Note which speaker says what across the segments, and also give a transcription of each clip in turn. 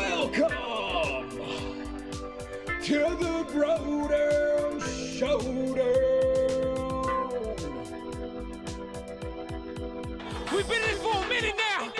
Speaker 1: Welcome to the Broder Shoulder.
Speaker 2: We've been in for a minute now.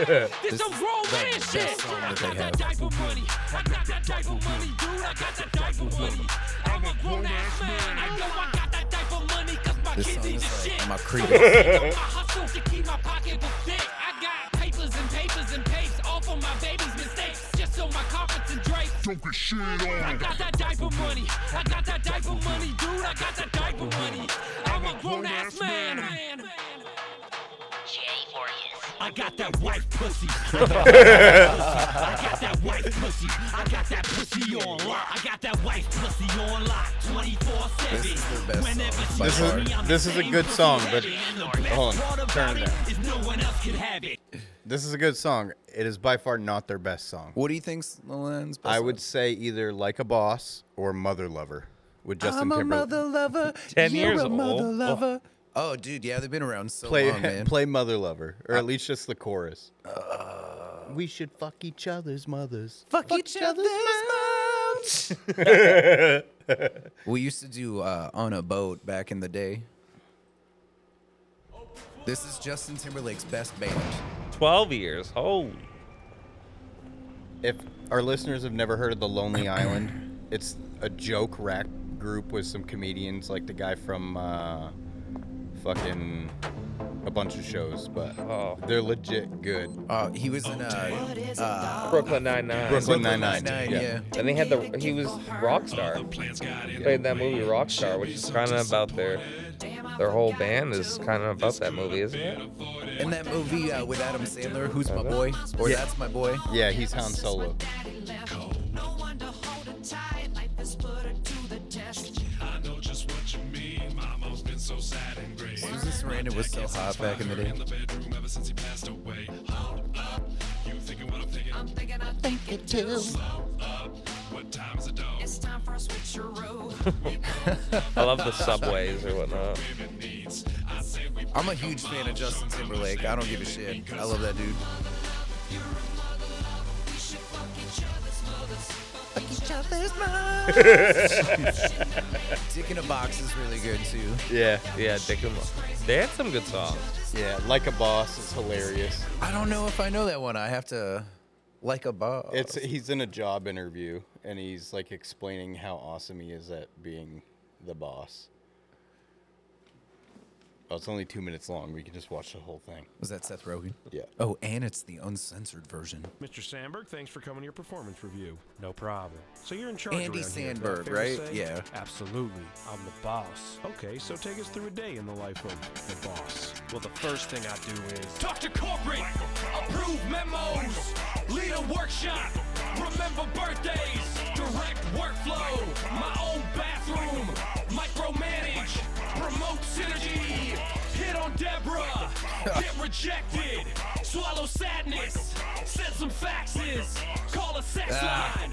Speaker 2: this some grown man shit. I got that diaper money. I got that diaper money, dude. I got that diaper money. I'm a grown ass man. I know I got that diaper money 'cause my kids need this shit.
Speaker 3: my
Speaker 2: So
Speaker 3: credo.
Speaker 2: I stick up my hustle to keep my pocketbook thick. I got papers and papers and papes all for my baby's mistakes. Just so my confidence drapes. I got that diaper money. I got that diaper money, dude. I got that diaper money. I'm a grown ass man.
Speaker 4: Jay Voorhees.
Speaker 2: I got that white pussy. I got that white pussy. I got that pussy on lock. I got that white pussy on lock. 24 7.
Speaker 3: This is the best song
Speaker 2: Whenever she
Speaker 3: by
Speaker 2: wants
Speaker 3: far.
Speaker 2: me, I'm
Speaker 5: This
Speaker 2: the
Speaker 5: is a
Speaker 2: same
Speaker 5: good
Speaker 2: pussy
Speaker 5: song,
Speaker 2: that
Speaker 5: but-
Speaker 2: she in. The best
Speaker 5: hold on,
Speaker 2: part
Speaker 5: turn
Speaker 2: about
Speaker 5: it
Speaker 2: it
Speaker 5: down.
Speaker 2: is no one else can have it.
Speaker 5: This is a good song. It is by far not their best song.
Speaker 3: What do you think's the lens?
Speaker 5: I would say either Like a Boss or Mother Lover with Justin
Speaker 3: I'm a
Speaker 5: Timberlake.
Speaker 3: mother lover.
Speaker 6: 10
Speaker 3: you're
Speaker 6: years
Speaker 3: a mother
Speaker 6: old.
Speaker 3: lover. Oh, dude, yeah, they've been around so
Speaker 5: play
Speaker 3: long, man. Uh.
Speaker 5: play Mother Lover or at least just the chorus. we should fuck each other's mothers.
Speaker 3: Fuck, each other's moms. we used to do uh, on a boat back in the day. This is Justin Timberlake's best band.
Speaker 6: 12 years. Holy.
Speaker 5: If our listeners have never heard of the Lonely Island, it's a joke rap group with some comedians like the guy from uh, fucking a bunch of shows, but
Speaker 6: Oh.
Speaker 5: they're legit good.
Speaker 3: Uh, he was in uh,
Speaker 6: Brooklyn Nine-Nine.
Speaker 5: Brooklyn
Speaker 3: Brooklyn
Speaker 5: Nine-Nine,
Speaker 3: Nine-Nine,
Speaker 5: yeah.
Speaker 3: yeah.
Speaker 6: And they had the, he was Rockstar. Played that movie Rockstar, which is kind of about their, their whole band is kind of about that movie, isn't it?
Speaker 3: in that movie uh, with Adam Sandler, Who's My Boy? Or That's My Boy.
Speaker 5: Yeah, he's Han Solo.
Speaker 3: Susan Sarandon was so hot back in the day.
Speaker 6: I love the subways or whatnot.
Speaker 3: I'm a huge fan of Justin Timberlake. I don't give a shit. I love that dude. Dick in a Box is really good too.
Speaker 5: Yeah,
Speaker 6: Yeah, Dick and They had some good songs.
Speaker 5: yeah. Like a Boss is hilarious.
Speaker 3: I don't know if I know that one. I have to like a boss.
Speaker 5: It's he's in a job interview and he's like explaining how awesome he is at being the boss. Well, it's only two minutes long. We can just watch the whole thing.
Speaker 3: was that Seth Rogen?
Speaker 5: Yeah.
Speaker 3: Oh, and it's the uncensored version.
Speaker 7: Mr. Sandberg, thanks for coming to your performance review. No problem. So you're in charge
Speaker 3: Andy
Speaker 7: around here, is that
Speaker 3: Sandberg,
Speaker 7: fair
Speaker 3: right?
Speaker 7: to say?
Speaker 3: Yeah.
Speaker 7: Absolutely. I'm the boss. Okay, so take us through a day in the life of the boss. Well, the first thing I do is
Speaker 2: Talk to corporate, approve memos, lead a workshop, remember birthdays, direct workflow, my own bathroom, micromanage, promote synergy, hit on Deborah, get rejected, swallow sadness, send some faxes, call a sex
Speaker 3: Ah.
Speaker 2: line.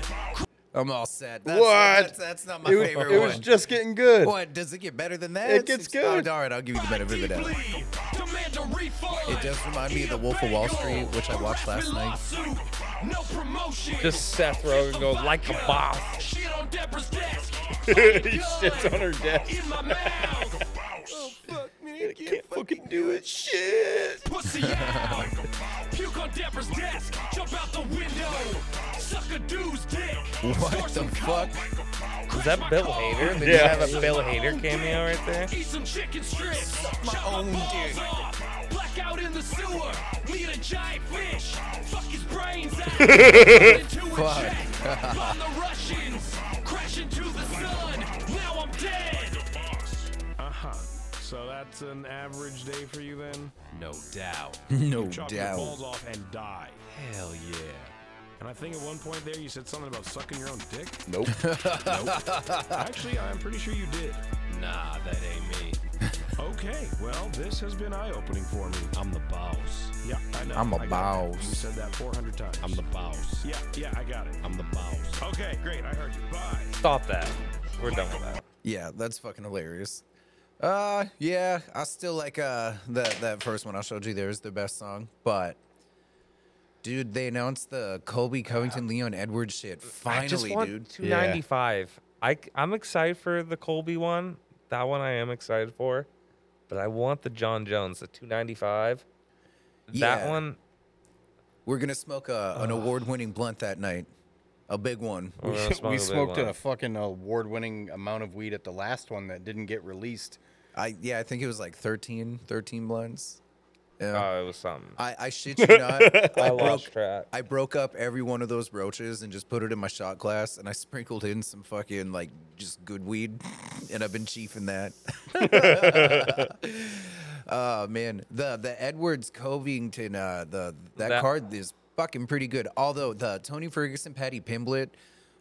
Speaker 3: I'm all set. That's,
Speaker 5: What?
Speaker 3: That's, that's not my
Speaker 5: it was,
Speaker 3: favorite
Speaker 5: it was
Speaker 3: one.
Speaker 5: just getting good.
Speaker 3: what does it get better than that?
Speaker 5: It gets
Speaker 3: seems- oh,
Speaker 5: good.
Speaker 3: all right, I'll give you the benefit of the doubt.
Speaker 2: Deeply demand a refund.
Speaker 3: It does remind me of The Wolf of Wall Street, which I watched last night.
Speaker 2: Lawsuit, no promotion.
Speaker 6: Just Seth Rogen go like a boss.
Speaker 2: Shit on Deborah's desk.
Speaker 5: he shits on her desk.
Speaker 2: In my mouth. Oh,
Speaker 5: Can't fucking do it. Shit.
Speaker 2: Pussy out. Puke on Deborah's desk. Jump out the window. Suck a dude's dick.
Speaker 3: What
Speaker 2: Score
Speaker 3: the
Speaker 2: some
Speaker 3: fuck?
Speaker 2: coke.
Speaker 6: Is that
Speaker 2: Crack my
Speaker 6: Bill
Speaker 2: car.
Speaker 6: Hader? Did
Speaker 5: Yeah.
Speaker 6: you have a Bill Hader cameo right there?
Speaker 2: Eat some chicken strips. Suck
Speaker 3: my own dick.
Speaker 2: Off. Black out in the sewer. Meet a giant fish. Fuck his brains out.
Speaker 3: Fuck.
Speaker 2: Fuck. Bomb the Russians. Crash into the sun. Now I'm dead.
Speaker 7: uh huh. So that's an average day for you then? No doubt.
Speaker 3: No
Speaker 7: Chop your balls off and die. Hell yeah. And I think at one point there you said something about sucking your own dick.
Speaker 5: Nope.
Speaker 7: Actually, I'm pretty sure you did.
Speaker 8: Nah, that ain't me.
Speaker 7: Okay, well, this has been eye opening for me.
Speaker 8: I'm the boss.
Speaker 7: Yeah, I know.
Speaker 3: I'm a
Speaker 7: I got that.
Speaker 3: boss.
Speaker 7: You said that 400 times.
Speaker 8: I'm the boss.
Speaker 7: Yeah, yeah, I got it.
Speaker 8: I'm the boss.
Speaker 7: Okay, great. I heard you. Bye.
Speaker 6: Stop that. We're done with that.
Speaker 3: Yeah, that's fucking hilarious. Uh, yeah, I still like uh that that first one I showed you there is the best song, but Dude, they announced the Colby Covington Leon Edwards shit. Finally,
Speaker 6: I just want
Speaker 3: dude.
Speaker 6: 295. I am excited for the Colby one. That one I am excited for, but I want the John Jones, the 295. That
Speaker 3: Yeah.
Speaker 6: one,
Speaker 3: We're gonna smoke a, an award-winning blunt that night, a big one.
Speaker 6: we're gonna smoke
Speaker 5: we
Speaker 6: a big
Speaker 5: smoked
Speaker 6: one.
Speaker 5: a fucking award-winning amount of weed at the last one that didn't get released.
Speaker 3: I yeah, I think it was like 13, 13 blunts. Yeah.
Speaker 6: Oh, it was something.
Speaker 3: I, I shit you not. I,
Speaker 6: I
Speaker 3: broke.
Speaker 6: lost track.
Speaker 3: I broke up every one of those roaches and just put it in my shot glass, and I sprinkled in some fucking like just good weed, and I've been chiefing that. Oh man, the the Edwards Covington uh, the that,
Speaker 6: That-
Speaker 3: card is fucking pretty good. Although the Tony Ferguson Patty Pimblett,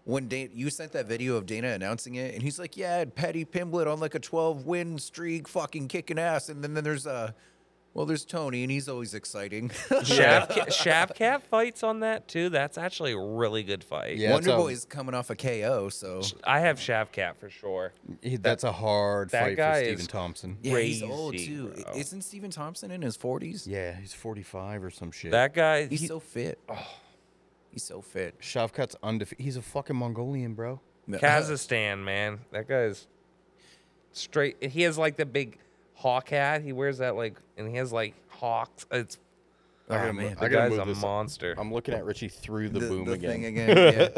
Speaker 3: when Dana, you sent that video of Dana announcing it, and he's like, "Yeah, and Patty Pimblett on like a 12 win streak, fucking kicking ass," and then then there's Uh, well, there's Tony, and he's always exciting.
Speaker 6: Shav Shavcat fights on that too. That's actually a really good fight.
Speaker 5: Yeah, it's um,
Speaker 3: Wonder
Speaker 5: a-
Speaker 3: Boy's coming off a KO, so
Speaker 6: I have Shavcat for sure.
Speaker 5: He- That's a hard
Speaker 6: that
Speaker 5: fight
Speaker 6: guy
Speaker 5: for Steven
Speaker 6: is-
Speaker 5: Thompson.
Speaker 3: yeah, he's old
Speaker 6: Crazy,
Speaker 3: too.
Speaker 6: bro.
Speaker 3: Isn't Steven Thompson in his 40s?
Speaker 5: Yeah, he's 45 or some shit.
Speaker 6: That guy,
Speaker 3: he's
Speaker 6: he- Oh.
Speaker 3: so fit. He's so fit.
Speaker 5: Shavkat's undefeated. He's a fucking Mongolian, bro.
Speaker 6: Kazakhstan, man. That guy's straight. He has like the big hawk hat. He wears that like, and he has like hawks. It's
Speaker 5: I gotta,
Speaker 3: Oh, man.
Speaker 5: mo-
Speaker 6: the
Speaker 5: I gotta
Speaker 6: guy's
Speaker 5: move
Speaker 6: a
Speaker 5: this.
Speaker 6: monster.
Speaker 5: I'm looking at Richie through the, boom again.
Speaker 3: thing again.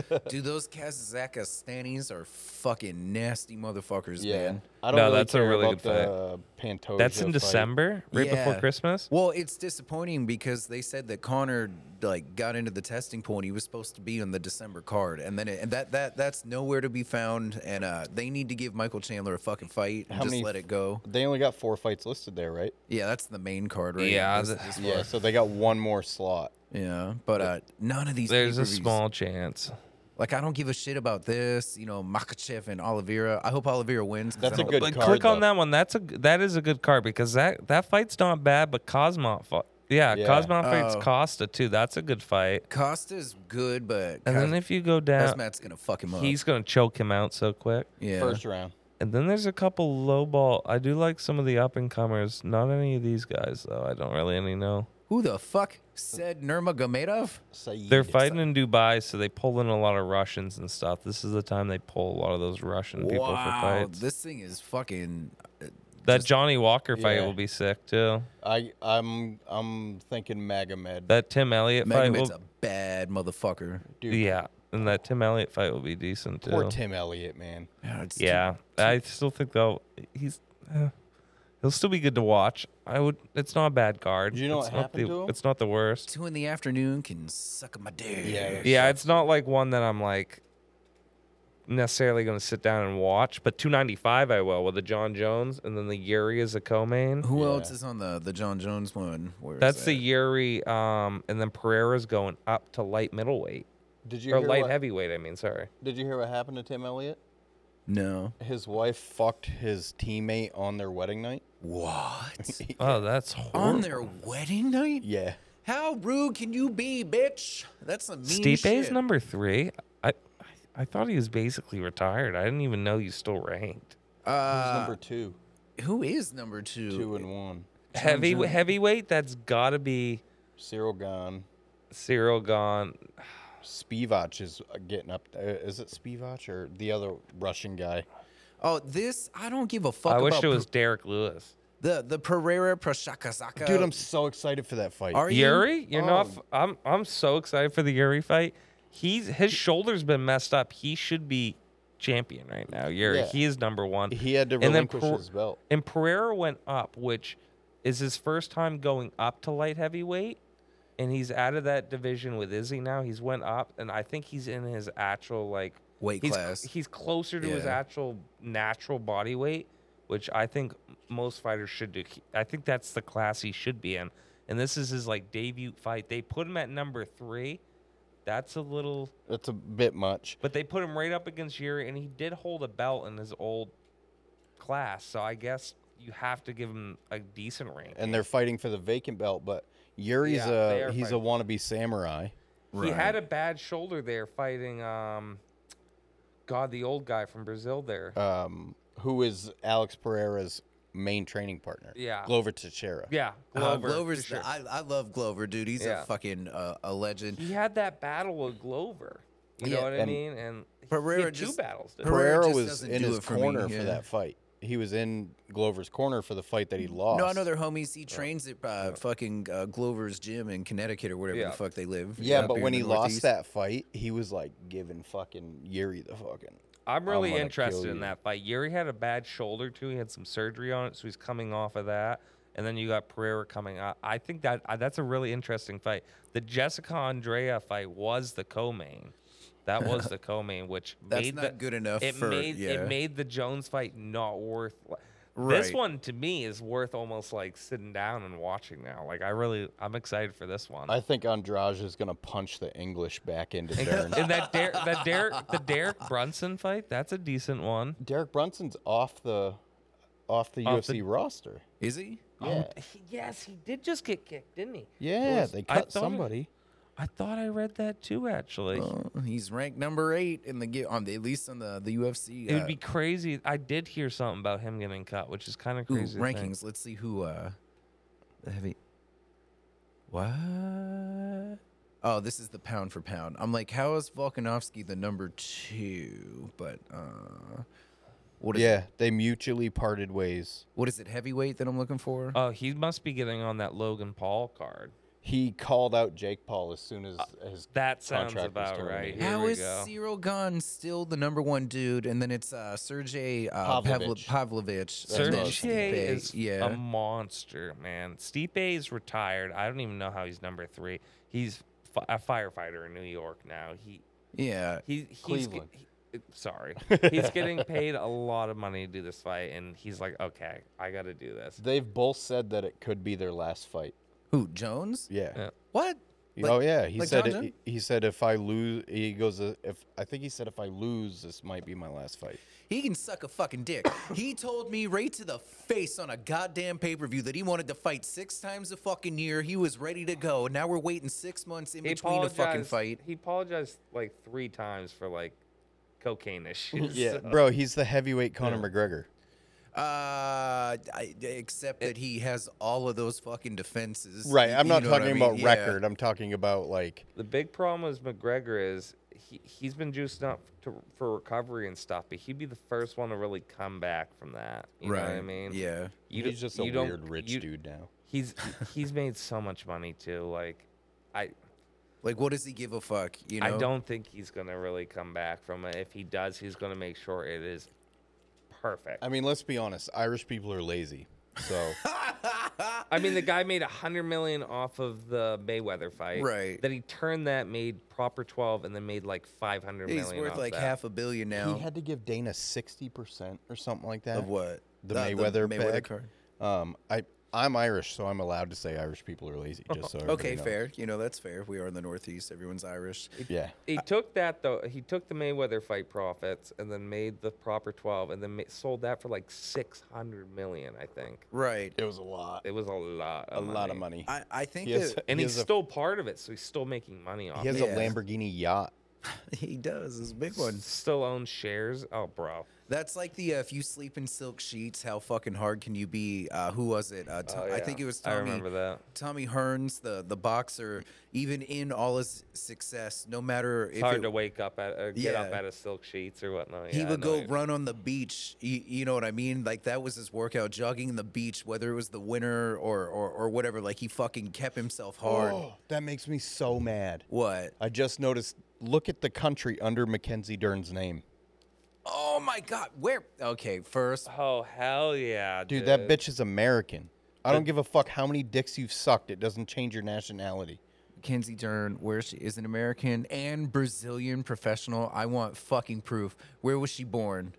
Speaker 3: Yeah. Dude, those Kazakhistanis are fucking nasty motherfuckers,
Speaker 5: Yeah,
Speaker 3: man.
Speaker 5: I don't
Speaker 6: No,
Speaker 5: really
Speaker 6: that's a
Speaker 5: care
Speaker 6: really
Speaker 5: about
Speaker 6: good fight.
Speaker 5: the uh, Pantoja.
Speaker 6: That's in
Speaker 5: fight.
Speaker 6: December, right before
Speaker 3: Yeah.
Speaker 6: Christmas.
Speaker 3: Well, it's disappointing because they said that Connor like got into the testing point. He was supposed to be on the December card, and then it, and that that that's nowhere to be found. And uh, they need to give Michael Chandler a fucking fight and
Speaker 5: How
Speaker 3: just
Speaker 5: many
Speaker 3: let
Speaker 5: f-
Speaker 3: it go.
Speaker 5: They only got four fights listed there, right?
Speaker 3: Yeah, that's the main card, right?
Speaker 6: Yeah,
Speaker 3: This-
Speaker 6: the-
Speaker 3: this
Speaker 5: Yeah,
Speaker 3: far.
Speaker 5: so they got one more slot.
Speaker 3: yeah. But uh, none of these.
Speaker 6: There's a
Speaker 3: pay-per-views-
Speaker 6: small chance.
Speaker 3: Like I don't give a shit about this. You know, Makachev and Oliveira. I hope Oliveira wins. 'cause I
Speaker 5: That's a
Speaker 3: don't-
Speaker 5: good
Speaker 6: But
Speaker 5: card.
Speaker 6: click on
Speaker 5: though.
Speaker 6: that one. That's a that is a good card because that that fight's not bad. But Cosmo, fu- yeah,
Speaker 5: Yeah.
Speaker 6: Cosmo fights
Speaker 3: Oh.
Speaker 6: Costa too. That's a good fight.
Speaker 3: Costa's good, but
Speaker 6: And then
Speaker 3: Kaz-
Speaker 6: if you go down,
Speaker 3: Kazmat's gonna fuck him up.
Speaker 6: he's gonna choke him out so quick.
Speaker 3: yeah.
Speaker 5: First round.
Speaker 6: And then there's a couple low ball. I do like some of the up and comers. Not any of these guys though. I don't really any know.
Speaker 3: Who the fuck said Nurmagomedov?
Speaker 5: Saeed.
Speaker 6: They're fighting in Dubai, so they pull in a lot of Russians and stuff. This is the time they pull a lot of those Russian people for
Speaker 3: Wow,
Speaker 6: fights.
Speaker 3: this thing is fucking. uh,
Speaker 6: that Johnny Walker fight
Speaker 5: Yeah.
Speaker 6: will be sick too.
Speaker 5: I I'm I'm thinking Magomed.
Speaker 6: That Tim Elliott fight
Speaker 3: Megaman's
Speaker 6: will,
Speaker 3: a bad motherfucker.
Speaker 5: Dude,
Speaker 6: yeah, and that Tim Elliott fight will be decent too.
Speaker 5: poor Tim Elliott, man.
Speaker 3: Yeah, it's too-
Speaker 6: Yeah, I still think though he's eh, he'll still be good to watch. I would. It's not a bad card.
Speaker 5: Do you know
Speaker 6: it's
Speaker 5: what
Speaker 6: not
Speaker 5: happened
Speaker 6: the,
Speaker 5: to him?
Speaker 6: It's not the worst.
Speaker 3: Two in the afternoon can suck my dick.
Speaker 5: Yeah.
Speaker 6: Yeah, it's not like one that I'm like necessarily going to sit down and watch. But 295, I will with the John Jones and then the Yuri is a co-main.
Speaker 3: Who else
Speaker 5: Yeah.
Speaker 3: is on the the John Jones one? Where is
Speaker 6: That's the
Speaker 3: that?
Speaker 6: Yuri, um, and then Pereira's going up to light middleweight
Speaker 5: Did you
Speaker 6: or
Speaker 5: hear
Speaker 6: light
Speaker 5: what,
Speaker 6: heavyweight. I mean, sorry.
Speaker 5: Did you hear what happened to Tim Elliott?
Speaker 3: no.
Speaker 5: His wife fucked his teammate on their wedding night.
Speaker 3: What
Speaker 6: Oh, that's horrible.
Speaker 3: on their wedding night?
Speaker 5: Yeah.
Speaker 3: How rude can you be, bitch? That's some mean
Speaker 6: Stipe's
Speaker 3: shit.
Speaker 6: number three. I, I I thought he was basically retired. I didn't even know he's still ranked.
Speaker 5: Who's
Speaker 3: Uh,
Speaker 5: number two?
Speaker 3: who is number two?
Speaker 5: Two and one.
Speaker 6: Heavy heavyweight. That's got to be
Speaker 5: Cyril Gahn.
Speaker 6: Cyril gone.
Speaker 5: Spivak is uh, getting up. Uh, is it Spivak or the other Russian guy?
Speaker 3: Oh, this I don't give a fuck.
Speaker 6: I wish
Speaker 3: about
Speaker 6: it
Speaker 3: Pe-
Speaker 6: was Derek Lewis.
Speaker 3: the the Pereira Prashakazaka.
Speaker 5: Dude, I'm so excited for that fight.
Speaker 3: Are you?
Speaker 6: Yuri, you're not.
Speaker 5: Oh.
Speaker 6: F- I'm. I'm so excited for the Yuri fight. He's his shoulder's been messed up. He should be champion right now. Yuri,
Speaker 5: Yeah.
Speaker 6: he is number one.
Speaker 5: He had to
Speaker 6: And then
Speaker 5: relinquish
Speaker 6: Per-
Speaker 5: his belt.
Speaker 6: And Pereira went up, which is his first time going up to light heavyweight, and he's out of that division with Izzy now. He's went up, and I think he's in his actual like
Speaker 3: Weight
Speaker 6: he's,
Speaker 3: class.
Speaker 6: He's closer to his
Speaker 3: Yeah.
Speaker 6: actual natural body weight, which I think most fighters should do. He- I think that's the class he should be in. And this is his like debut fight. They put him at number three. That's a little,
Speaker 5: That's a bit much.
Speaker 6: but they put him right up against Yuri, and he did hold a belt in his old class. So I guess you have to give him a decent rank.
Speaker 5: and they're fighting for the vacant belt. But Yuri's
Speaker 6: Yeah, they are
Speaker 5: a he's a
Speaker 6: fighting.
Speaker 5: wannabe samurai.
Speaker 6: He had a bad shoulder there fighting, um, God, the old guy from Brazil there.
Speaker 5: Um, who is Alex Pereira's main training partner.
Speaker 6: Yeah.
Speaker 5: Glover Teixeira.
Speaker 6: Yeah,
Speaker 3: Uh,
Speaker 6: Glover. for
Speaker 3: Glover's.
Speaker 6: sure.
Speaker 3: I, I love Glover, dude. He's
Speaker 6: Yeah.
Speaker 3: a fucking uh, a legend.
Speaker 6: he had that battle with Glover. You know
Speaker 5: Yeah,
Speaker 6: what I
Speaker 5: and
Speaker 6: mean? And he
Speaker 3: Pereira
Speaker 6: had two
Speaker 3: just-
Speaker 6: battles. didn't he?
Speaker 3: Pereira
Speaker 5: Pereira
Speaker 3: just
Speaker 5: was
Speaker 3: doesn't
Speaker 5: in
Speaker 3: do
Speaker 5: his
Speaker 3: it for me,
Speaker 5: corner for
Speaker 3: yeah.
Speaker 5: that fight. He was in Glover's corner for the fight that he lost.
Speaker 3: No, I know they're homies. He trains at uh, fucking uh, Glover's gym in Connecticut or whatever
Speaker 6: Yeah.
Speaker 3: the fuck they live.
Speaker 5: Yeah,
Speaker 3: up
Speaker 5: but
Speaker 3: here
Speaker 5: when
Speaker 3: in
Speaker 5: he
Speaker 3: the
Speaker 5: lost
Speaker 3: Northeast.
Speaker 5: that fight, he was like giving fucking Yuri the fucking.
Speaker 6: I'm
Speaker 5: I'm
Speaker 6: really
Speaker 5: gonna
Speaker 6: interested
Speaker 5: kill
Speaker 6: in
Speaker 5: you.
Speaker 6: that fight. Yuri had a bad shoulder too. He had some surgery on it, so he's coming off of that. And then you got Pereira coming up. I think that uh, that's a really interesting fight. The Jessica Andrea fight was the co-main. That was the co-main, which
Speaker 3: That's
Speaker 6: made
Speaker 3: not
Speaker 6: the,
Speaker 3: good enough
Speaker 6: It
Speaker 3: for-
Speaker 6: made
Speaker 3: yeah.
Speaker 6: it made the Jones fight not worth. This
Speaker 3: Right.
Speaker 6: one to me is worth almost like sitting down and watching now. Like I really, I'm excited for this one.
Speaker 5: I think Andrade is gonna punch the English back into Dern.
Speaker 6: and that Der- that Derek the Derek Brunson fight, that's a decent one.
Speaker 5: Derek Brunson's off the off the
Speaker 6: Off
Speaker 5: UFC
Speaker 6: the-
Speaker 5: roster.
Speaker 3: Is he?
Speaker 5: Yeah,
Speaker 6: He- yes, he did just get kicked, didn't he?
Speaker 5: yeah,
Speaker 6: was-
Speaker 5: they
Speaker 6: I
Speaker 5: cut
Speaker 6: thought it-
Speaker 5: somebody.
Speaker 6: I thought I read that too, actually.
Speaker 3: Oh, he's ranked number eight in the gi- on the, at least on the the UFC.
Speaker 6: it
Speaker 3: uh,
Speaker 6: would be crazy. I did hear something about him getting cut, which is kind of
Speaker 3: ooh,
Speaker 6: crazy. to think.
Speaker 3: rankings. Let's see who uh the heavy. What? Oh, this is the pound for pound. I'm like, how is Volkanovski the number two? But uh, what is
Speaker 5: Yeah, they mutually parted ways.
Speaker 3: what is it heavyweight that I'm looking for?
Speaker 6: Oh, he must be getting on that Logan Paul card. Uh,
Speaker 5: He called out Jake Paul as soon as his
Speaker 6: That sounds
Speaker 5: contract was
Speaker 6: about right.
Speaker 5: terminated.
Speaker 6: Here
Speaker 3: How
Speaker 6: we
Speaker 3: is
Speaker 6: go.
Speaker 3: Cyril Gunn still the number one dude, and then it's uh, Sergey uh, Pavlo-
Speaker 5: Pavlovich.
Speaker 3: Pavlovich, and then
Speaker 6: Serge
Speaker 3: Stipe.
Speaker 6: is
Speaker 3: yeah.
Speaker 6: a monster, man. Stipe is retired. I don't even know how he's number three. He's fi- a firefighter in New York now. He
Speaker 3: yeah,
Speaker 6: He, he's
Speaker 5: Cleveland.
Speaker 6: Get, he- sorry. He's getting paid a lot of money to do this fight, and he's like, okay, I got to do this.
Speaker 5: They've both said that it could be their last fight.
Speaker 3: Who Jones?
Speaker 5: Yeah.
Speaker 6: Yeah.
Speaker 3: What?
Speaker 5: oh
Speaker 3: Like-
Speaker 5: yeah, he
Speaker 3: like
Speaker 5: said
Speaker 3: John
Speaker 5: it, he said if I lose, he goes uh, if I think he said if I lose, this might be my last fight.
Speaker 3: He can suck a fucking dick. he told me right to the face on a goddamn pay per view that he wanted to fight six times a fucking year. He was ready to go. and Now we're waiting six months in
Speaker 6: He
Speaker 3: between a fucking
Speaker 6: apologized.
Speaker 3: fight.
Speaker 6: He apologized like three times for like cocaine issues.
Speaker 5: bro, he's the heavyweight Conor McGregor.
Speaker 3: Uh, I, except that he has all of those fucking defenses.
Speaker 5: Right,
Speaker 3: You-
Speaker 5: I'm
Speaker 3: you
Speaker 5: not
Speaker 3: know what
Speaker 5: talking
Speaker 3: I mean?
Speaker 5: about
Speaker 3: Yeah.
Speaker 5: record. I'm talking about like
Speaker 6: The big problem is McGregor is he he's been juiced up to, for recovery and stuff, but he'd be the first one to really come back from that. You know what I
Speaker 3: Right,
Speaker 6: mean?
Speaker 3: yeah.
Speaker 6: You d-
Speaker 5: he's just a
Speaker 6: you don't-
Speaker 5: weird rich
Speaker 6: you-
Speaker 5: dude now.
Speaker 6: He's he's made so much money too. Like I
Speaker 3: Like, what does he give a fuck? You know,
Speaker 6: I don't think he's gonna really come back from it. If he does, he's gonna make sure it is perfect.
Speaker 5: I mean, let's be honest. Irish people are lazy, so
Speaker 6: I mean, the guy made a hundred million off of the Mayweather fight.
Speaker 3: Right.
Speaker 6: Then he turned that, made proper twelve, and then made like five hundred million.
Speaker 3: He's worth
Speaker 6: off
Speaker 3: like
Speaker 6: that.
Speaker 3: half a billion now.
Speaker 5: he had to give Dana sixty percent or something like that
Speaker 3: of what?
Speaker 5: The
Speaker 3: Uh,
Speaker 5: Mayweather,
Speaker 3: Mayweather
Speaker 5: bag.
Speaker 3: card.
Speaker 5: Um, I I'm Irish, so I'm allowed to say Irish people are lazy. Just so everybody
Speaker 3: Okay,
Speaker 5: knows.
Speaker 3: fair. You know, that's fair. We are in the Northeast. Everyone's Irish.
Speaker 5: Yeah,
Speaker 6: He took that though. He took the Mayweather fight profits and then made the proper twelve, and then ma- sold that for like six hundred million. I think
Speaker 3: Right.
Speaker 5: it was a lot,
Speaker 6: it was a lot.
Speaker 5: a lot of money.
Speaker 3: I, I think
Speaker 5: He has-
Speaker 3: that
Speaker 6: And
Speaker 5: He
Speaker 6: he's
Speaker 5: has a-
Speaker 6: still part of it, so he's still making money off.
Speaker 5: He has
Speaker 6: it.
Speaker 5: a
Speaker 3: Yeah.
Speaker 5: Lamborghini yacht.
Speaker 3: he does. It's a big one.
Speaker 6: Still owns shares. Oh, bro.
Speaker 3: That's like the uh, if you sleep in silk sheets, how fucking hard can you be? Uh, who was it? Uh, Tom,
Speaker 6: Oh,
Speaker 3: I
Speaker 6: yeah.
Speaker 3: think it was
Speaker 6: I
Speaker 3: Tommy.
Speaker 6: remember that.
Speaker 3: Tommy Hearns, the the boxer, even in all his success, no matter
Speaker 6: It's
Speaker 3: if
Speaker 6: hard
Speaker 3: it,
Speaker 6: to wake up at or get up
Speaker 3: Yeah.
Speaker 6: out of silk sheets or whatnot.
Speaker 3: he
Speaker 6: Yeah, I
Speaker 3: would
Speaker 6: know
Speaker 3: go
Speaker 6: what you-
Speaker 3: run on the beach. You, you know what I mean? Like that was his workout, jogging the beach, whether it was the winter or or, or whatever. Like he fucking kept himself hard.
Speaker 5: Oh, that makes me so mad.
Speaker 3: What?
Speaker 5: I just noticed. Look at the country under Mackenzie Dern's name,
Speaker 3: Oh my God! Where? Okay, first,
Speaker 6: Oh hell yeah,
Speaker 5: dude.
Speaker 6: dude.
Speaker 5: That bitch is American. I don't give a fuck how many dicks you've sucked. It doesn't change your nationality.
Speaker 3: Kenzie Dern, where she is an American and Brazilian professional. I want fucking proof. Where was she born?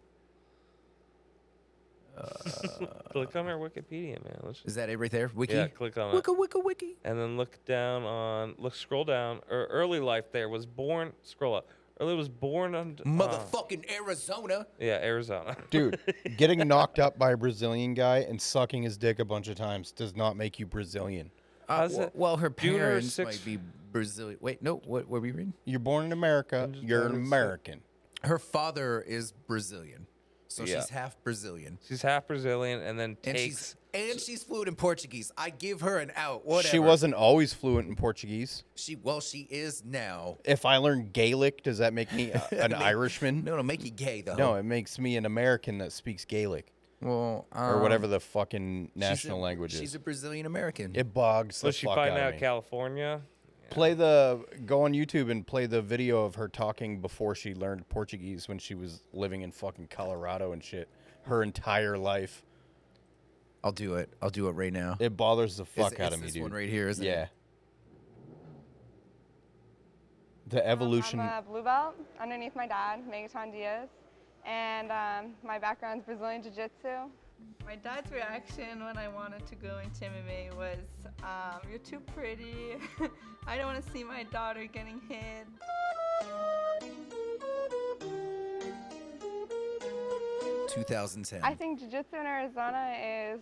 Speaker 3: Uh,
Speaker 6: Click on her Wikipedia, man. Let's just,
Speaker 3: Is that it right there? Wiki.
Speaker 6: yeah, click on it.
Speaker 3: Wiki, wiki, wiki.
Speaker 6: And then look down on look scroll down or early life there was born scroll up. Early was born on um,
Speaker 3: Motherfucking Arizona.
Speaker 6: yeah, Arizona.
Speaker 5: Dude, getting knocked up by a Brazilian guy and sucking his dick a bunch of times does not make you Brazilian.
Speaker 3: Uh,
Speaker 6: How's
Speaker 3: well,
Speaker 6: it-
Speaker 3: well, her
Speaker 6: June or
Speaker 3: parents might
Speaker 6: six-
Speaker 3: be Brazilian. Wait, no. What were we reading?
Speaker 5: You're born in America.
Speaker 6: just
Speaker 5: You're an
Speaker 6: noticed that.
Speaker 5: American.
Speaker 3: Her father is Brazilian. So
Speaker 6: Yeah.
Speaker 3: she's half Brazilian.
Speaker 6: She's half Brazilian and then
Speaker 3: And
Speaker 6: takes.
Speaker 3: she's and she's fluent in Portuguese. I give her an out. Whatever.
Speaker 5: She wasn't always fluent in Portuguese.
Speaker 3: She well, she is now.
Speaker 5: If I learn Gaelic, does that make me a- an Irishman?
Speaker 3: No, no, make you gay though.
Speaker 5: No, it makes me an American that speaks Gaelic
Speaker 3: well,
Speaker 5: or
Speaker 3: um,
Speaker 5: whatever the fucking
Speaker 3: she's a-
Speaker 5: national language is.
Speaker 3: She's a Brazilian American.
Speaker 5: it bogs
Speaker 6: So
Speaker 5: the
Speaker 6: she
Speaker 5: fuck
Speaker 6: find
Speaker 5: out
Speaker 6: out
Speaker 5: of me.
Speaker 6: California.
Speaker 5: play the go on YouTube and play the video of her talking before she learned Portuguese when she was living in fucking Colorado and shit. Her entire life.
Speaker 3: I'll do it. I'll do it right now.
Speaker 5: It bothers the fuck
Speaker 3: it's
Speaker 5: out of me,
Speaker 3: this
Speaker 5: dude.
Speaker 3: one right here, isn't it?
Speaker 5: yeah. The evolution.
Speaker 9: I'm a blue belt underneath my dad, Megaton Diaz, and um, my background's Brazilian Jiu Jitsu.
Speaker 10: My dad's reaction when I wanted to go into MMA was, um, "You're too pretty. I don't want to see my daughter getting hit."
Speaker 9: I
Speaker 3: 2010.
Speaker 9: think Jiu Jitsu in Arizona is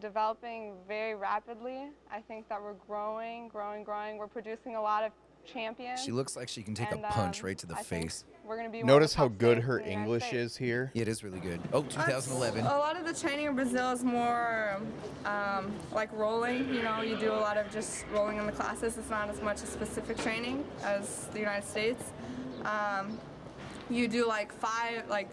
Speaker 9: developing very rapidly. I think that we're growing, growing, growing. We're producing a lot of champions.
Speaker 3: She looks like she can take
Speaker 9: and,
Speaker 3: a punch
Speaker 9: um,
Speaker 3: right to the
Speaker 9: I think
Speaker 3: face.
Speaker 9: We're gonna be one of
Speaker 5: Notice
Speaker 9: the
Speaker 5: how
Speaker 9: top
Speaker 5: good
Speaker 9: states
Speaker 5: her
Speaker 9: in the United
Speaker 5: English
Speaker 9: States.
Speaker 5: is here.
Speaker 3: Yeah, it is really good. Oh, 2011.
Speaker 10: A lot of the training in Brazil is more um, like rolling. You know, you do a lot of just rolling in the classes. It's not as much a specific training as the United States. Um, you do like five, like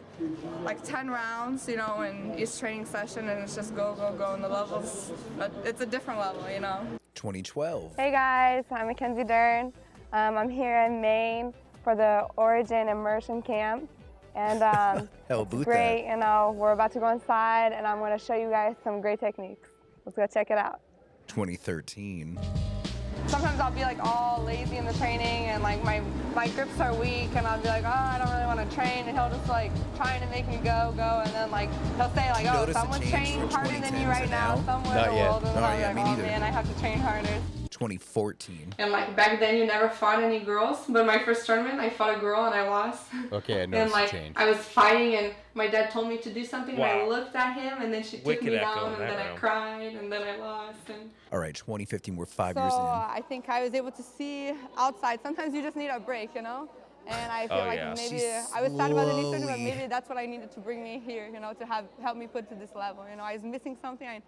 Speaker 10: like ten rounds, you know, in each training session, and it's just go, go, go, and the levels. but It's a different level, you know.
Speaker 3: 2012.
Speaker 9: Hey guys, I'm Mackenzie Dern. Um, I'm here in Maine for the Origin Immersion Camp. And um,
Speaker 3: Hell,
Speaker 9: it's
Speaker 3: boot
Speaker 9: great, you know, we're about to go inside and I'm gonna show you guys some great techniques. Let's go check it out.
Speaker 3: 2013.
Speaker 9: Sometimes I'll be like all lazy in the training and like my, my grips are weak and I'll be like, oh, I don't really wanna train. And he'll just like trying to make me go, go. And then like he'll say like, oh,
Speaker 3: Notice a
Speaker 9: someone's
Speaker 3: change from
Speaker 9: training harder than
Speaker 3: 2010
Speaker 9: you
Speaker 3: to
Speaker 9: right now,
Speaker 3: now?
Speaker 9: somewhere
Speaker 5: Not
Speaker 9: in the
Speaker 5: yet.
Speaker 9: world. And then
Speaker 3: Oh,
Speaker 9: I'll be
Speaker 3: yeah,
Speaker 9: like,
Speaker 3: me
Speaker 9: oh
Speaker 3: neither.
Speaker 9: man, I have to train harder.
Speaker 3: 2014.
Speaker 10: And like back then, you never fought any girls. But my first tournament, I fought a girl and I lost.
Speaker 5: Okay, I
Speaker 10: and
Speaker 5: noticed the
Speaker 10: like
Speaker 5: change.
Speaker 10: I was fighting, and my dad told me to do something, and
Speaker 6: Wow.
Speaker 10: I looked at him, and then she took
Speaker 6: Wicked
Speaker 10: me
Speaker 6: echo
Speaker 10: down,
Speaker 6: in
Speaker 10: and
Speaker 6: that
Speaker 10: then I
Speaker 6: room.
Speaker 10: cried, and then I lost. And
Speaker 3: All right, 2015. We're five
Speaker 9: So
Speaker 3: years in.
Speaker 9: uh, I think I was able to see outside. Sometimes you just need a break, you know? And I feel
Speaker 6: Oh,
Speaker 9: like
Speaker 6: yeah.
Speaker 9: maybe
Speaker 3: She
Speaker 9: I was sad about the knee surgery, but
Speaker 3: slowly-
Speaker 9: maybe that's what I needed to bring me here, you know, to have help me put to this level. You know, I was missing something. I,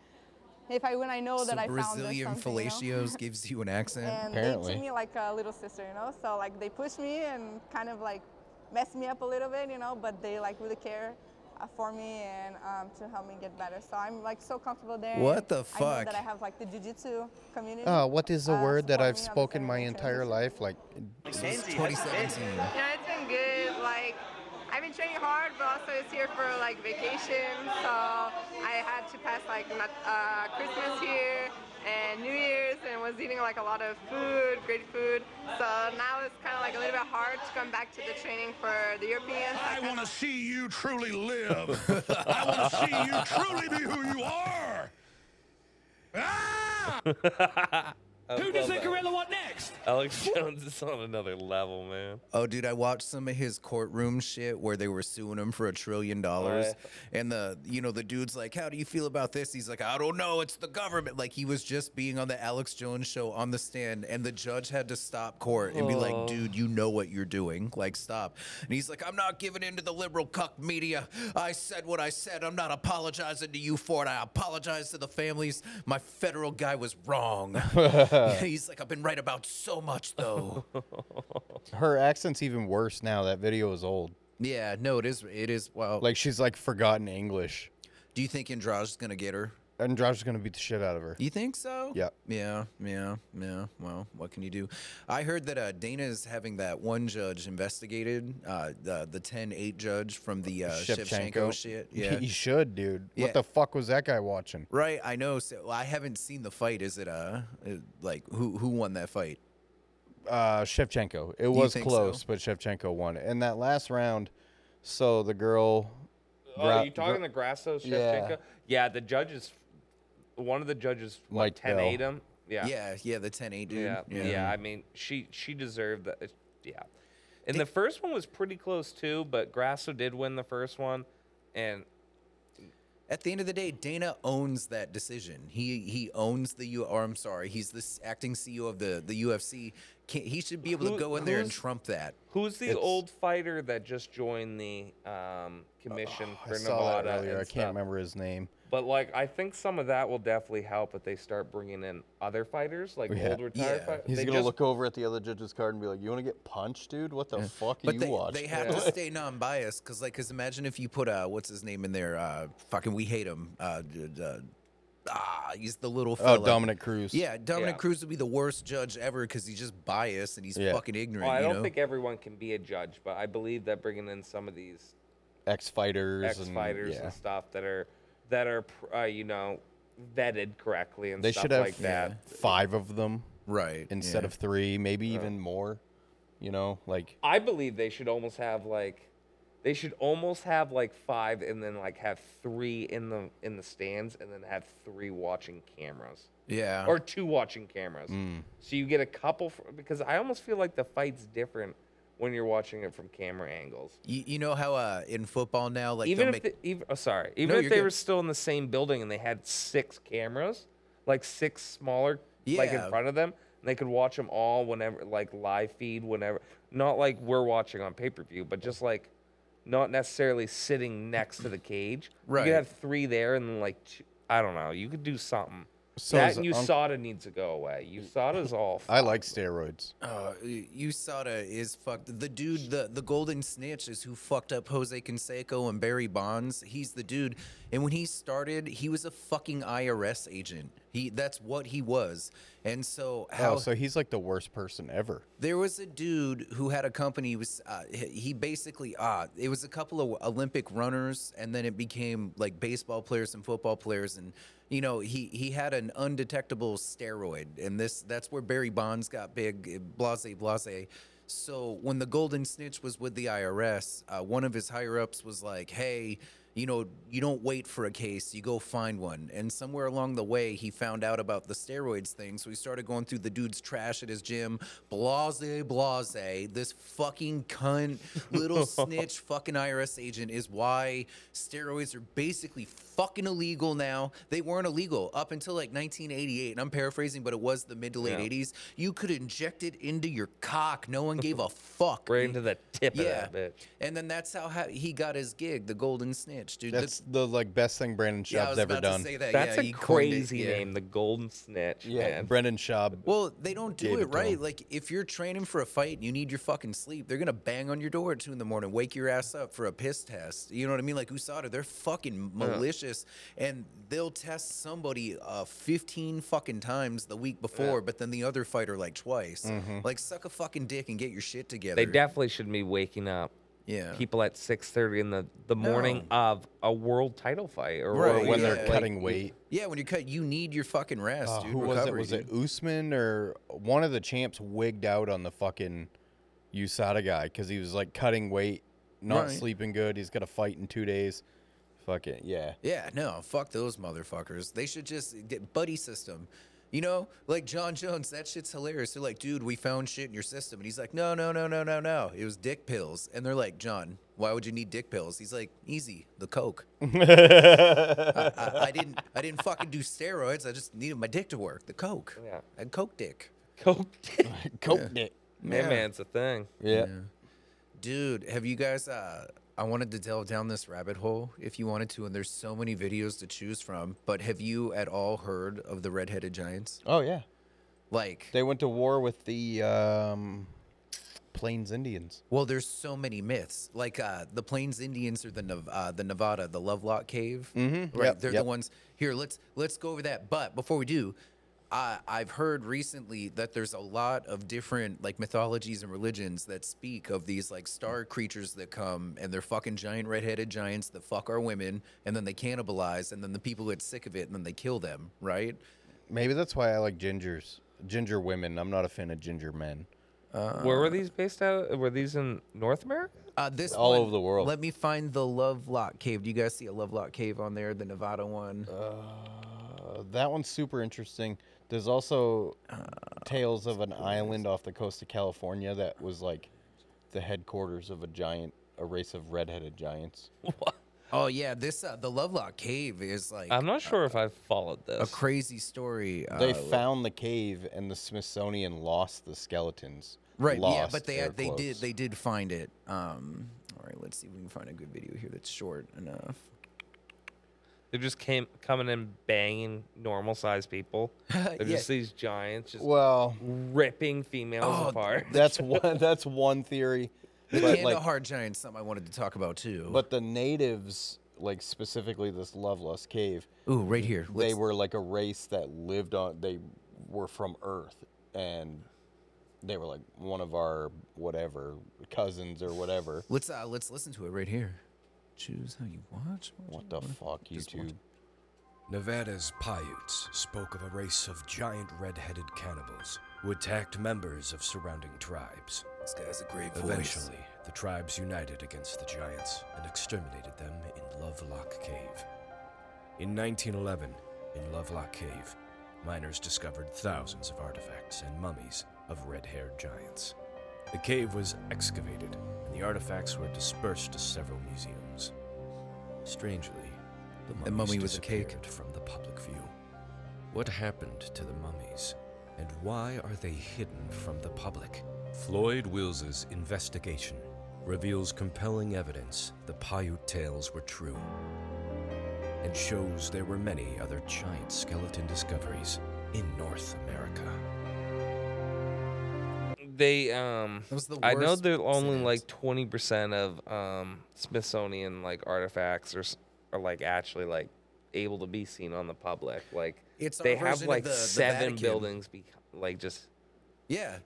Speaker 9: if I when I know
Speaker 3: So
Speaker 9: that I
Speaker 3: Brazilian
Speaker 9: found this something, you know?
Speaker 3: fellatios gives you an accent.
Speaker 9: And they
Speaker 5: Apparently.
Speaker 9: treat me like a little sister, you know. So like they push me and kind of like mess me up a little bit, you know. But they like really care uh, for me and um, to help me get better. So I'm like so comfortable there. and
Speaker 3: What the
Speaker 9: I know
Speaker 3: fuck?
Speaker 9: that I have like the jujitsu community.
Speaker 5: Ah, what is a
Speaker 9: uh,
Speaker 5: word that
Speaker 9: supporting
Speaker 5: I've
Speaker 9: me on this
Speaker 5: spoken
Speaker 9: journey
Speaker 5: my
Speaker 9: in
Speaker 5: entire
Speaker 9: transition.
Speaker 5: life? Like,
Speaker 3: So it's 2017.
Speaker 10: you know, it's been good. Like I've been training hard, but also it's here for like vacation, so I had to pass like not, uh, Christmas here and New Year's, and was eating like a lot of food, great food. So now it's kind of like a little bit hard to come back to the training for the Europeans.
Speaker 8: I want to see you truly live. I want to see you truly be who you are. Ah!
Speaker 2: Who does that gorilla want next?
Speaker 6: Alex Jones is on another level, man.
Speaker 3: Oh, dude, I watched some of his courtroom shit where they were suing him for a trillion dollars, and the you know the dude's like, "How do you feel about this?" He's like, "I don't know. It's the government." Like he was just being on the Alex Jones show on the stand, and the judge had to stop court and be like, "Dude, you know what you're doing. Like, stop." And he's like, "I'm not giving in to the liberal cuck media. I said what I said. I'm not apologizing to you for it. I apologize to the families. My federal guy was wrong." he's like, "I've been right about so much though."
Speaker 5: her accent's even worse now. That video is old.
Speaker 3: Yeah, no, it is. It is. Well, like,
Speaker 5: Like, she's like forgotten English.
Speaker 3: do you think Andrade's gonna get her?
Speaker 5: And Josh is gonna beat the shit out of her.
Speaker 3: You think so? Uh,
Speaker 5: Yeah.
Speaker 3: Yeah, yeah, yeah. Well, what can you do? I heard that uh, Dana is having that one judge investigated, uh, the the 10-8 judge from the uh, Shevchenko. shit. Yeah.
Speaker 5: You should, dude.
Speaker 3: Yeah.
Speaker 5: What the fuck was that guy watching?
Speaker 3: right. I know. So well, I haven't seen the fight. Is it uh uh, like who who won that fight?
Speaker 5: Uh, Shevchenko. It was
Speaker 3: think so?
Speaker 5: close, but Shevchenko won. And that last round, so the girl.
Speaker 6: Oh,
Speaker 5: gra-
Speaker 6: are you talking
Speaker 5: gra-
Speaker 6: to Grasso
Speaker 5: Yeah.
Speaker 6: Shevchenko? Yeah. the judges, one of the judges, what,
Speaker 5: Mike Bell.
Speaker 6: 10 ate him? Yeah.
Speaker 3: Yeah, yeah, the 10-8 dude.
Speaker 6: Yeah, yeah. I mean, she she deserved that. It- Yeah, and the first one was pretty close too, but Grasso did win the first one, and
Speaker 3: At the end of the day, Dana owns that E decision. He he owns the U. Or I'm sorry, he's the s- acting CEO of the the UFC. Can't, he should be able to
Speaker 6: Who-
Speaker 3: go in there and
Speaker 6: who's-
Speaker 3: trump that.
Speaker 6: Who's the
Speaker 5: It's-
Speaker 6: old fighter that just joined the um, commission
Speaker 5: Oh, I
Speaker 6: for
Speaker 5: saw that
Speaker 6: Nevada?
Speaker 5: earlier.
Speaker 6: and
Speaker 5: I
Speaker 6: stuff?
Speaker 5: can't remember his name.
Speaker 6: But like, I think some of that will definitely help if they start bringing in other fighters, like
Speaker 5: Yeah.
Speaker 6: old retired
Speaker 3: Yeah.
Speaker 6: fighters.
Speaker 5: He's
Speaker 6: they
Speaker 5: gonna
Speaker 6: just-
Speaker 5: look over at the other judge's card and be like, "You want to get punched, dude? What the fuck are
Speaker 3: But
Speaker 5: you
Speaker 3: they,
Speaker 5: watching?"
Speaker 3: they have to stay non-biased because, like, because imagine if you put uh, what's his name in there? Uh, fucking, we hate him. Uh, d- d- uh, ah, he's the little
Speaker 5: oh,
Speaker 3: fella.
Speaker 5: Dominic Cruz.
Speaker 3: Yeah, Dominic
Speaker 6: Yeah.
Speaker 3: Cruz would be the worst judge ever because he's just biased and he's
Speaker 5: Yeah.
Speaker 3: fucking
Speaker 6: Well,
Speaker 3: ignorant.
Speaker 6: I
Speaker 3: you
Speaker 6: don't
Speaker 3: know?
Speaker 6: think everyone can be a judge, but I believe that bringing in some of these
Speaker 5: ex fighters.
Speaker 6: ex fighters and,
Speaker 5: yeah.
Speaker 6: stuff that are that are pr- uh, you know vetted correctly and
Speaker 5: They
Speaker 6: stuff
Speaker 5: should have
Speaker 6: like that.
Speaker 5: five of them
Speaker 3: right
Speaker 5: instead
Speaker 3: yeah.
Speaker 5: of three, maybe even more. You know, like
Speaker 6: I believe they should almost have like they should almost have like five and then like have three in the in the stands and then have three watching cameras
Speaker 3: yeah,
Speaker 6: or two watching cameras.
Speaker 5: Mm.
Speaker 6: So you get a couple fr because I almost feel like the fight's different when you're watching it from camera angles.
Speaker 3: you, you know how uh, in football now, like
Speaker 6: even
Speaker 3: they'll
Speaker 6: if
Speaker 3: make,
Speaker 6: they, even, oh, sorry, even
Speaker 3: No,
Speaker 6: if
Speaker 3: you're
Speaker 6: they
Speaker 3: good.
Speaker 6: were still in the same building and they had six cameras, like six smaller, like in
Speaker 3: Yeah.
Speaker 6: front of them, and they could watch them all whenever, like live feed whenever. Not like we're watching on pay per view, but just like not necessarily sitting next to the cage. You
Speaker 3: Right.
Speaker 6: could have three there and then like two, I don't know. You could do something.
Speaker 5: So
Speaker 6: that
Speaker 5: is
Speaker 6: and
Speaker 5: Unc-
Speaker 6: USADA needs to go away. USADA's all.
Speaker 5: I like steroids.
Speaker 3: Uh, Usada is fucked. The dude, the, the golden snitch, is who fucked up Jose Canseco and Barry Bonds. He's the dude. And when he started, he was a fucking IRS agent. He that's what he was. And so how
Speaker 5: Oh, so he's like the worst person ever.
Speaker 3: there was a dude who had a company. He was uh, he he basically uh, it was a couple of Olympic runners, and then it became like baseball players and football players, and you know he he had an undetectable steroid, and this that's where Barry Bonds got big. Blase, blase. So when the Golden Snitch was with the IRS, uh, one of his higher ups was like, "Hey." You know, you don't wait for a case, you go find one. And somewhere along the way, he found out about the steroids thing. So he started going through the dude's trash at his gym. Blase, blase. This fucking cunt, little snitch, fucking IRS agent is why steroids are basically fucking illegal now. They weren't illegal up until like 1988. And I'm paraphrasing, but it was the mid to late
Speaker 6: Yeah.
Speaker 3: 80s. You could inject it into your cock. No one gave a fuck.
Speaker 6: Right into the tip
Speaker 3: yeah.
Speaker 6: of that bitch.
Speaker 3: And then that's how, how he got his gig, the Golden Snitch, dude. The-
Speaker 5: That's the like best thing Brandon
Speaker 3: yeah, I
Speaker 5: Schaub's
Speaker 3: was
Speaker 5: ever
Speaker 3: about
Speaker 5: done.
Speaker 3: to say that.
Speaker 6: That's
Speaker 3: yeah,
Speaker 6: a
Speaker 3: he coined it,
Speaker 6: crazy
Speaker 3: yeah.
Speaker 6: name, the Golden Snitch.
Speaker 5: yeah,
Speaker 6: man.
Speaker 5: Brendan Schaub. uh,
Speaker 3: Well, they don't do
Speaker 5: Gave
Speaker 3: it
Speaker 5: it to
Speaker 3: right.
Speaker 5: 'em.
Speaker 3: Like, if you're training for a fight and you need your fucking sleep, they're gonna bang on your door at two in the morning, wake your ass up for a piss test. You know what I mean? Like Usada, they're fucking malicious, and they'll test somebody uh, 15 fucking times the week before, but then the other fighter like twice.
Speaker 5: Mm-hmm.
Speaker 3: Like, suck a fucking dick and get your shit together.
Speaker 6: They definitely should be waking up
Speaker 3: yeah.
Speaker 6: people at 6:30 in the the morning of a world title fight or,
Speaker 3: Right,
Speaker 5: or when they're
Speaker 3: yeah.
Speaker 5: cutting weight.
Speaker 3: yeah, when you cut, you need your fucking rest,
Speaker 5: Uh,
Speaker 3: dude.
Speaker 5: who
Speaker 3: Recovery,
Speaker 5: was it?
Speaker 3: dude.
Speaker 5: Was it Usman or one of the champs wigged out on the fucking USADA guy because he was like cutting weight, not
Speaker 3: Right.
Speaker 5: sleeping good. He's got a fight in two days. Fuck it, yeah.
Speaker 3: Yeah, no, fuck those motherfuckers. They should just get buddy system. You know, like John Jones, that shit's hilarious. They're like, dude, we found shit in your system. And he's like, no, no, no, no, no, no. It was dick pills. And they're like, John, why would you need dick pills? He's like, easy, the coke. I, I, I didn't, I didn't fucking do steroids. I just needed my dick to work. The coke.
Speaker 6: Yeah.
Speaker 3: And coke dick.
Speaker 6: Coke.
Speaker 5: Coped it.
Speaker 6: Man,
Speaker 3: Yeah.
Speaker 6: man's a thing.
Speaker 5: Yeah.
Speaker 3: Dude, have you guys? Uh, I wanted to delve down this rabbit hole if you wanted to, and there's so many videos to choose from. But have you at all heard of the redheaded giants?
Speaker 5: Oh yeah.
Speaker 3: Like,
Speaker 5: They went to war with the um, Plains Indians.
Speaker 3: well, there's so many myths. Like, uh, the Plains Indians are the Nev- uh, the Nevada, the Lovelock Cave. Mm-hmm. Right,
Speaker 5: Yep,
Speaker 3: they're
Speaker 5: yep.
Speaker 3: the ones. Here, let's let's go over that. But before we do. Uh, I've heard recently that there's a lot of different like mythologies and religions that speak of these like star creatures that come and they're fucking giant redheaded giants that fuck our women and then they cannibalize and then the people get sick of it and then they kill them, right?
Speaker 5: Maybe that's why I like gingers, ginger women. I'm not a fan of ginger men.
Speaker 6: Uh, Where were these based out? of? Were these in North America?
Speaker 3: Uh, this
Speaker 5: All
Speaker 3: one-
Speaker 5: over the world.
Speaker 3: Let me find the Lovelock Cave. Do you guys see a Lovelock Cave on there? The Nevada one.
Speaker 5: Uh, that one's super interesting. There's also tales of
Speaker 3: Uh,
Speaker 5: an island off the coast of California that was like the headquarters of a giant, a race of redheaded giants.
Speaker 3: Oh yeah, this uh, the Lovelock Cave is like
Speaker 6: I'm not sure if I've followed this.
Speaker 3: a crazy story. Uh,
Speaker 5: They found the cave, and the Smithsonian lost the skeletons.
Speaker 3: right,
Speaker 5: lost
Speaker 3: yeah, but they
Speaker 5: air
Speaker 3: had- they did
Speaker 5: quotes.
Speaker 3: they did find it. Um, all right, let's see if we can find a good video here that's short enough.
Speaker 6: They're just came coming and banging normal sized people. They're just these giants just
Speaker 5: Well,
Speaker 6: ripping females
Speaker 3: Oh,
Speaker 6: apart.
Speaker 5: that's one. That's one theory.
Speaker 3: The uh,
Speaker 5: But like,
Speaker 3: Kandahar Giant's something I wanted to talk about too.
Speaker 5: but the natives, like specifically this Loveless Cave,
Speaker 3: ooh, right here.
Speaker 5: they
Speaker 3: let's-
Speaker 5: were like a race that lived on. They were from Earth, and they were like one of our whatever cousins or whatever.
Speaker 3: Let's uh, let's listen to it right here. Choose how you watch. watch
Speaker 5: What the fuck, YouTube?
Speaker 11: Nevada's Paiutes spoke of a race of giant red-headed cannibals who attacked members of surrounding tribes.
Speaker 3: This guy has a great voice.
Speaker 11: Eventually, the tribes united against the giants and exterminated them in Lovelock Cave. In 1911, in Lovelock Cave, miners discovered thousands of artifacts and mummies of red-haired giants. The cave was excavated, and the artifacts were dispersed to several museums. Strangely, the mummies
Speaker 3: The mummy was a cake.
Speaker 11: disappeared from the public view. What happened to the mummies, and why are they hidden from the public? Floyd Wills's investigation reveals compelling evidence the Paiute tales were true, and shows there were many other giant skeleton discoveries in North America.
Speaker 6: they um
Speaker 3: That was the
Speaker 6: I know
Speaker 3: worst
Speaker 6: they're only
Speaker 3: sentence.
Speaker 6: like 20% of um Smithsonian like artifacts are s- are like actually like able to be seen on the public. Like
Speaker 3: It's our
Speaker 6: they have
Speaker 3: version of
Speaker 6: like
Speaker 3: the- the
Speaker 6: seven
Speaker 3: Vatican.
Speaker 6: buildings be- like just
Speaker 3: Yeah,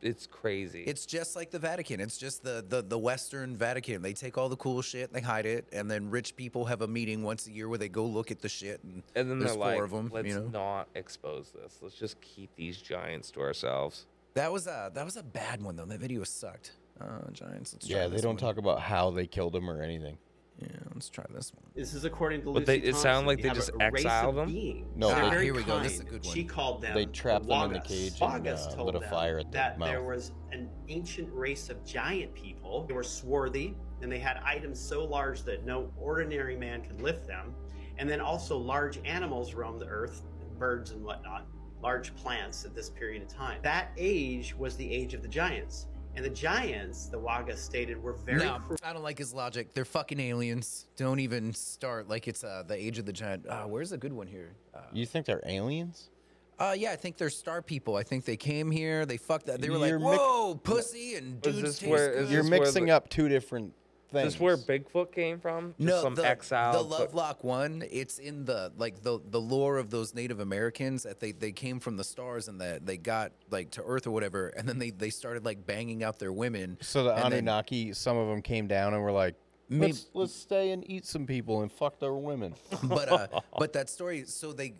Speaker 6: it's crazy.
Speaker 3: it's just like the Vatican. It's just the, the the Western Vatican. They take all the cool shit, they hide it, and then rich people have a meeting once a year where they go look at the shit. And,
Speaker 6: and then
Speaker 3: there's
Speaker 6: they're
Speaker 3: four
Speaker 6: like,
Speaker 3: of them.
Speaker 6: let's
Speaker 3: you know,
Speaker 6: not expose this. Let's just keep these giants to ourselves.
Speaker 3: that was a that was a bad one though. That video sucked. Uh, Giants. Let's try
Speaker 5: Yeah, they
Speaker 3: this
Speaker 5: don't
Speaker 3: one.
Speaker 5: talk about how they killed him or anything.
Speaker 3: Yeah, let's try this one.
Speaker 12: This is according to
Speaker 6: But
Speaker 12: Lucy
Speaker 6: they- it
Speaker 12: Thompson.
Speaker 6: sound like
Speaker 12: We
Speaker 6: they
Speaker 12: have
Speaker 6: just
Speaker 12: a race of
Speaker 6: exiled 'em?
Speaker 12: beings.
Speaker 5: No, uh,
Speaker 12: They're
Speaker 5: they-
Speaker 12: very
Speaker 3: Ah, Here we go, this is a
Speaker 12: kind.
Speaker 3: good one.
Speaker 12: She called them.
Speaker 5: They trapped them in the
Speaker 12: Wagas.
Speaker 5: cage and,
Speaker 12: Wagas
Speaker 5: uh,
Speaker 12: told
Speaker 5: lit a
Speaker 12: them
Speaker 5: fire at their
Speaker 12: that there
Speaker 5: mouth.
Speaker 12: was an ancient race of giant people. They were swarthy and they had items so large that no ordinary man could lift them. And then also large animals roamed the earth, birds and whatnot, large plants at this period of time. That age was the age of the giants. And the giants, the Wagas stated, were very
Speaker 3: no,
Speaker 12: cruel.
Speaker 3: I don't like his logic. They're fucking aliens. Don't even start. Like it's uh, the age of the giant. Uh, where's a good one here? Uh,
Speaker 5: You think they're aliens?
Speaker 3: Uh, yeah, I think they're star people. I think they came here. They fucked that. They were
Speaker 5: You're
Speaker 3: like,
Speaker 5: mix-
Speaker 3: "Whoa, pussy!" And
Speaker 6: Is
Speaker 3: dudes
Speaker 6: this
Speaker 3: taste
Speaker 6: where-
Speaker 3: good.
Speaker 6: is
Speaker 5: You're
Speaker 6: this where
Speaker 5: mixing
Speaker 6: the-
Speaker 5: up two different things.
Speaker 6: Is this where Bigfoot came from? Just
Speaker 3: no,
Speaker 6: some
Speaker 3: the,
Speaker 6: exiled
Speaker 3: the
Speaker 6: foot-
Speaker 3: Lovelock one. It's in the like the the lore of those Native Americans that they they came from the stars and that they got like to Earth or whatever, and then they they started like banging out their women.
Speaker 5: So the
Speaker 3: and then-
Speaker 5: Anunnaki, some of them came down and were like,
Speaker 3: Mayb-
Speaker 5: let's, let's stay and eat some people and fuck their women.
Speaker 3: but uh, but that story. So they,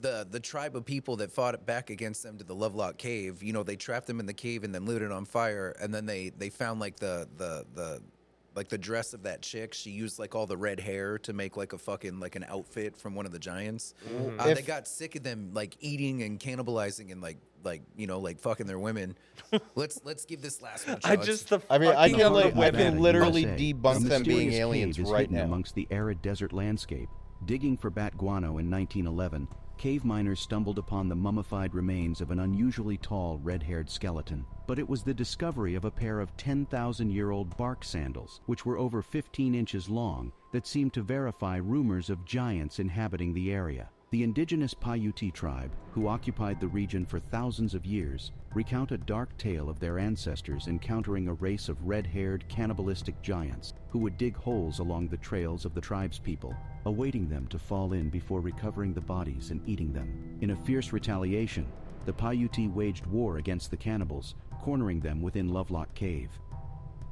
Speaker 3: the the tribe of people that fought back against them to the Lovelock Cave. You know, they trapped them in the cave and then lit it on fire. And then they they found like the the the like the dress of that chick. She used like all the red hair to make like a fucking like an outfit from one of the giants. Uh, they
Speaker 5: If-
Speaker 3: got sick of them like eating and cannibalizing and like like you know like fucking their women. let's let's give this last one. a
Speaker 6: I
Speaker 3: shot.
Speaker 6: just the
Speaker 5: I mean, I
Speaker 6: fucking
Speaker 5: can, like,
Speaker 6: number
Speaker 5: I
Speaker 6: of women.
Speaker 5: can literally
Speaker 13: USA,
Speaker 5: debunk
Speaker 13: a
Speaker 5: them being
Speaker 13: mysterious
Speaker 5: aliens
Speaker 13: cave is
Speaker 5: right
Speaker 13: hidden
Speaker 5: now.
Speaker 13: Amongst the arid desert landscape, digging for bat guano in 1911, cave miners stumbled upon the mummified remains of an unusually tall red-haired skeleton. But it was the discovery of a pair of 10,000-year-old bark sandals, which were over 15 inches long, that seemed to verify rumors of giants inhabiting the area. The indigenous Paiute tribe, who occupied the region for thousands of years, recount a dark tale of their ancestors encountering a race of red haired cannibalistic giants who would dig holes along the trails of the tribe's people, awaiting them to fall in before recovering the bodies and eating them. In a fierce retaliation, the Paiute waged war against the cannibals, cornering them within Lovelock Cave.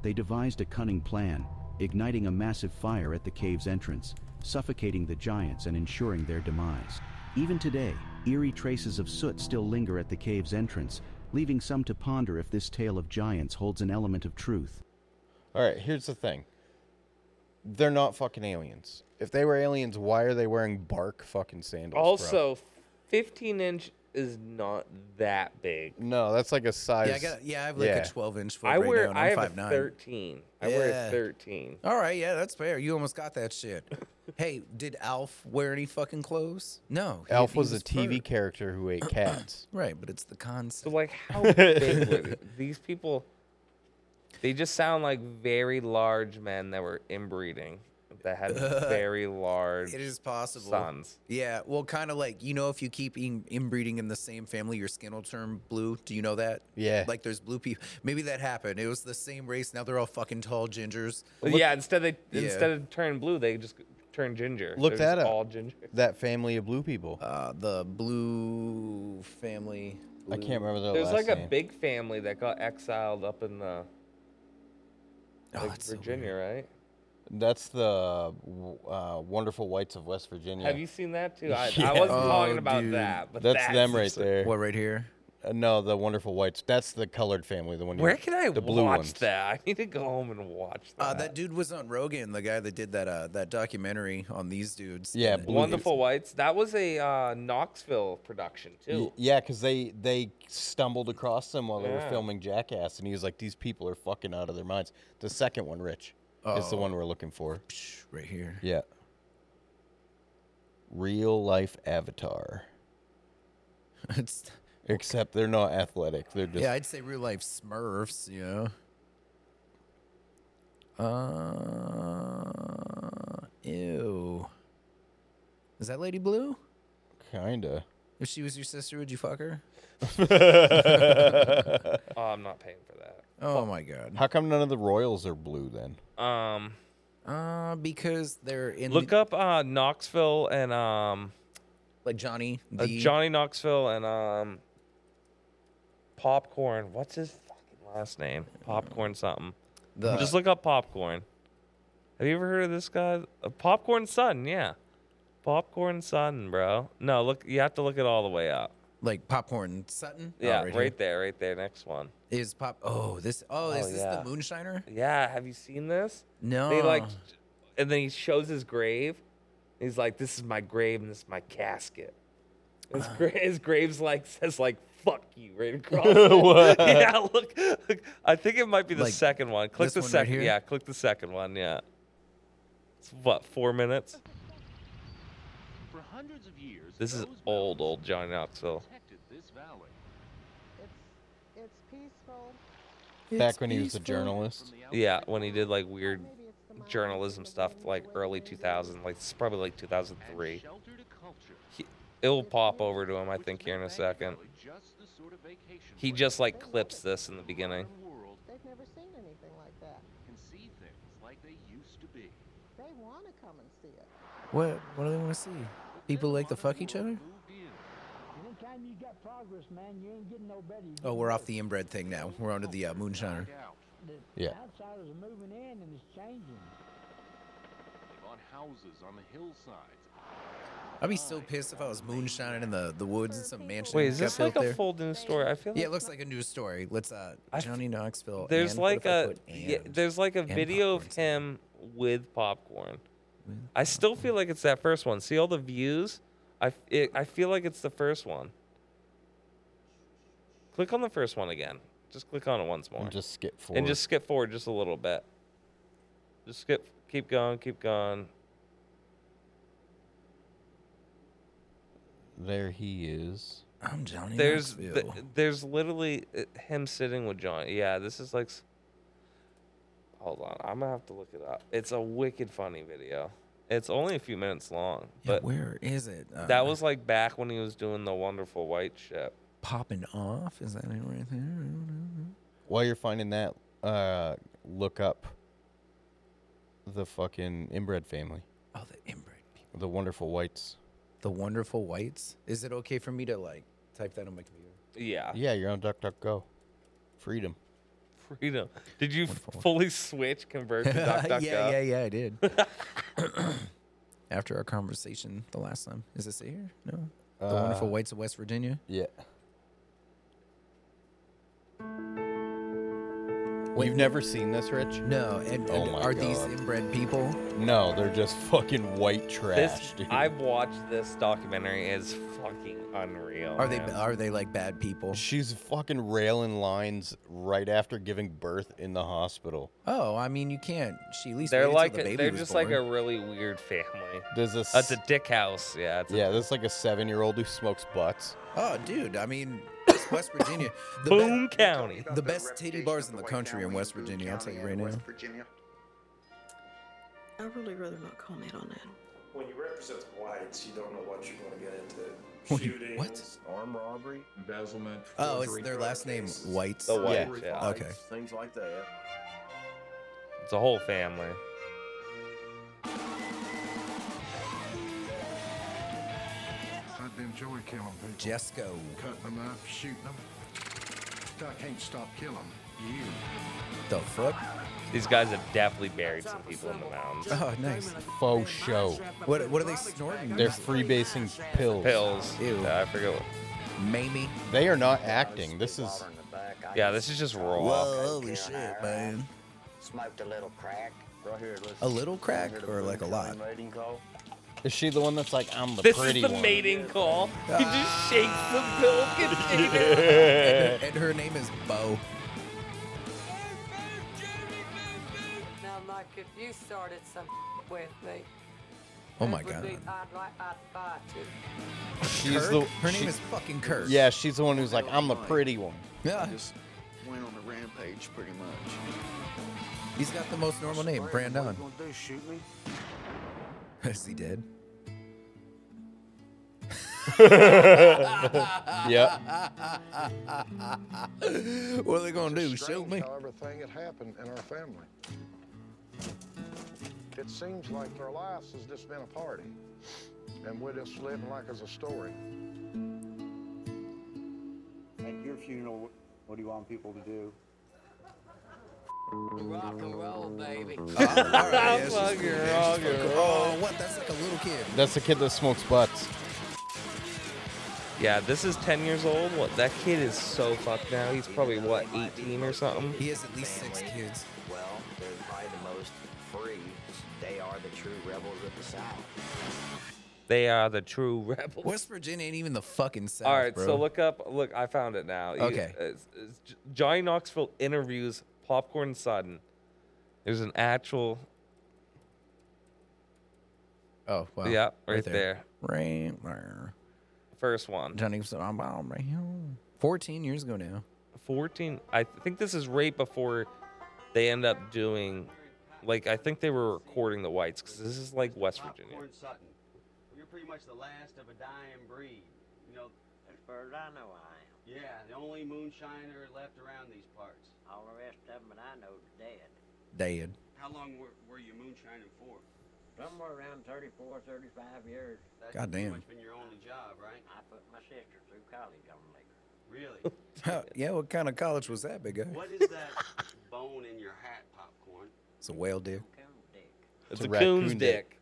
Speaker 13: They devised a cunning plan, igniting a massive fire at the cave's entrance, suffocating the giants and ensuring their demise. Even today, eerie traces of soot still linger at the cave's entrance, leaving some to ponder if this tale of giants holds an element of truth.
Speaker 5: All right, here's the thing. They're not fucking aliens. If they were aliens, why are they wearing bark fucking sandals? bro?
Speaker 6: Also, 15 inch is not that big.
Speaker 5: No, that's like a size.
Speaker 3: Yeah, I got. Yeah, I have like
Speaker 5: yeah.
Speaker 3: a 12 inch foot
Speaker 6: I
Speaker 3: right
Speaker 6: wear
Speaker 3: now, and
Speaker 6: I
Speaker 3: I'm
Speaker 6: have
Speaker 3: five
Speaker 6: a
Speaker 3: nine.
Speaker 6: 13. I wear
Speaker 3: Yeah.
Speaker 6: a 13.
Speaker 3: All right, yeah, that's fair. You almost got that shit. hey, did Alf wear any fucking clothes? No. he-
Speaker 5: Alf
Speaker 3: he
Speaker 5: was a
Speaker 3: fur.
Speaker 5: TV character who ate cats.
Speaker 3: Right, but it's the concept.
Speaker 6: So like how big were they? these people? They just sound like very large men that were inbreeding that had very large.
Speaker 3: It is possible.
Speaker 6: Sons.
Speaker 3: Yeah, well, kind of like you know, if you keep in- inbreeding in the same family, your skin will turn blue. Do you know that?
Speaker 5: Yeah.
Speaker 3: Like there's blue people. Maybe that happened. It was the same race. Now they're all fucking tall gingers.
Speaker 6: yeah, instead they
Speaker 3: Yeah.
Speaker 6: instead of turn blue, they just turn ginger.
Speaker 5: Look
Speaker 6: They're just
Speaker 5: that up.
Speaker 6: All ginger.
Speaker 5: That family of blue people.
Speaker 3: Uh, the blue family.
Speaker 5: I can't remember the
Speaker 6: There's
Speaker 5: last
Speaker 6: like a
Speaker 5: name.
Speaker 6: big family that got exiled up in the
Speaker 5: Oh,
Speaker 6: like, Virginia, right?
Speaker 5: That's the w- uh, Wonderful Whites of West Virginia.
Speaker 6: Have you seen that too? I, I wasn't
Speaker 5: Yeah.
Speaker 6: talking about that, but
Speaker 5: that's, them right
Speaker 6: interesting.
Speaker 5: there.
Speaker 3: Oh, What right here?
Speaker 5: Uh, no, the Wonderful Whites. That's the colored family. The one. you-
Speaker 6: Where can I
Speaker 5: the
Speaker 6: watch
Speaker 5: blue ones.
Speaker 6: that? I need to go home and watch that.
Speaker 3: Uh, that dude was on Rogan, the guy that did that uh, that documentary on these dudes.
Speaker 5: Yeah,
Speaker 3: And-
Speaker 5: Blue
Speaker 6: Wonderful Whites. That was a uh, Knoxville production too.
Speaker 5: Y- Yeah, because they they stumbled across them while they were
Speaker 6: Yeah.
Speaker 5: filming Jackass, and he was like, "These people are fucking out of their minds." The second one, Rich, is the
Speaker 3: Oh.
Speaker 5: one we're looking for.
Speaker 3: Right here.
Speaker 5: Yeah. Real life Avatar.
Speaker 3: It's
Speaker 5: Except they're not athletic. They're just
Speaker 3: yeah, I'd say real life Smurfs. You know. Uh, ew. Is that Lady Blue?
Speaker 5: kinda.
Speaker 3: If she was your sister, would you fuck her?
Speaker 6: Oh, I'm not paying for that.
Speaker 3: oh my god.
Speaker 5: How come none of the Royals are blue then?
Speaker 6: Um,
Speaker 3: Uh, because they're in
Speaker 6: look up uh, Knoxville and um,
Speaker 3: like Johnny.
Speaker 6: uh,
Speaker 3: D.
Speaker 6: Johnny Knoxville and um, popcorn. What's his fucking last name? Popcorn something.
Speaker 3: The-
Speaker 6: Just look up popcorn. Have you ever heard of this guy? Uh, popcorn Sun. Yeah, popcorn Sun, bro. No, look. You have to look it all the way up.
Speaker 3: like popcorn Sutton. Oh,
Speaker 6: Yeah,
Speaker 3: right
Speaker 6: right,
Speaker 3: here.
Speaker 6: there, right there. Next one.
Speaker 3: Is pop? Oh, this. Oh,
Speaker 6: Oh,
Speaker 3: is this
Speaker 6: yeah.
Speaker 3: the moonshiner?
Speaker 6: Yeah, have you seen this?
Speaker 3: No.
Speaker 6: They like, and then he shows his grave. He's like, "This is my grave, and this is my casket." His,
Speaker 2: Uh.
Speaker 6: gra- his grave's like says like "fuck you" right across. it.
Speaker 2: What?
Speaker 6: yeah, look, look. I think it might be the
Speaker 2: Like
Speaker 6: second one. Click
Speaker 2: this
Speaker 6: the
Speaker 2: one right
Speaker 6: second.
Speaker 2: here?
Speaker 6: yeah, click the second one. Yeah. It's what four minutes?
Speaker 14: For hundreds of years,
Speaker 6: This is old, old Johnny Knoxville.
Speaker 14: protected this valley.
Speaker 15: It's peaceful.
Speaker 5: Back when he was a journalist.
Speaker 6: Yeah, when he did like weird journalism stuff, like early 2000, like it's probably like 2003. He- it'll pop over to him, I think, here in a second.
Speaker 14: Just the sort of vacation
Speaker 6: He just like clips this in the beginning.
Speaker 14: world
Speaker 15: They've never seen anything like that.
Speaker 14: can see things like they used to be.
Speaker 15: They want to come and see it.
Speaker 3: What? What do they want to see? People like to fuck each other?
Speaker 16: Anytime you got progress, man, you ain't getting no better. You
Speaker 3: Oh,
Speaker 16: get
Speaker 3: we're off
Speaker 16: worse.
Speaker 3: the inbred thing now. We're onto the uh, moonshiner.
Speaker 16: The
Speaker 3: Yeah.
Speaker 16: Outsiders are moving in and it's changing.
Speaker 14: They bought houses on the hillsides.
Speaker 3: I'd be so pissed if I was moonshining in the, the woods in some mansion.
Speaker 6: Wait, is
Speaker 3: kept
Speaker 6: this like
Speaker 3: out
Speaker 6: a
Speaker 3: there.
Speaker 6: full news story? I feel
Speaker 3: Yeah, it
Speaker 6: like
Speaker 3: looks like a news story. Let's uh, Johnny Knoxville.
Speaker 6: there's
Speaker 3: and- what
Speaker 6: like
Speaker 3: if I
Speaker 6: a
Speaker 3: put
Speaker 6: yeah,
Speaker 3: and?
Speaker 6: there's like a
Speaker 3: and
Speaker 6: video of him with popcorn. I still feel like it's that first one. See all the views? I f- it, I feel like it's the first one. Click on the first one again. Just click on it once more.
Speaker 5: And just skip
Speaker 6: And
Speaker 5: forward.
Speaker 6: just skip forward just a little bit. Just skip, keep going, keep going.
Speaker 5: There he is.
Speaker 3: I'm Johnny.
Speaker 6: There's th- there's literally uh, him sitting with John. Yeah, this is like. s- Hold on, I'm gonna have to look it up. It's a wicked funny video. It's only a few minutes long,
Speaker 3: Yeah,
Speaker 6: but
Speaker 3: where is it? Uh,
Speaker 6: that was like back when he was doing the Wonderful White shit.
Speaker 3: popping off. Is that it right there?
Speaker 5: While you're finding that, uh, look up the fucking inbred family.
Speaker 3: Oh, the inbred
Speaker 5: people. The wonderful whites.
Speaker 3: The wonderful whites. Is it okay for me to like type that on my computer?
Speaker 6: Yeah.
Speaker 5: Ah. Yeah, you're on DuckDuckGo. Freedom.
Speaker 6: Freedom. Did you f- fully switch convert to DuckDuckGo?
Speaker 3: yeah, yeah, yeah. I did. After our conversation the last time, is this it here? No. The wonderful
Speaker 5: Uh,
Speaker 3: whites of West Virginia.
Speaker 5: Yeah. You've never seen this, Rich?
Speaker 3: No. And,
Speaker 5: oh
Speaker 3: and
Speaker 5: my
Speaker 3: are these
Speaker 5: God.
Speaker 3: inbred people?
Speaker 5: No, they're just fucking white trash,
Speaker 6: This
Speaker 5: dude.
Speaker 6: I watched this documentary. It's fucking unreal.
Speaker 3: Are they
Speaker 6: man.
Speaker 3: are they like bad people?
Speaker 5: She's fucking railing lines right after giving birth in the hospital.
Speaker 3: Oh, I mean, you can't. She at least waited
Speaker 6: They're
Speaker 3: till
Speaker 6: like
Speaker 3: the
Speaker 6: a-
Speaker 3: baby
Speaker 6: they're
Speaker 3: was
Speaker 6: just
Speaker 3: born.
Speaker 6: like a really weird family.
Speaker 5: There's a
Speaker 6: That's a dick house. Yeah. It's a-
Speaker 5: Yeah, there's like a seven-year-old who smokes butts.
Speaker 3: Oh, dude. I mean, it's West Virginia. The
Speaker 6: Boom
Speaker 3: be-
Speaker 6: County.
Speaker 3: The best titty bars in the country in West Virginia. I'll tell you right now.
Speaker 17: Virginia.
Speaker 18: I'd really rather not comment on it.
Speaker 17: When you represent whites, you don't know what you're going to get into.
Speaker 3: Wait,
Speaker 17: Shootings, armed robbery, embezzlement.
Speaker 3: Oh, it's
Speaker 17: forgery,
Speaker 3: their
Speaker 17: drug
Speaker 3: last name
Speaker 17: cases,
Speaker 3: Whites.
Speaker 6: The Whites,
Speaker 17: robbery
Speaker 6: yeah.
Speaker 17: fights,
Speaker 3: Okay.
Speaker 17: Things like that.
Speaker 6: It's a whole family.
Speaker 8: Goddamn joy killing people.
Speaker 3: Jesco.
Speaker 8: Cutting them up, shooting them. I can't stop killing you.
Speaker 3: The fuck?
Speaker 6: These guys have definitely buried some people in the mountains.
Speaker 3: Oh, nice.
Speaker 5: Faux show.
Speaker 3: What what are they snorting?
Speaker 5: They're freebasing pills.
Speaker 6: Pills. Yeah, I forget. What.
Speaker 3: Mamie.
Speaker 5: They are not acting. This is.
Speaker 6: Yeah, this is just raw.
Speaker 3: Whoa, holy shit, man.
Speaker 17: Smoked a little crack. Right here, listen.
Speaker 3: A little crack
Speaker 17: Hear the
Speaker 3: or like a
Speaker 17: boom
Speaker 3: lot?
Speaker 17: boom rating call?
Speaker 5: Is she the one that's like, I'm the
Speaker 6: this
Speaker 5: pretty
Speaker 6: is the
Speaker 5: one?
Speaker 6: mating call. He
Speaker 3: Ah.
Speaker 6: just shakes the pill container.
Speaker 3: and her name is Bo.
Speaker 19: Now, Mike, if you started some with me,
Speaker 3: Oh my
Speaker 19: it would
Speaker 3: god.
Speaker 19: be- I'd like, I'd fight you.
Speaker 5: She's
Speaker 3: Kirk?
Speaker 5: the.
Speaker 3: Her name
Speaker 5: she-
Speaker 3: is fucking Kirk.
Speaker 5: Yeah, she's the one who's like, I'm the pretty one.
Speaker 3: Yeah.
Speaker 17: Just went on a rampage, pretty much.
Speaker 3: He's got the most normal name, Brandon.
Speaker 17: What you gonna do, shoot me?
Speaker 3: Is he dead?
Speaker 5: Yep.
Speaker 3: What are they gonna do?
Speaker 8: It's
Speaker 3: Shoot
Speaker 8: strange
Speaker 3: me?
Speaker 8: How everything had happened in our family. It seems like their lives has just been a party, and we're just living like it's a story.
Speaker 17: At your funeral, what do you want people to do?
Speaker 19: Rock and roll, baby.
Speaker 5: yeah,
Speaker 19: Fuck
Speaker 5: she's-
Speaker 19: you,
Speaker 5: yeah,
Speaker 19: rock
Speaker 5: she's
Speaker 19: and
Speaker 5: fucking-
Speaker 19: roll.
Speaker 3: Oh, what? That's like a little kid.
Speaker 5: That's the kid that smokes butts.
Speaker 6: Yeah, this is 10 years old. What that kid is so fucked now. He's probably what 18 or something.
Speaker 3: He has at least six kids.
Speaker 20: Well, they're probably the most free. They are the true rebels of the South.
Speaker 6: They are the true rebels.
Speaker 3: West Virginia ain't even the fucking South.
Speaker 6: All right,
Speaker 3: bro.
Speaker 6: so look up. Look, I found it now. You-
Speaker 3: Okay.
Speaker 6: it's- it's J- Johnny Knoxville interviews Popcorn Sudden. There's an actual.
Speaker 3: Oh, wow.
Speaker 6: Yeah, right there.
Speaker 3: Right there.
Speaker 6: First one.
Speaker 3: Johnny said, I'm on my own." 14 years ago now.
Speaker 6: 14 i think this is right before they end up doing like i think they were recording the whites because this is like west virginia
Speaker 21: Popcorn Sutton. You're pretty much the last of a dying breed. You know, as far as I know, I am. Yeah, the only moonshiner left around these parts. All the rest of them that I know is dead.
Speaker 3: Dad.
Speaker 21: How long were, were you moonshining for? Somewhere around 34, 35 years. That's
Speaker 3: God damn.
Speaker 21: pretty much been your only job, right? I put my sister through college on liquor. Really?
Speaker 3: Huh, yeah, what kind of college was that, big guy?
Speaker 21: what is that bone in your hat, popcorn?
Speaker 3: It's a whale dick.
Speaker 6: It's It's a a raccoon coon's dick.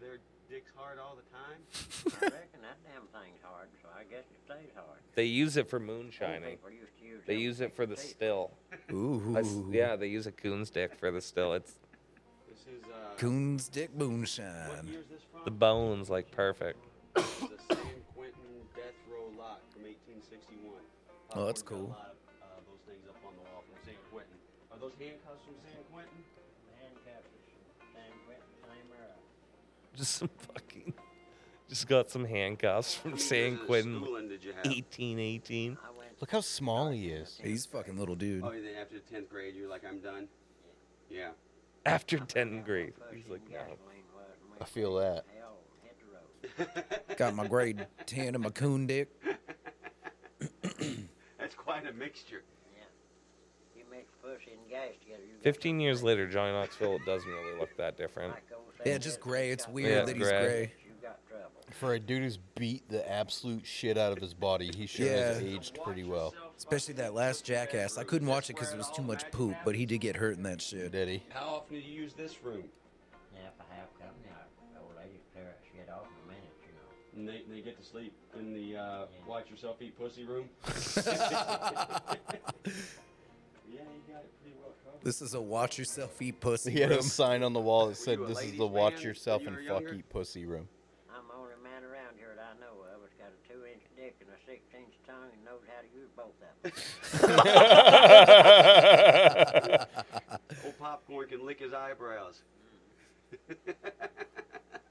Speaker 21: Their dick's hard all the time?
Speaker 20: I reckon that damn thing's hard, so I guess it stays hard.
Speaker 6: they use it for moonshining
Speaker 20: people used to use
Speaker 6: they
Speaker 20: them
Speaker 6: use
Speaker 20: to
Speaker 6: it
Speaker 20: make
Speaker 6: for the
Speaker 20: tape.
Speaker 6: still I s-
Speaker 3: Ooh.
Speaker 6: yeah they use a coon's dick for the still it's
Speaker 21: This is, uh,
Speaker 3: Coons dick moonshine.
Speaker 21: Here's this from
Speaker 6: the bones like perfect
Speaker 21: the San Quentin death row lot from 1861.
Speaker 3: Oh, that's
Speaker 21: Popcorn's got a
Speaker 3: cool.
Speaker 21: lot of, uh, those things up on the wall from San Quentin. Are those handcuffs from San Quentin? Handcuffs from San Quentin, same era.
Speaker 6: just some fucking just got some handcuffs from san quentin 1818
Speaker 5: Look how small he is.
Speaker 3: He's fucking little dude.
Speaker 21: Oh, then after the 10th grade, you're like, I'm done? Yeah.
Speaker 6: after 10 grade he's like no
Speaker 5: I feel that.
Speaker 3: Got my grade 10 and my coon dick.
Speaker 21: That's quite a mixture.
Speaker 20: You mix pussy and gas together. You
Speaker 6: 15 years later johnny knoxville doesn't really look that different
Speaker 3: Yeah, just gray. It's weird
Speaker 6: Yeah,
Speaker 3: that he's
Speaker 6: gray.
Speaker 3: gray.
Speaker 5: For a dude who's beat the absolute shit out of his body, he sure has
Speaker 3: Yeah.
Speaker 5: aged pretty well.
Speaker 3: Especially that last jackass. I couldn't watch it because it was too much poop, but he did get hurt in that shit.
Speaker 5: Did he?
Speaker 21: How often do you use this room?
Speaker 20: Now, if I have company, I, the old lady clear that shit off in a minute, you know.
Speaker 21: And they, they get to sleep in the uh, watch yourself eat pussy room. Yeah, you got it pretty well covered.
Speaker 3: This is a watch yourself eat pussy.
Speaker 5: He had
Speaker 3: room.
Speaker 5: a sign on the wall that said,
Speaker 21: you a
Speaker 5: "This is
Speaker 21: ladies'
Speaker 5: the watch
Speaker 21: man
Speaker 5: yourself
Speaker 21: when
Speaker 5: and
Speaker 21: you were
Speaker 5: fuck
Speaker 21: younger?
Speaker 5: eat pussy room."
Speaker 4: I'm the only man around here that I know of that's got a two-inch dick and a six-inch tongue and knows how to use both of them.
Speaker 21: Old popcorn can lick his eyebrows.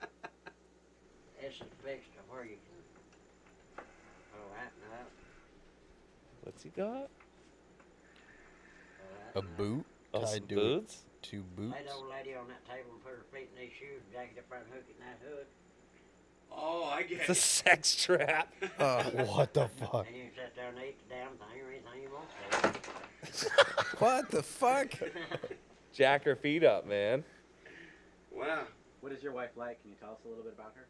Speaker 4: this is fixed to where you can. Oh, that, no,
Speaker 6: What's he got?
Speaker 5: A boot
Speaker 6: Oh,
Speaker 5: tied
Speaker 6: some
Speaker 5: to
Speaker 6: boots?
Speaker 5: It. Two boots.
Speaker 4: That old lady on that table and put her feet in these shoes, jacked up by the hook in that hood.
Speaker 21: Oh, I get
Speaker 6: It's a sex trap.
Speaker 5: Uh,
Speaker 3: Oh.
Speaker 5: what the fuck?
Speaker 4: And you can sit there and eat the damn thing or anything you want to.
Speaker 3: what the fuck?
Speaker 6: Jack her feet up, man.
Speaker 21: Wow.
Speaker 12: What is your wife like? Can you tell us a little bit about her?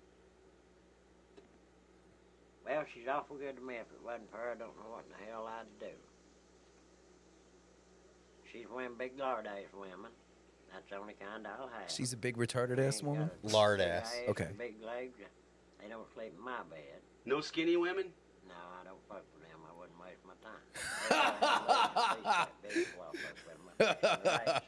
Speaker 4: Well, she's awful good to me. If it wasn't for her, I don't know what in the hell I'd do. She's one of them big lard ass women. That's the only kind I'll have.
Speaker 3: She's a big retarded ass woman.
Speaker 5: Lard
Speaker 4: Big
Speaker 5: ass.
Speaker 4: and
Speaker 3: Okay.
Speaker 4: Big legs. They don't sleep in my bed.
Speaker 21: No skinny women?
Speaker 4: No, I don't fuck with them. I wouldn't waste my time. They got that big well, fuck with them. Their legs.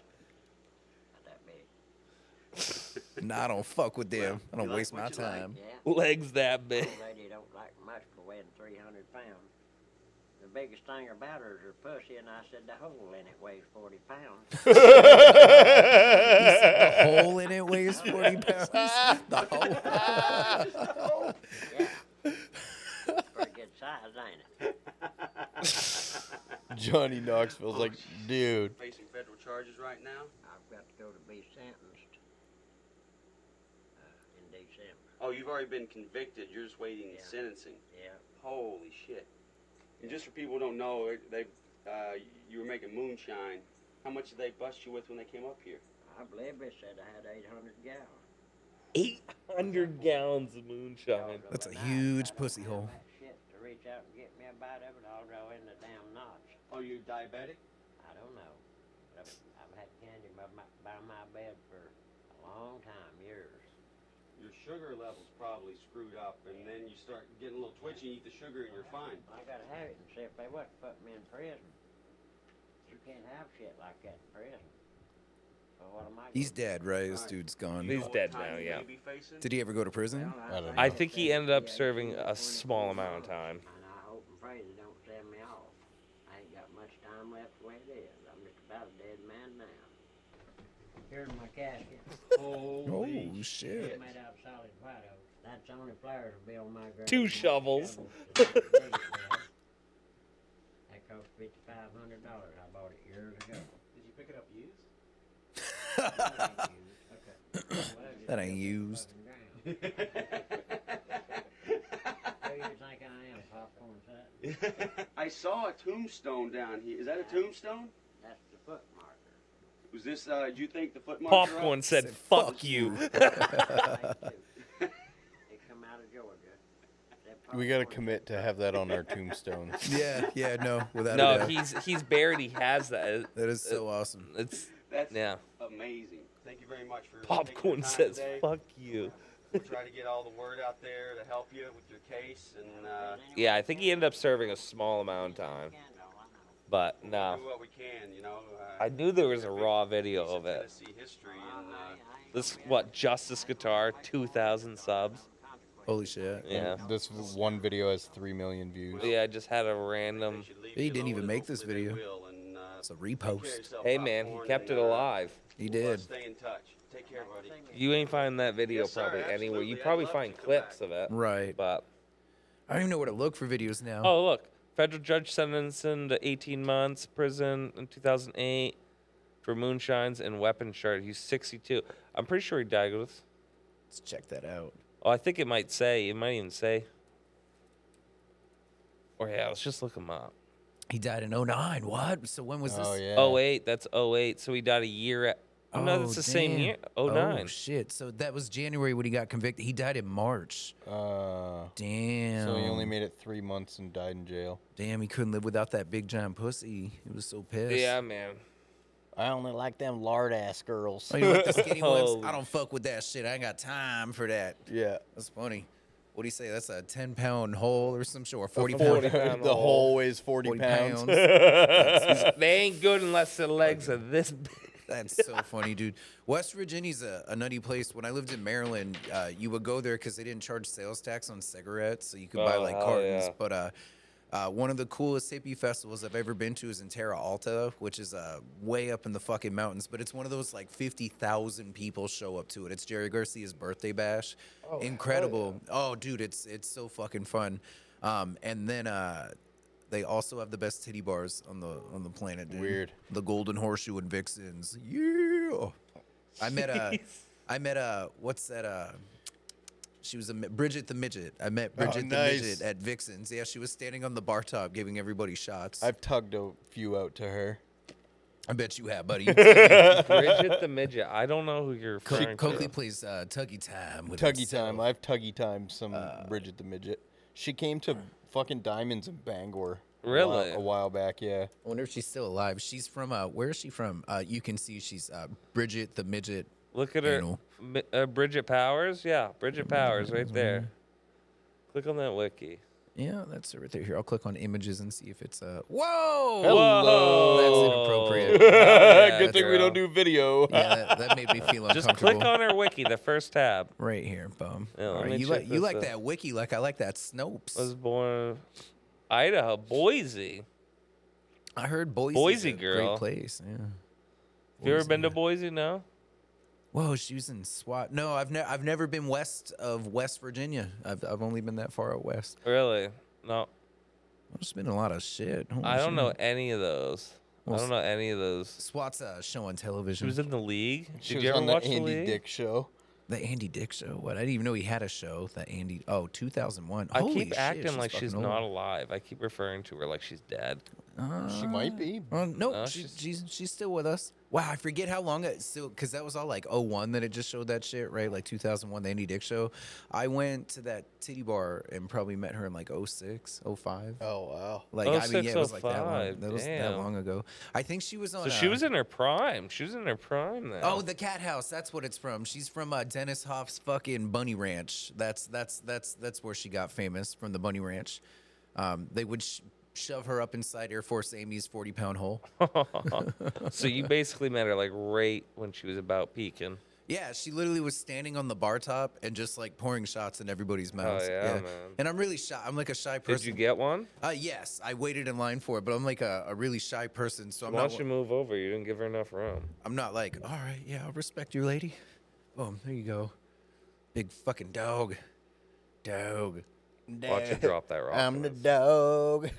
Speaker 4: Not that big.
Speaker 3: Nah, I don't fuck with them. I don't
Speaker 4: You like
Speaker 3: waste
Speaker 4: what
Speaker 3: my
Speaker 4: you like,
Speaker 3: time.
Speaker 4: yeah. Old lady don't like much for weighing 300 pounds. The biggest thing about her is her pussy, and I said the hole in it weighs 40 pounds.
Speaker 3: the hole in it weighs 40 pounds. The hole.
Speaker 4: Pretty good size, ain't it?
Speaker 5: Johnny Knoxville's like, dude.
Speaker 21: Facing federal charges right now?
Speaker 4: I've got to go to be sentenced uh, in December.
Speaker 21: Oh, you've already been convicted. You're just waiting
Speaker 4: Yeah.
Speaker 21: sentencing.
Speaker 4: Yeah.
Speaker 21: Holy shit. And just for people who don't know, it- they uh, you were making moonshine. How much did they bust you with when they came up here?
Speaker 4: I believe they said I had 800 gallons.
Speaker 6: 800 gallons of moonshine.
Speaker 3: That's a huge pussy hole.
Speaker 4: Shit, to reach out and get me a bite of it, I'll go in the damn notch.
Speaker 21: Are you diabetic?
Speaker 4: I don't know. But I've, I've had candy by my, by my bed for a long time, years.
Speaker 21: Your sugar level's probably screwed up, and then you start getting a little twitchy, you eat the sugar, and you're fine.
Speaker 4: I gotta have it and see if they would put me in prison. You can't have shit like that in prison. So what am I
Speaker 3: He's
Speaker 4: gonna do?
Speaker 3: dead, right? This dude's gone.
Speaker 6: He's dead now, yeah.
Speaker 3: Did he ever go to prison?
Speaker 4: I don't
Speaker 6: I think he ended up serving a small amount of time.
Speaker 4: And I hope and pray they don't send me off. I ain't got much time left the way it is. I'm just about a dead man now. Here's my casket.
Speaker 3: Holy Oh, shit.
Speaker 4: It's made out of solid white oak. That's the only flowers will be on my grave.
Speaker 6: Two shovels.
Speaker 4: That cost fifty-five hundred dollars. I bought it years ago.
Speaker 12: Did you pick it up used?
Speaker 3: That ain't used.
Speaker 4: Who you think I am, popcorn set?
Speaker 21: I saw a tombstone down here. Is that a tombstone?
Speaker 4: That's the foot marker.
Speaker 21: Was this, uh, do you think the foot marker?
Speaker 6: Popcorn said, fuck you.
Speaker 4: They come out of Georgia. That
Speaker 5: We gotta commit to have that on our tombstone.
Speaker 3: Yeah, yeah, no, without a
Speaker 6: No,
Speaker 3: doubt.
Speaker 6: he's he's buried. He has that.
Speaker 3: That is so awesome.
Speaker 6: It's
Speaker 21: That's
Speaker 6: yeah.
Speaker 21: amazing. Thank you very much for taking the
Speaker 6: Popcorn
Speaker 21: time
Speaker 6: says,
Speaker 21: today.
Speaker 6: "Fuck you."
Speaker 21: We'll try to get all the word out there to help you with your case, and uh,
Speaker 6: Yeah, I think he ended up serving a small amount of time, but no.
Speaker 21: do what we can. You know, uh,
Speaker 6: I knew there was a raw video
Speaker 21: piece
Speaker 6: of it.
Speaker 21: Tennessee history, and uh,
Speaker 6: This what Justice Guitar, two thousand subs.
Speaker 3: Holy shit.
Speaker 6: Yeah.
Speaker 5: This one video has three million views.
Speaker 6: Yeah, I just had a random.
Speaker 3: He didn't even make this video.
Speaker 21: and, uh,
Speaker 3: It's a repost.
Speaker 6: Hey man, he kept it alive.
Speaker 3: He
Speaker 21: let's
Speaker 3: did.
Speaker 21: uh, stay in touch. Take care, buddy.
Speaker 6: You ain't find that video
Speaker 21: Yes, sir,
Speaker 6: probably anywhere. You
Speaker 21: absolutely. I'd
Speaker 6: probably
Speaker 21: love
Speaker 6: find
Speaker 21: to
Speaker 6: clips of it.
Speaker 3: Right.
Speaker 6: But
Speaker 3: I don't even know where to look for videos now.
Speaker 6: oh look, federal judge sentenced him to 18 months prison in 2008 for moonshines and weapon charge. He's 62. I'm pretty sure he died with.
Speaker 3: Let's check that out.
Speaker 6: Oh, I think it might say. It might even say. Or yeah, let's just look him up.
Speaker 3: He died in 09. What? So when was this?
Speaker 5: Oh, yeah.
Speaker 6: Oh eight. That's 08. So he died a year. At, oh, no, that's the same
Speaker 3: damn.
Speaker 6: year. 09.
Speaker 3: Oh, shit. So that was January when he got convicted. He died in March.
Speaker 5: Uh,
Speaker 3: Damn.
Speaker 5: So he only made it three months and died in jail.
Speaker 3: Damn, he couldn't live without that big giant pussy. He was so pissed.
Speaker 6: yeah, man.
Speaker 5: I only like them lard ass girls.
Speaker 3: Oh, you like the skinny ones?
Speaker 6: Holy
Speaker 3: I don't fuck with that shit. I ain't got time for that.
Speaker 5: yeah.
Speaker 3: That's funny. what do you say? That's a ten pound hole or some shit, or forty,
Speaker 5: 40
Speaker 3: pound.
Speaker 5: pound The hole. hole weighs 40 pounds.
Speaker 3: That's-
Speaker 6: they ain't good unless the legs are this big.
Speaker 3: That's so funny, dude. West Virginia's a, a nutty place. When I lived in Maryland, uh, you would go there because they didn't charge sales tax on cigarettes, so you could buy
Speaker 6: Oh,
Speaker 3: like
Speaker 6: hell
Speaker 3: cartons.
Speaker 6: yeah.
Speaker 3: But uh, uh, one of the coolest hippie festivals I've ever been to is in Terra Alta, which is uh, way up in the fucking mountains. But it's one of those like fifty thousand people show up to it. It's Jerry Garcia's birthday bash.
Speaker 1: hell
Speaker 3: Incredible. Oh, dude, it's it's so fucking fun. Um, and then uh, they also have the best titty bars on the on the planet. Dude. Weird. The Golden Horseshoe and Vixens. Yeah. I met a.
Speaker 6: Jeez.
Speaker 3: I met a. What's that? Uh, she was a mi- Bridget the midget. I met
Speaker 5: Oh,
Speaker 3: Bridget
Speaker 5: nice.
Speaker 3: the midget at Vixens. Yeah, she was standing on the bar top giving everybody shots.
Speaker 5: I've tugged a few out to her.
Speaker 3: I bet you have, buddy.
Speaker 6: Bridget the midget. I don't know who you're
Speaker 3: Co-
Speaker 6: referring
Speaker 3: Coakley
Speaker 6: to.
Speaker 3: plays uh, Tuggy Time. With
Speaker 5: Tuggy
Speaker 3: himself.
Speaker 5: time. I've tuggy time some
Speaker 3: Uh,
Speaker 5: Bridget the midget. She came to fucking Diamonds in Bangor. a while-
Speaker 3: Really?
Speaker 5: A while back, yeah.
Speaker 3: I wonder if she's still alive. She's from uh, where is she from? Uh, you can see she's uh, Bridget the midget.
Speaker 6: Look at her.
Speaker 3: Anal.
Speaker 6: Mi- Uh, Bridget Powers? Yeah, Bridget Powers right there. Click on that wiki.
Speaker 3: Yeah, that's it right there. Here, I'll click on images and see if it's uh. Whoa! That's
Speaker 6: Hello.
Speaker 3: inappropriate.
Speaker 5: Good thing we don't do video.
Speaker 3: Yeah, that, that made me feel
Speaker 6: Just
Speaker 3: uncomfortable.
Speaker 6: click on her wiki, the first tab.
Speaker 3: Right here, bum.
Speaker 6: Yeah, let
Speaker 3: All right,
Speaker 6: me
Speaker 3: you
Speaker 6: check
Speaker 3: like you
Speaker 6: this
Speaker 3: like
Speaker 6: out.
Speaker 3: that wiki like I like that Snopes.
Speaker 6: Was born Idaho, Boise.
Speaker 3: I heard Boise.
Speaker 6: Boise
Speaker 3: a great
Speaker 6: girl.
Speaker 3: place. Yeah.
Speaker 6: Have you ever
Speaker 3: Boise.
Speaker 6: been to Boise? No.
Speaker 3: Whoa, she was in SWAT. No, I've never I've never been west of West Virginia. I've I've only been that far out west.
Speaker 6: Really? No.
Speaker 3: I've just been a lot of shit. Holy
Speaker 6: I don't know
Speaker 3: shit.
Speaker 6: any of those. I
Speaker 3: Well,
Speaker 6: don't know any of those.
Speaker 3: SWAT's a show on television.
Speaker 6: She was in the league. Did
Speaker 3: She
Speaker 6: you
Speaker 3: was
Speaker 6: ever
Speaker 3: on the
Speaker 6: watch the
Speaker 3: Andy
Speaker 6: league?
Speaker 3: Dick
Speaker 5: show.
Speaker 3: The Andy Dick show. What? I didn't even know he had a show. The Andy. Oh, 2001.
Speaker 6: I
Speaker 3: Holy
Speaker 6: keep
Speaker 3: shit,
Speaker 6: acting like
Speaker 3: fucking
Speaker 6: she's
Speaker 3: old.
Speaker 6: not alive. I keep referring to her like she's dead.
Speaker 5: She might be.
Speaker 3: Uh, no,
Speaker 6: No,
Speaker 3: she, she's she's still with us. Wow, I forget how long it still because that was all like 01 that it just showed that shit, right? Like 2001, the Andy Dick show. I went to that titty bar and probably met her in like 06, 05.
Speaker 5: Oh wow!
Speaker 3: Like I mean, yeah,
Speaker 6: 06,
Speaker 3: it was like that long.
Speaker 6: 05,
Speaker 3: That was that
Speaker 6: damn.
Speaker 3: long ago. I think she was on.
Speaker 6: So she
Speaker 3: uh,
Speaker 6: was in her prime. She was in her prime then.
Speaker 3: Oh, the cat house. That's what it's from. She's from uh, Dennis Hoff's fucking Bunny Ranch. That's that's that's that's where she got famous from the Bunny Ranch. Um, they would sh- shove her up inside Air Force Amy's forty pound hole.
Speaker 6: so you basically met her like right when she was about peaking.
Speaker 3: Yeah, she literally was standing on the bar top and just like pouring shots in everybody's mouth.
Speaker 6: yeah, man.
Speaker 3: And I'm really shy. I'm like a shy person.
Speaker 6: Did you get one?
Speaker 3: Uh, yes, I waited in line for it, but I'm like a, a really shy person, so I'm
Speaker 6: Why
Speaker 3: not.
Speaker 6: don't you move over? You didn't give her enough room.
Speaker 3: I'm not like, all right, yeah, I'll respect you, lady. Boom, there you go. Big fucking dog. Dog.
Speaker 6: Watch her drop that rock.
Speaker 5: I'm the dog.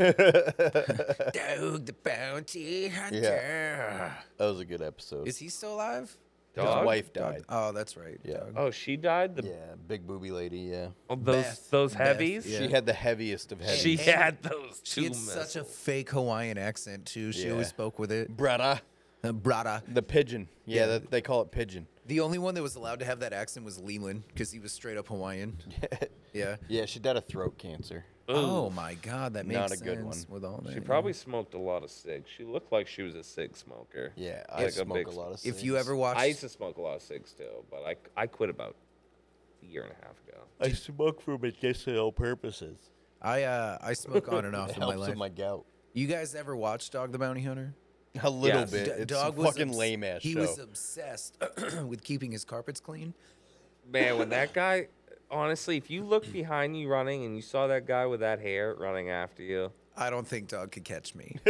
Speaker 3: dog the bounty hunter.
Speaker 5: yeah. That was a good episode.
Speaker 3: Is he still alive?
Speaker 6: Dog?
Speaker 5: His wife
Speaker 3: Dog-
Speaker 5: died.
Speaker 3: Oh, that's right.
Speaker 5: Yeah.
Speaker 3: dog.
Speaker 6: Oh, she died. The
Speaker 5: Yeah, big booby lady. Yeah.
Speaker 6: Oh, those
Speaker 3: Beth.
Speaker 6: those
Speaker 3: Beth,
Speaker 6: heavies.
Speaker 3: yeah.
Speaker 5: She had the heaviest of heavies.
Speaker 6: She had those two.
Speaker 3: She had such a fake Hawaiian accent too. She always
Speaker 5: Yeah.
Speaker 3: spoke with it.
Speaker 5: Brada.
Speaker 3: Uh, brada.
Speaker 5: The pigeon. Yeah,
Speaker 3: Yeah.
Speaker 5: That, they call it pigeon.
Speaker 3: The only one that was allowed to have that accent was Leland because he was straight up Hawaiian. yeah.
Speaker 5: Yeah, she died of throat cancer.
Speaker 3: Oh my God, that makes
Speaker 5: Not
Speaker 3: sense
Speaker 5: a good one.
Speaker 3: with all that.
Speaker 6: She
Speaker 3: yeah.
Speaker 6: probably smoked a lot of cigs. She looked like she was a cig smoker.
Speaker 5: Yeah, I
Speaker 6: like
Speaker 5: smoke
Speaker 6: big
Speaker 5: a lot of
Speaker 3: If you cigs. ever watched-
Speaker 6: I used to smoke a lot of cigs too, but I, I quit about a year and a half ago.
Speaker 22: I smoke for medicinal purposes.
Speaker 3: I uh I smoke on and off
Speaker 5: It
Speaker 3: in my
Speaker 5: helps
Speaker 3: life.
Speaker 5: with my gout.
Speaker 3: you guys ever watch Dog the Bounty Hunter?
Speaker 5: A little
Speaker 6: Yes.
Speaker 5: bit.
Speaker 3: D-
Speaker 5: it's
Speaker 3: Dog
Speaker 5: a
Speaker 3: was
Speaker 5: fucking
Speaker 3: obs-
Speaker 5: lame ass
Speaker 3: He
Speaker 5: show.
Speaker 3: was obsessed with keeping his carpets clean.
Speaker 6: Man, when that guy, honestly, if you looked behind you running and you saw that guy with that hair running after you,
Speaker 3: I don't think Dog could catch me.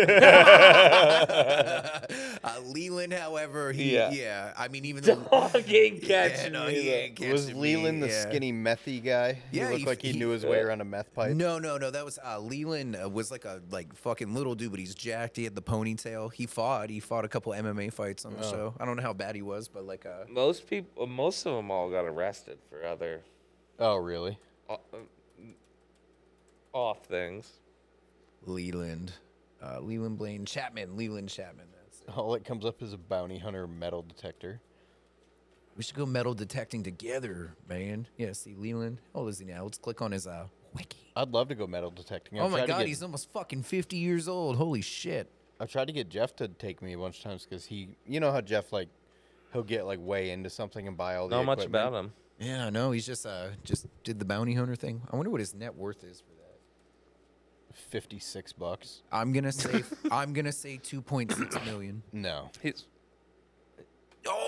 Speaker 6: Dog
Speaker 3: Uh, Leland, however, he yeah.
Speaker 5: Yeah.
Speaker 3: I mean, even though
Speaker 6: ain't
Speaker 3: Yeah,
Speaker 6: catching
Speaker 3: no,
Speaker 6: me.
Speaker 3: he ain't catching
Speaker 5: was Leland
Speaker 3: me,
Speaker 5: the
Speaker 3: yeah.
Speaker 5: skinny methy guy?
Speaker 3: Yeah,
Speaker 5: he looked
Speaker 3: he-
Speaker 5: like he,
Speaker 3: he-
Speaker 5: knew his way
Speaker 3: uh,
Speaker 5: around a meth pipe.
Speaker 3: No, no, no. That was uh, Leland uh, was like a like fucking little dude, but he's jacked. He had the ponytail. He fought. He fought a couple MMA fights on the
Speaker 6: Oh.
Speaker 3: show. I don't know how bad he was, but like uh,
Speaker 6: Most people, most of them all got arrested for other
Speaker 5: Oh, really?
Speaker 6: uh, um, off things.
Speaker 3: Leland, uh, Leland Blaine Chapman, Leland Chapman. That's it.
Speaker 5: All that comes up is a bounty hunter metal detector.
Speaker 3: We should go metal detecting together, man. Yeah, see Leland. How old is he now? Let's click on his uh.
Speaker 5: I'd love to go metal detecting. I've
Speaker 3: oh my
Speaker 5: tried to
Speaker 3: god,
Speaker 5: get-
Speaker 3: he's almost fucking fifty years old. Holy shit.
Speaker 5: I've tried to get Jeff to take me a bunch of times because he, you know how Jeff like, he'll get like way into something and buy all the.
Speaker 6: Not much
Speaker 5: equipment?
Speaker 6: about him.
Speaker 3: Yeah, no, he's just uh just did the bounty hunter thing. I wonder what his net worth is for that.
Speaker 5: Fifty six bucks.
Speaker 3: I'm gonna say I'm gonna say two point six million.
Speaker 5: No.
Speaker 6: His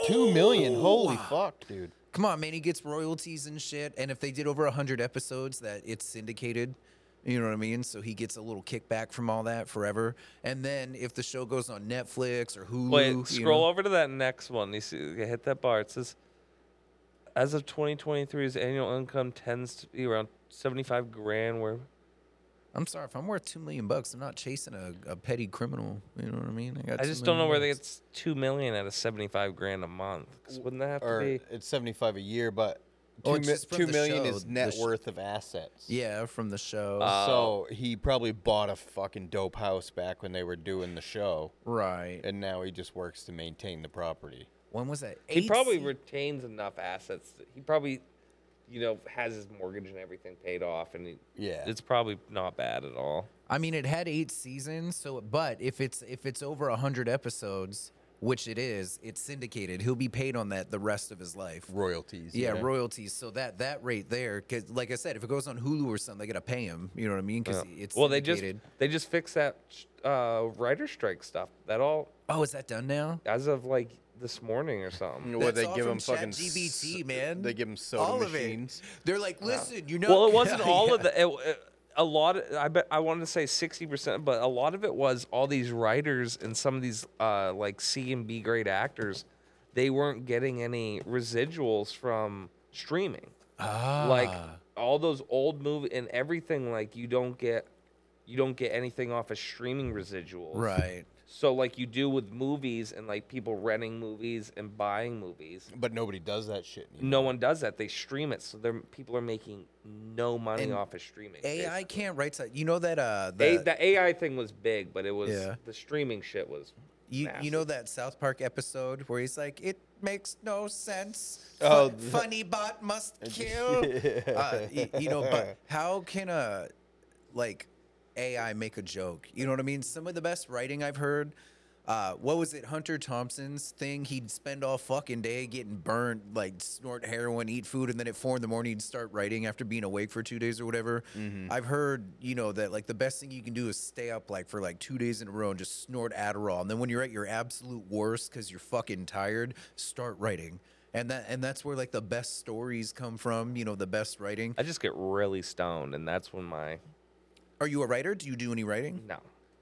Speaker 5: Two million. Holy
Speaker 3: Oh.
Speaker 5: fuck, dude.
Speaker 3: Come on, man, he gets royalties and shit. And if they did over hundred episodes that it's syndicated, you know what I mean? So he gets a little kickback from all that forever. And then if the show goes on Netflix or Hulu,
Speaker 6: Wait,
Speaker 3: you
Speaker 6: scroll
Speaker 3: know-
Speaker 6: over to that next one. You see, okay, hit that bar. It says, as of 2023, his annual income tends to be around 75 grand. Where
Speaker 3: I'm sorry, if I'm worth two million bucks, I'm not chasing a, a petty criminal. You know what I mean? got
Speaker 6: I
Speaker 3: two
Speaker 6: just don't know
Speaker 3: million
Speaker 6: where they
Speaker 3: bucks.
Speaker 6: get s- two million out of 75 grand a month. 'Cause wouldn't that have
Speaker 5: or
Speaker 6: to be?
Speaker 5: it's seventy five a year, but
Speaker 3: Oh,
Speaker 5: two
Speaker 3: it's
Speaker 5: mi-
Speaker 3: just from
Speaker 5: two
Speaker 3: the
Speaker 5: million
Speaker 3: show,
Speaker 5: is
Speaker 3: the
Speaker 5: net
Speaker 3: sh-
Speaker 5: worth of assets.
Speaker 3: Yeah, from the show.
Speaker 5: so he probably bought a fucking dope house back when they were doing the show.
Speaker 3: Right.
Speaker 5: And now he just works to maintain the property.
Speaker 3: when was that?
Speaker 6: He probably
Speaker 3: Eight-
Speaker 6: retains enough assets. that He probably, you know, has his mortgage and everything paid off, and he,
Speaker 5: Yeah.
Speaker 6: it's probably not bad at all.
Speaker 3: I mean, it had eight seasons, so but if it's if it's over hundred episodes, which it is, it's syndicated. He'll be paid on that the rest of his life.
Speaker 5: Royalties.
Speaker 3: Yeah, royalties. So that that rate there, because like I said, if it goes on Hulu or something, they gotta pay him. You know what I mean? Because
Speaker 6: Yeah.
Speaker 3: it's
Speaker 6: well, they just
Speaker 3: syndicated.
Speaker 6: they just fixed that uh, writer strike stuff. That all
Speaker 3: oh, is that done now?
Speaker 6: As of like this morning or something.
Speaker 5: Well, they give
Speaker 3: from
Speaker 5: him fucking
Speaker 3: ChatGPT,
Speaker 5: s-
Speaker 3: man.
Speaker 5: They give him soda
Speaker 3: All of it.
Speaker 5: machines.
Speaker 3: They're like, listen, you know.
Speaker 6: Well, it wasn't all of
Speaker 3: Yeah.
Speaker 6: the. It, it- a lot. Of, I bet I wanted to say sixty percent, but a lot of it was all these writers and some of these uh, like C and B grade actors. They weren't getting any residuals from streaming. Like
Speaker 3: Ah.
Speaker 6: all those old movie and everything. Like you don't get, you don't get anything off of streaming residuals.
Speaker 3: Right.
Speaker 6: So like you do with movies and like people renting movies and buying movies.
Speaker 5: But nobody does that shit anymore.
Speaker 6: No one does that. They stream it, so they're people are making no money
Speaker 3: And
Speaker 6: off of streaming.
Speaker 3: AI can't write. so- You know that uh,
Speaker 6: A-
Speaker 3: that-
Speaker 6: the AI thing was big, but it was
Speaker 3: Yeah.
Speaker 6: the streaming shit was.
Speaker 3: You, you
Speaker 6: massive.
Speaker 3: know that South Park episode where he's like, it makes no sense.
Speaker 5: Oh,
Speaker 3: Fu-
Speaker 5: the-
Speaker 3: funny bot must kill. uh, y- you know, but how can a like AI make a joke? You know what I mean? Some of the best writing I've heard. Uh, what was it, Hunter Thompson's thing? He'd spend all fucking day getting burnt, like snort heroin, eat food, and then at four in the morning he'd start writing after being awake for two days or whatever.
Speaker 6: Mm-hmm.
Speaker 3: I've heard, you know, that like the best thing you can do is stay up like for like two days in a row and just snort Adderall, and then when you're at your absolute worst because you're fucking tired, start writing, and that and that's where like the best stories come from. You know, the best writing.
Speaker 6: I just get really stoned, and that's when my
Speaker 3: Are you a writer? Do you do any writing?
Speaker 6: no,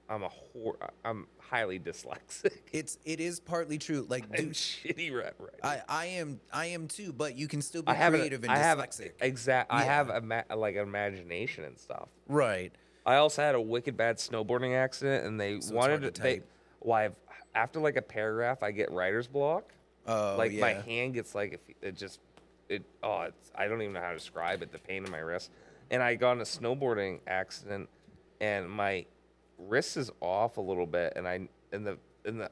Speaker 6: I'm a whore. I'm highly dyslexic.
Speaker 3: It's it is partly true. Like,
Speaker 6: I'm
Speaker 3: dude,
Speaker 6: shitty rap right.
Speaker 3: I I am I am too, but you can still be
Speaker 6: I have an-
Speaker 3: creative and
Speaker 6: I have
Speaker 3: dyslexic.
Speaker 6: exact. I
Speaker 3: Yeah.
Speaker 6: have a ma- like an imagination and stuff.
Speaker 3: Right.
Speaker 6: I also had a wicked bad snowboarding accident, and they
Speaker 3: it's
Speaker 6: wanted
Speaker 3: hard to
Speaker 6: they.
Speaker 3: type.
Speaker 6: Why? I've after like a paragraph, I get writer's block.
Speaker 3: Oh,
Speaker 6: like my
Speaker 3: yeah.
Speaker 6: hand gets like if it just it oh it's, I don't even know how to describe it the pain in my wrist and I got in a snowboarding accident and my wrist is off a little bit and I and the and the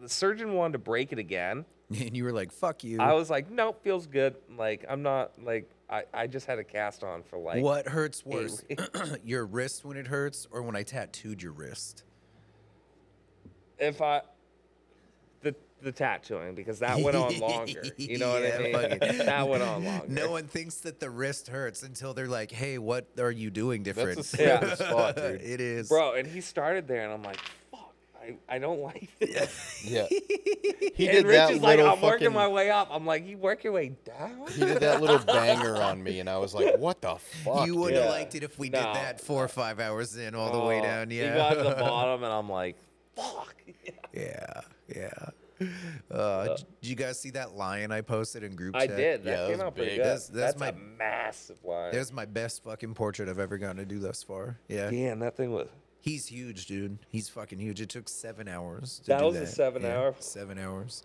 Speaker 6: the surgeon wanted to break it again
Speaker 3: And you were like, "Fuck you."
Speaker 6: I was like nope feels good like I'm not like I I just had a cast on for like
Speaker 3: what hurts
Speaker 6: eight
Speaker 3: worse,
Speaker 6: weeks.
Speaker 3: your wrist when it hurts, or when I tattooed your wrist?
Speaker 6: if I the the tattooing because that went on longer you know
Speaker 3: Yeah,
Speaker 6: what I
Speaker 3: fucking-
Speaker 6: mean that went on longer
Speaker 3: No one thinks that the wrist hurts until they're like, "Hey, what are you doing different?"
Speaker 6: slippery Yeah.
Speaker 5: spot, dude.
Speaker 3: it is,
Speaker 6: bro and he started there and i'm like fuck i, I don't like this
Speaker 5: Yeah. He
Speaker 6: and
Speaker 5: did
Speaker 6: rich
Speaker 5: that
Speaker 6: is like i'm
Speaker 5: little
Speaker 6: working my
Speaker 5: fucking-
Speaker 6: way up i'm like you work your way down
Speaker 5: He did that little banger on me, and I was like, "What the fuck?"
Speaker 3: You would have
Speaker 5: dude?
Speaker 3: liked it if we
Speaker 6: No.
Speaker 3: did that four or five hours in, all the way
Speaker 6: Oh,
Speaker 3: down. Yeah,
Speaker 6: he got to the bottom and i'm like
Speaker 3: Yeah, yeah. Uh, d- did you guys see that lion I posted in group
Speaker 6: i
Speaker 3: chat?
Speaker 6: did that came out pretty good
Speaker 3: That's, that's
Speaker 6: That's
Speaker 3: my
Speaker 6: a massive line
Speaker 3: that's my best fucking portrait I've ever gotten to do thus far. Yeah.
Speaker 6: damn that thing was
Speaker 3: He's huge, dude. He's fucking huge. It took seven hours. To
Speaker 6: That
Speaker 3: do
Speaker 6: was a seven hour?
Speaker 3: Seven hours.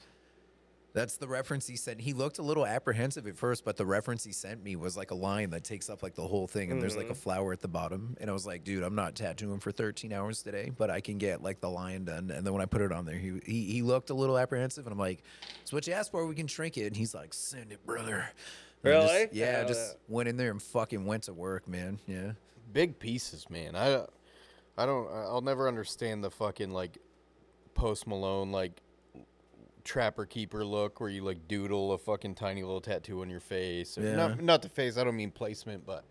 Speaker 3: That's the reference he sent. He looked a little apprehensive at first, but the reference he sent me was like a line that takes up like the whole thing, and there's like a
Speaker 6: Mhm.
Speaker 3: flower at the bottom. And I was like, dude, I'm not tattooing for 13 hours today, but I can get like the lion done. And then when I put it on there, he he, he looked a little apprehensive, and I'm like, it's what you asked for. We can shrink it. And he's like, send it, brother. And I just-
Speaker 6: Really?
Speaker 3: yeah, I
Speaker 6: Hell
Speaker 3: just went in there and fucking went to work, man. Yeah.
Speaker 5: big pieces, man. I, I don't. I'll never understand the fucking like Post Malone like trapper keeper look where you like doodle a fucking tiny little tattoo on your face. Or
Speaker 3: Yeah.
Speaker 5: Not not the face. I don't mean placement, but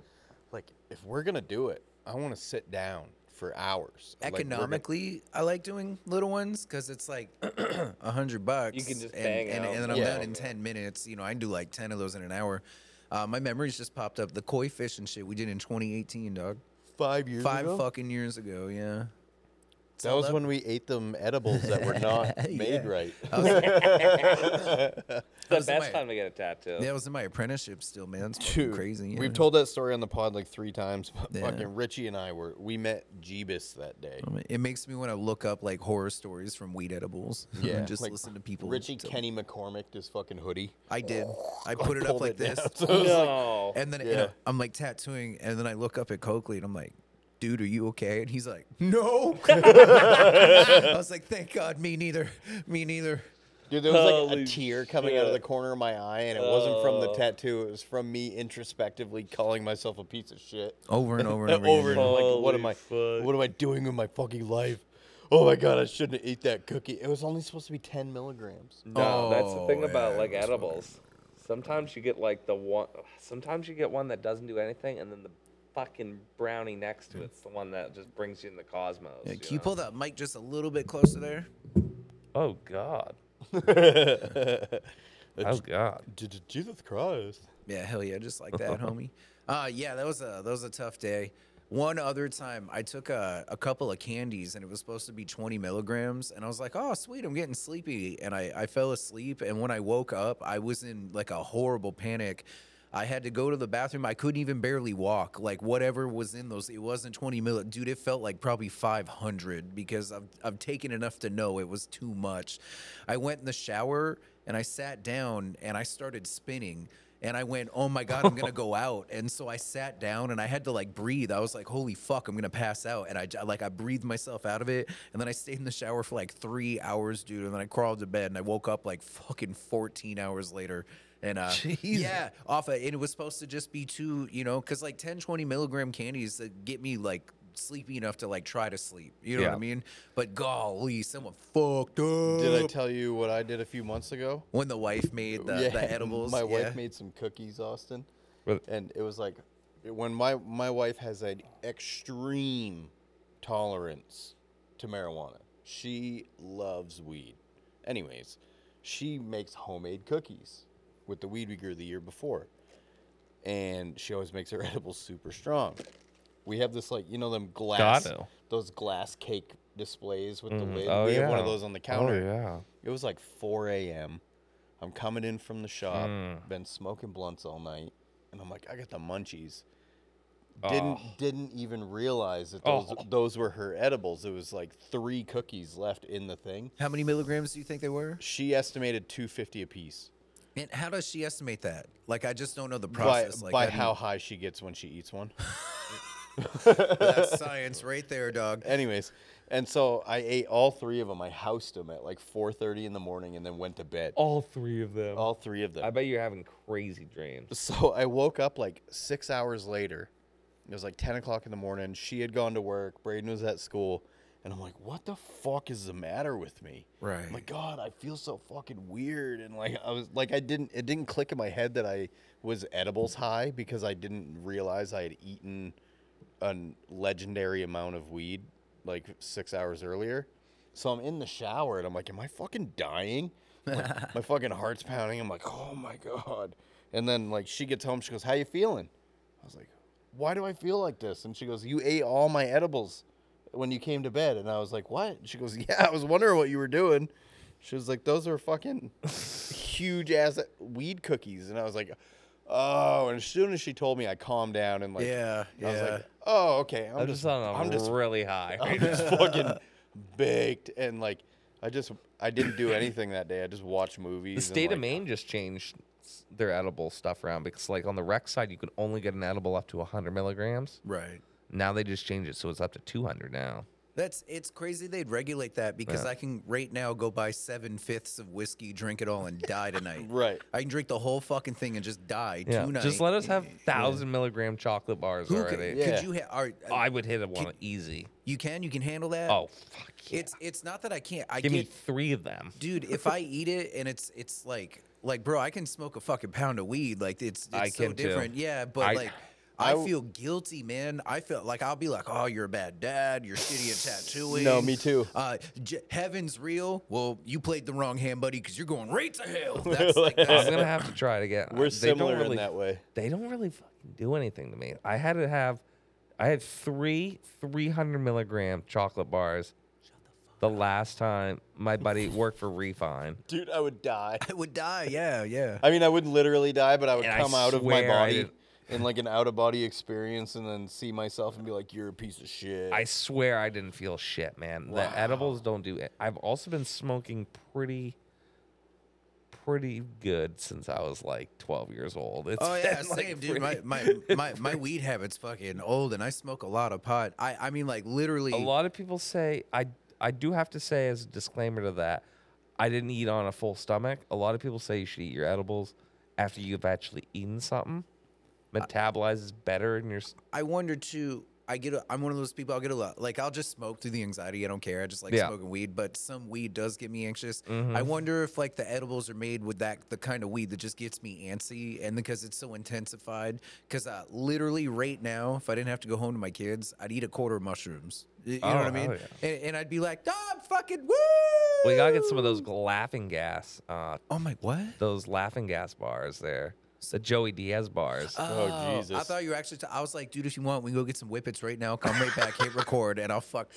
Speaker 5: like if we're gonna do it, I want to sit down for hours. Like, we're gonna-
Speaker 3: Economically, I like doing little ones because it's like a hundred bucks.
Speaker 5: You can just
Speaker 3: and,
Speaker 5: bang
Speaker 3: and,
Speaker 5: out
Speaker 3: and then I'm
Speaker 5: Yeah.
Speaker 3: done in ten minutes. You know, I do like ten of those in an hour. Uh, my memories just popped up. The koi fish and shit we did in 2018, dog.
Speaker 5: Five years.
Speaker 3: Five
Speaker 5: ago?
Speaker 3: fucking years ago. Yeah. It's
Speaker 5: That
Speaker 3: all
Speaker 5: was
Speaker 3: up-
Speaker 5: when we ate them edibles that were not made
Speaker 3: Yeah.
Speaker 5: right.
Speaker 3: I was-
Speaker 6: The
Speaker 3: I was in
Speaker 6: best time to get a tattoo.
Speaker 3: Yeah, I was in my apprenticeship still, man. It's fucking
Speaker 5: Dude,
Speaker 3: crazy. yeah.
Speaker 5: We've told that story on the pod like three times. But
Speaker 3: Yeah.
Speaker 5: Fucking Richie and I were we met Jeebus that day.
Speaker 3: I mean, Um, It makes me want to look up like horror stories from weed edibles.
Speaker 5: Yeah,
Speaker 3: and just
Speaker 5: like,
Speaker 3: listen to people.
Speaker 5: Richie
Speaker 3: tell-
Speaker 5: Kenny McCormick, this fucking hoodie.
Speaker 3: I did. I put it up
Speaker 5: pulled
Speaker 3: like
Speaker 5: down.
Speaker 3: this.
Speaker 5: So I was like-
Speaker 3: and then you
Speaker 5: Yeah.
Speaker 3: know, I'm like tattooing, and then I look up at Coakley, and I'm like, "Dude, are you okay?" And he's like, "No." I was like, "Thank God, me neither. Me neither."
Speaker 5: Dude, there was like a tear coming out of the corner of my eye, and it wasn't from the
Speaker 3: Oh.
Speaker 5: tattoo. It was from me introspectively calling myself a piece of shit
Speaker 3: Over and over and over
Speaker 5: over and
Speaker 3: again.
Speaker 5: over. Like, what am I?
Speaker 3: Holy fuck.
Speaker 5: What am I doing with my fucking life? Oh my god, I shouldn't have ate that cookie. It was only supposed to be ten milligrams.
Speaker 6: No, that's the thing
Speaker 5: Oh,
Speaker 6: about
Speaker 5: yeah,
Speaker 6: like
Speaker 5: it was
Speaker 6: edibles. Sometimes you get like the one. Sometimes you get one that doesn't do anything, and then the fucking brownie next to it's the one that just brings you in the cosmos.
Speaker 3: Yeah,
Speaker 6: you
Speaker 3: can you
Speaker 6: know?
Speaker 3: pull that mic just a little bit closer there?
Speaker 6: Oh God.
Speaker 5: oh
Speaker 6: God.
Speaker 5: Jesus Christ.
Speaker 3: Yeah, hell yeah, just like that, homie. Uh, yeah, that was a that was a tough day. One other time, I took a, a couple of candies and it was supposed to be 20 milligrams. And I was like, oh, sweet, I'm getting sleepy. And I, I fell asleep. And when I woke up, I was in like a horrible panic. I had to go to the bathroom. I couldn't even barely walk. Like, whatever was in those, it wasn't 20 mil. Dude, it felt like probably 500 because I've, I've taken enough to know it was too much. I went in the shower and I sat down and I started spinning and I went, "Oh my god, I'm gonna go out." And so I sat down and I had to like breathe. I was like, "Holy fuck, I'm gonna pass out." And I j- like I breathed myself out of it. And then I stayed in the shower for like three hours, dude. And then I crawled to bed and I woke up like fucking 14 hours later. And uh, yeah, off of, and it was supposed to just be two, you know, because like 10, 20 milligram candies that get me like sleepy enough to like try to sleep. You know what I
Speaker 5: Yeah.
Speaker 3: mean? But golly, someone fucked up.
Speaker 5: Did I tell you what I did a few months ago?
Speaker 3: when the wife made the, the edibles?
Speaker 5: My
Speaker 3: yeah.
Speaker 5: wife made some cookies, Austin, and it was like when my my wife has an extreme tolerance to marijuana. She loves weed. Anyways, she makes homemade cookies with the weed we grew the year before, and she always makes her edibles super strong. We have this like you know them glass
Speaker 6: Gotta.
Speaker 5: those glass cake displays with
Speaker 6: Mhm.
Speaker 5: the lid.
Speaker 6: Oh,
Speaker 5: we have one of
Speaker 6: yeah.
Speaker 5: those on the
Speaker 6: Oh,
Speaker 5: counter.
Speaker 6: yeah.
Speaker 5: It was like 4 a.m. I'm coming in from the shop,
Speaker 6: Mm.
Speaker 5: been smoking blunts all night, and I'm like, I got the munchies. Didn't
Speaker 6: Oh.
Speaker 5: didn't even realize that those
Speaker 6: Oh.
Speaker 5: those were her edibles. It was like three cookies left in the thing.
Speaker 3: How many milligrams do you think they were?
Speaker 5: She estimated 250 apiece.
Speaker 3: And how does she estimate that? Like, I just don't know the
Speaker 5: By-
Speaker 3: process. like,
Speaker 5: by
Speaker 3: do you-
Speaker 5: how high she gets when she eats one.
Speaker 3: That's science right there, dog.
Speaker 5: Anyways, and so I ate all three of them. I housed them at like 4:30 in the morning, and then went to bed.
Speaker 6: All three of them.
Speaker 5: All three of them.
Speaker 6: I bet you're having crazy dreams.
Speaker 5: So I woke up like six hours later. It was like 10 o'clock in the morning. She had gone to work. Braden was at school. And I'm like, what the fuck is the matter with me?
Speaker 3: Right.
Speaker 5: My God, I feel so fucking weird. And like, I was like, I didn't, it didn't click in my head that I was edibles high because I didn't realize I had eaten a legendary amount of weed like six hours earlier. So I'm in the shower and I'm like, am I fucking dying? Like, my fucking heart's pounding. I'm like, oh my god. And then like she gets home, she goes, how you feeling? I was like, why do I feel like this? And she goes, you ate all my edibles when you came to bed. And I was like, what? And she goes, yeah, I was wondering what you were doing. She was like, those are fucking huge ass weed cookies. And I was like, oh. And as soon as she told me, I calmed down and like,
Speaker 3: Yeah,
Speaker 5: I was
Speaker 3: yeah.
Speaker 5: like, oh, okay. I'm,
Speaker 6: I'm just on a
Speaker 5: I'm just
Speaker 6: really high.
Speaker 5: I'm just fucking baked and like I just I didn't do anything that day. I just watched movies.
Speaker 6: The
Speaker 5: and,
Speaker 6: state
Speaker 5: like,
Speaker 6: of Maine just changed s- their edible stuff around because, like, on the rec side, you can only get an edible up to 100 milligrams.
Speaker 3: Right.
Speaker 6: Now they just changed it so it's up to 200 now.
Speaker 3: That's it's crazy they'd regulate that because
Speaker 23: Yeah.
Speaker 3: I can right now go buy seven fifths of whiskey, drink it all, and die tonight.
Speaker 5: right.
Speaker 3: I can drink the whole fucking thing and just die
Speaker 6: Yeah,
Speaker 3: tonight.
Speaker 6: just let us have thousand milligram chocolate bars
Speaker 3: Who could-
Speaker 6: already.
Speaker 3: could Yeah. you ha- are-
Speaker 6: I would hit a one
Speaker 3: could-
Speaker 6: easy.
Speaker 3: You can, you can handle that.
Speaker 6: Oh,
Speaker 3: fuck It's it's not that I can't. I
Speaker 6: Give me
Speaker 3: get,
Speaker 6: three of them.
Speaker 3: dude. If I eat it and it's it's like like bro, I can smoke a fucking pound of weed. Like it's, it's
Speaker 6: I
Speaker 3: so
Speaker 6: can too.
Speaker 3: different. Yeah, but
Speaker 6: I-
Speaker 3: like.
Speaker 6: I
Speaker 3: I
Speaker 6: w-
Speaker 3: feel guilty, man. I feel like I'll be like, "Oh, you're a bad dad. You're shitty at tattooing."
Speaker 5: No, me too.
Speaker 3: Uh, j- heaven's real. Well, you played the wrong hand, buddy, because you're going right to hell. Oh, That's like that's,
Speaker 6: I'm gonna have to try it again.
Speaker 5: We're
Speaker 6: They don't
Speaker 5: similar in
Speaker 6: really-
Speaker 5: that way.
Speaker 6: They don't really fucking do anything to me. I had to have, I had three 300 milligram chocolate bars. The last time my buddy worked for Refine,
Speaker 5: Dude, I would die.
Speaker 3: I would die. Yeah, yeah.
Speaker 5: I mean, I would literally die, but I would
Speaker 6: And I
Speaker 5: come out of my
Speaker 6: swear I
Speaker 5: body
Speaker 6: didn't-
Speaker 5: in like an out of body experience and then see myself and be like, you're a piece of shit.
Speaker 6: I swear I didn't feel shit, man.
Speaker 5: Wow.
Speaker 6: The edibles don't do it. I've also been smoking pretty, pretty good since I was like 12 years old. It's
Speaker 3: oh yeah,
Speaker 6: been, like,
Speaker 3: same dude. My my,
Speaker 6: pretty-
Speaker 3: my my weed habit's fucking old, and I smoke a lot of pot. I I mean, like literally.
Speaker 6: a lot of people say I I do have to say as a disclaimer to that, I didn't eat on a full stomach. A lot of people say you should eat your edibles after you've actually eaten something. Metabolizes better in your s-
Speaker 3: I wonder too. I get. A, I'm one of those people. I'll get a lot. Like I'll just smoke through the anxiety. I don't care. I just like
Speaker 6: Yeah.
Speaker 3: smoking weed. But some weed does get me anxious.
Speaker 6: Mhm.
Speaker 3: I wonder if like the edibles are made with that the kind of weed that just gets me antsy, and because it's so intensified. Because uh, literally right now, if I didn't have to go home to my kids, I'd eat a quarter of mushrooms. Y- You know what I
Speaker 6: Oh, hell
Speaker 3: mean? And, and I'd be like, oh, I'm fucking woo.
Speaker 6: We gotta get some of those g- laughing gas. Uh,
Speaker 3: oh my what?
Speaker 6: Those laughing gas bars there. The Joey Diaz bars.
Speaker 3: Oh,
Speaker 5: Oh,
Speaker 3: I thought you were actually. T- I was like, dude, if you want, we can go get some whippets right now. Come right back, hit record, and I'll fuck.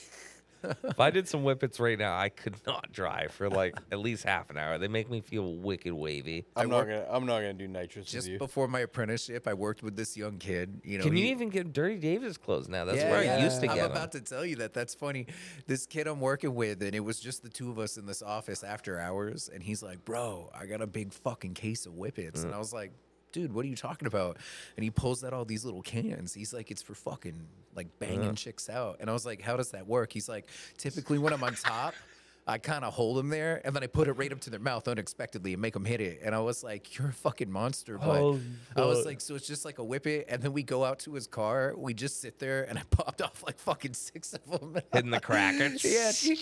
Speaker 6: if I did some whippets right now, I could not drive for like at least half an hour. They make me feel wicked wavy.
Speaker 3: I'm I not work-
Speaker 5: gonna. I'm not gonna do nitrous
Speaker 3: Just before my apprenticeship, I worked with this young kid. You know,
Speaker 6: Can you
Speaker 3: he-
Speaker 6: even get Dirty Davis clothes now? That's
Speaker 3: Yeah,
Speaker 6: where I
Speaker 3: yeah.
Speaker 6: used to get
Speaker 3: I'm
Speaker 6: 'em.
Speaker 3: about to tell you that. That's funny. This kid I'm working with, and it was just the two of us in this office after hours, and he's like, "Bro, I got a big fucking case of whippets," and
Speaker 6: Mm.
Speaker 3: I was like. Dude, what are you talking about? And he pulls out all these little cans. He's like, it's for fucking like banging
Speaker 6: Yeah.
Speaker 3: chicks out. And I was like, how does that work? He's like, typically when I'm on top, I kind of hold them there and then I put it right up to their mouth unexpectedly and make them hit it. And I was like, you're a fucking monster. But
Speaker 22: Oh,
Speaker 6: Holy
Speaker 3: I was
Speaker 6: fuck.
Speaker 3: like, so it's just like a whip it. And then we go out to his car. We just sit there and I popped off like fucking six of them.
Speaker 6: Hitting the cracker.
Speaker 3: yeah.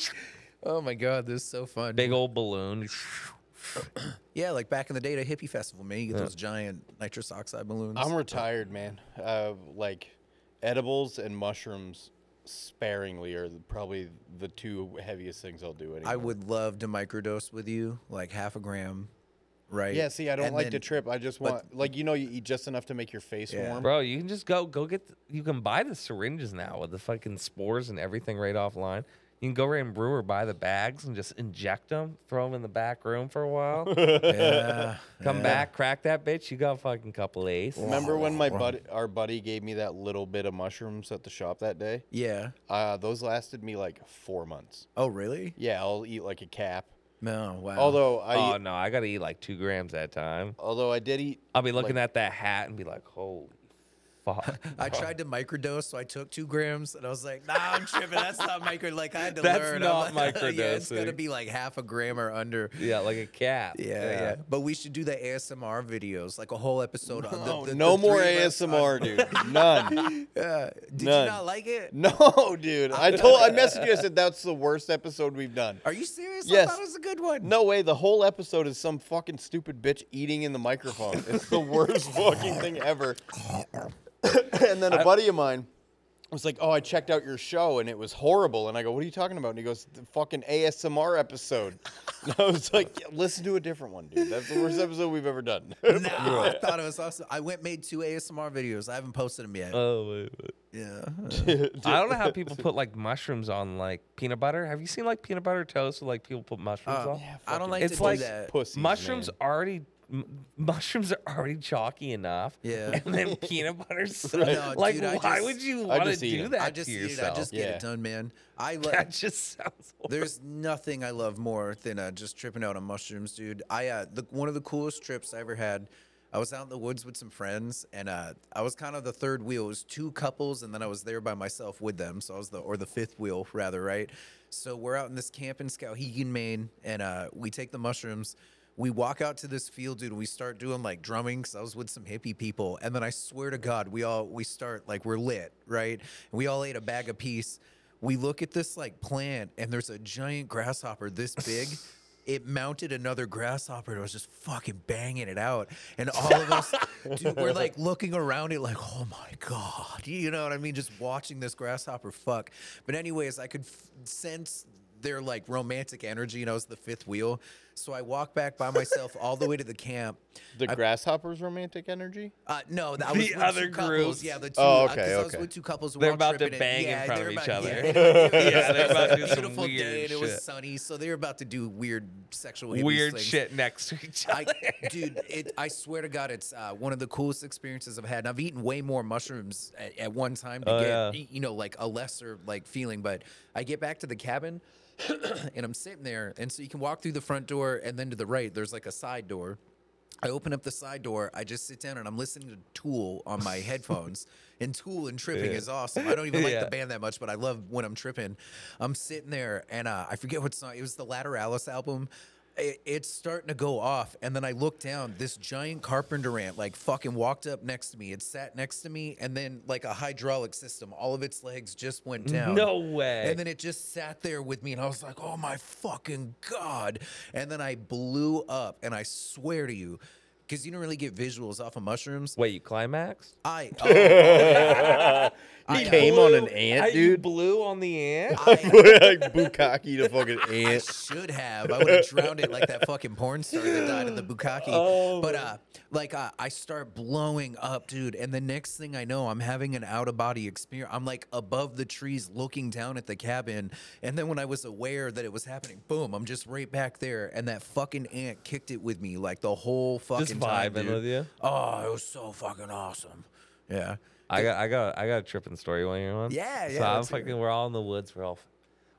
Speaker 3: Oh my God, this is so fun.
Speaker 6: Big old balloon.
Speaker 3: Yeah, like back in the day at a hippie festival, man, you get those giant nitrous oxide balloons.
Speaker 5: I'm retired, man. Uh, like edibles and mushrooms sparingly are probably the two heaviest things I'll do anymore.
Speaker 3: I would love to microdose with you, like half a gram, right?
Speaker 5: Yeah, see, I don't
Speaker 3: And
Speaker 5: like to
Speaker 3: then-
Speaker 5: trip. I just
Speaker 3: but-
Speaker 5: want, like, you know, you eat just enough to make your face
Speaker 3: Yeah.
Speaker 5: warm.
Speaker 6: Bro, you can just go go get. The, you can buy the syringes now with the fucking spores and everything right offline. You can go right and brewer buy the bags and just inject them, throw them in the back room for a while.
Speaker 5: Yeah,
Speaker 6: Come
Speaker 5: yeah.
Speaker 6: back, crack that bitch. You got a fucking couple ace.
Speaker 5: Remember when my buddy, our buddy, gave me that little bit of mushrooms at the shop that day?
Speaker 3: Yeah.
Speaker 5: Uh, those lasted me like four months.
Speaker 3: Oh, really?
Speaker 5: Yeah, I'll eat like a cap.
Speaker 3: No, wow. Uh,
Speaker 5: Although I,
Speaker 6: oh no, I gotta eat like two grams at a time.
Speaker 5: although I did eat.
Speaker 6: I'll be looking
Speaker 5: like-
Speaker 6: at that hat and be like, holy fuck.
Speaker 3: I tried to microdose, so I took two grams, and I was like, "Nah, I'm tripping. That's not micro. Like I had to
Speaker 6: That's
Speaker 3: learn.
Speaker 6: not
Speaker 3: I'm like, yeah, it's
Speaker 6: microdosing.
Speaker 3: gonna be like half a gram or under.
Speaker 6: Yeah, like a cap.
Speaker 3: Yeah, yeah. But we should do the ASMR videos, like a whole episode. of
Speaker 5: No,
Speaker 3: the, the,
Speaker 5: no
Speaker 3: the
Speaker 5: more
Speaker 3: three of us on-
Speaker 5: ASMR, dude. None.
Speaker 3: Yeah. Did
Speaker 5: None.
Speaker 3: you not like it?
Speaker 5: No, dude. I told. I messaged you. I said that's the worst episode we've done.
Speaker 3: Are you serious? I thought it was a good one.
Speaker 5: No way. The whole episode is some fucking stupid bitch eating in the microphone. It's the worst fucking thing ever. and then a buddy of mine was like, "Oh, I checked out your show and it was horrible." And I go, "What are you talking about?" And he goes, "The fucking ASMR episode." And I was like, "Yeah, "Listen to a different one, dude. That's the worst episode we've ever done."
Speaker 3: No, I thought it was awesome. I went and made two ASMR videos. I haven't posted them yet.
Speaker 6: Oh wait,
Speaker 3: yeah.
Speaker 6: I don't know how people put like mushrooms on like peanut butter. Have you seen like peanut butter toast with like people put mushrooms
Speaker 3: Uh,
Speaker 6: on?
Speaker 3: Yeah, I don't fucking like
Speaker 6: it's
Speaker 3: to do
Speaker 6: like
Speaker 3: that.
Speaker 5: Pussies,
Speaker 6: mushrooms
Speaker 5: man.
Speaker 6: already m- mushrooms are already chalky enough.
Speaker 3: Yeah.
Speaker 6: And then peanut butter so
Speaker 3: Right. No,
Speaker 6: like
Speaker 3: dude, I
Speaker 6: why
Speaker 3: just-
Speaker 6: would you
Speaker 5: I
Speaker 6: want to
Speaker 5: just eat
Speaker 6: do
Speaker 5: 'em.
Speaker 6: that
Speaker 3: I just
Speaker 6: to
Speaker 3: eat
Speaker 6: yourself?
Speaker 3: it. I just get
Speaker 5: Yeah.
Speaker 3: it done, man. I love.
Speaker 6: that just sounds
Speaker 3: There's nothing I love more than uh, just tripping out on mushrooms, dude. I uh, the, one of the coolest trips I ever had. I was out in the woods with some friends, and uh, I was kind of the third wheel. It was two couples, and then I was there by myself with them. So I was the or the fifth wheel rather, right? So we're out in this camp in Skowhegan, Maine, and uh, we take the mushrooms. We walk out to this field, dude. and We start doing like drumming because I was with some hippie people, and then I swear to God, we all we start like we're lit, right? And we all ate a bag apiece. We look at this like plant, and there's a giant grasshopper this big. It mounted another grasshopper and it was just fucking banging it out. And all of us, dude, we're like looking around it, like, oh my God. You know what I mean? Just watching this grasshopper fuck. But, anyways, I could f- sense their like romantic energy and I was the fifth wheel. So I walked back by myself all the way to the camp.
Speaker 5: The
Speaker 3: I-
Speaker 5: grasshoppers' romantic energy?
Speaker 3: Uh, no, that
Speaker 5: The
Speaker 3: was with
Speaker 5: other
Speaker 3: two couples.
Speaker 5: groups.
Speaker 3: Yeah, the two.
Speaker 5: Oh,
Speaker 3: uh,
Speaker 5: okay,
Speaker 3: 'cause I was
Speaker 5: okay.
Speaker 3: with two couples.
Speaker 6: They're
Speaker 3: road
Speaker 6: about to
Speaker 3: tripping it.
Speaker 6: bang in
Speaker 3: Yeah,
Speaker 6: front
Speaker 3: they're
Speaker 6: of each
Speaker 3: about-
Speaker 6: other.
Speaker 3: Yeah,
Speaker 6: Yeah, they're about to do
Speaker 3: It was
Speaker 6: some
Speaker 3: a beautiful day,
Speaker 6: weird
Speaker 3: and it was
Speaker 6: shit.
Speaker 3: sunny, so they were about to do weird sexual hippie
Speaker 6: Weird
Speaker 3: things.
Speaker 6: shit next to each
Speaker 3: I, dude, it, I swear to God, it's uh, one of the coolest experiences I've had. And I've eaten way more mushrooms at, at one time to
Speaker 6: Oh,
Speaker 3: get,
Speaker 6: yeah.
Speaker 3: y- you know, like a lesser like feeling. But I get back to the cabin and I'm sitting there. And so you can walk through the front door and then to the right, there's like a side door. I open up the side door. I just sit down and I'm listening to Tool on my headphones. And Tool and tripping
Speaker 6: Yeah.
Speaker 3: is awesome. I don't even like
Speaker 6: Yeah.
Speaker 3: the band that much, but I love when I'm tripping. I'm sitting there and uh, I forget what song. It was the Lateralis album. It, it's starting to go off, and then I look down. This giant carpenter ant like fucking walked up next to me. It sat next to me, and then like a hydraulic system, all of its legs just went down.
Speaker 6: No way.
Speaker 3: And then it just sat there with me, and I was like, "Oh my fucking god!" And then I blew up, and I swear to you, because you don't really get visuals off of mushrooms.
Speaker 6: Wait, you climaxed?
Speaker 3: I. oh, yeah.
Speaker 5: You
Speaker 3: I, uh,
Speaker 5: came on an ant,
Speaker 6: Oh. I- you
Speaker 5: dude.
Speaker 6: blew on the ant.
Speaker 5: like bukkake to fucking
Speaker 3: I
Speaker 5: ant.
Speaker 3: should have. I would have drowned it like that fucking porn star that died in the bukkake.
Speaker 6: Oh.
Speaker 3: but uh, like uh, I start blowing up, dude, and the next thing I know, I'm having an out of body experience. I'm like above the trees, looking down at the cabin, and then when I was aware that it was happening, boom, I'm just right back there, and that fucking ant kicked it with me like the whole fucking
Speaker 6: Just
Speaker 3: time,
Speaker 6: vibing
Speaker 3: dude.
Speaker 6: with you.
Speaker 3: Oh, it was so fucking awesome. Yeah.
Speaker 6: I got, I got, I got a tripping story. You want to hear one?
Speaker 3: Yeah, yeah,
Speaker 6: So I'm
Speaker 3: let's hear it.
Speaker 6: fucking. We're all in the woods. We're all,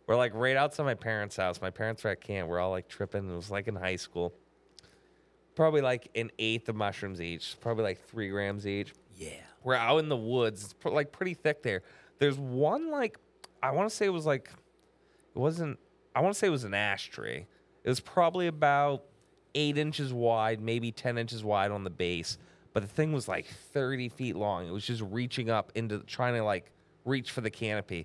Speaker 6: we're like right outside my parents' house. My parents were at camp. We're all like tripping. It was like in high school. Probably like an eighth of mushrooms each. Probably like three grams each.
Speaker 3: Yeah.
Speaker 6: We're out in the woods. It's pr- like pretty thick there. There's one like, I want to say it was like, it wasn't. I want to say it was an ash tree. It was probably about eight inches wide, maybe 10 inches wide on the base. But the thing was like 30 feet long. It was just reaching up into trying to like reach for the canopy.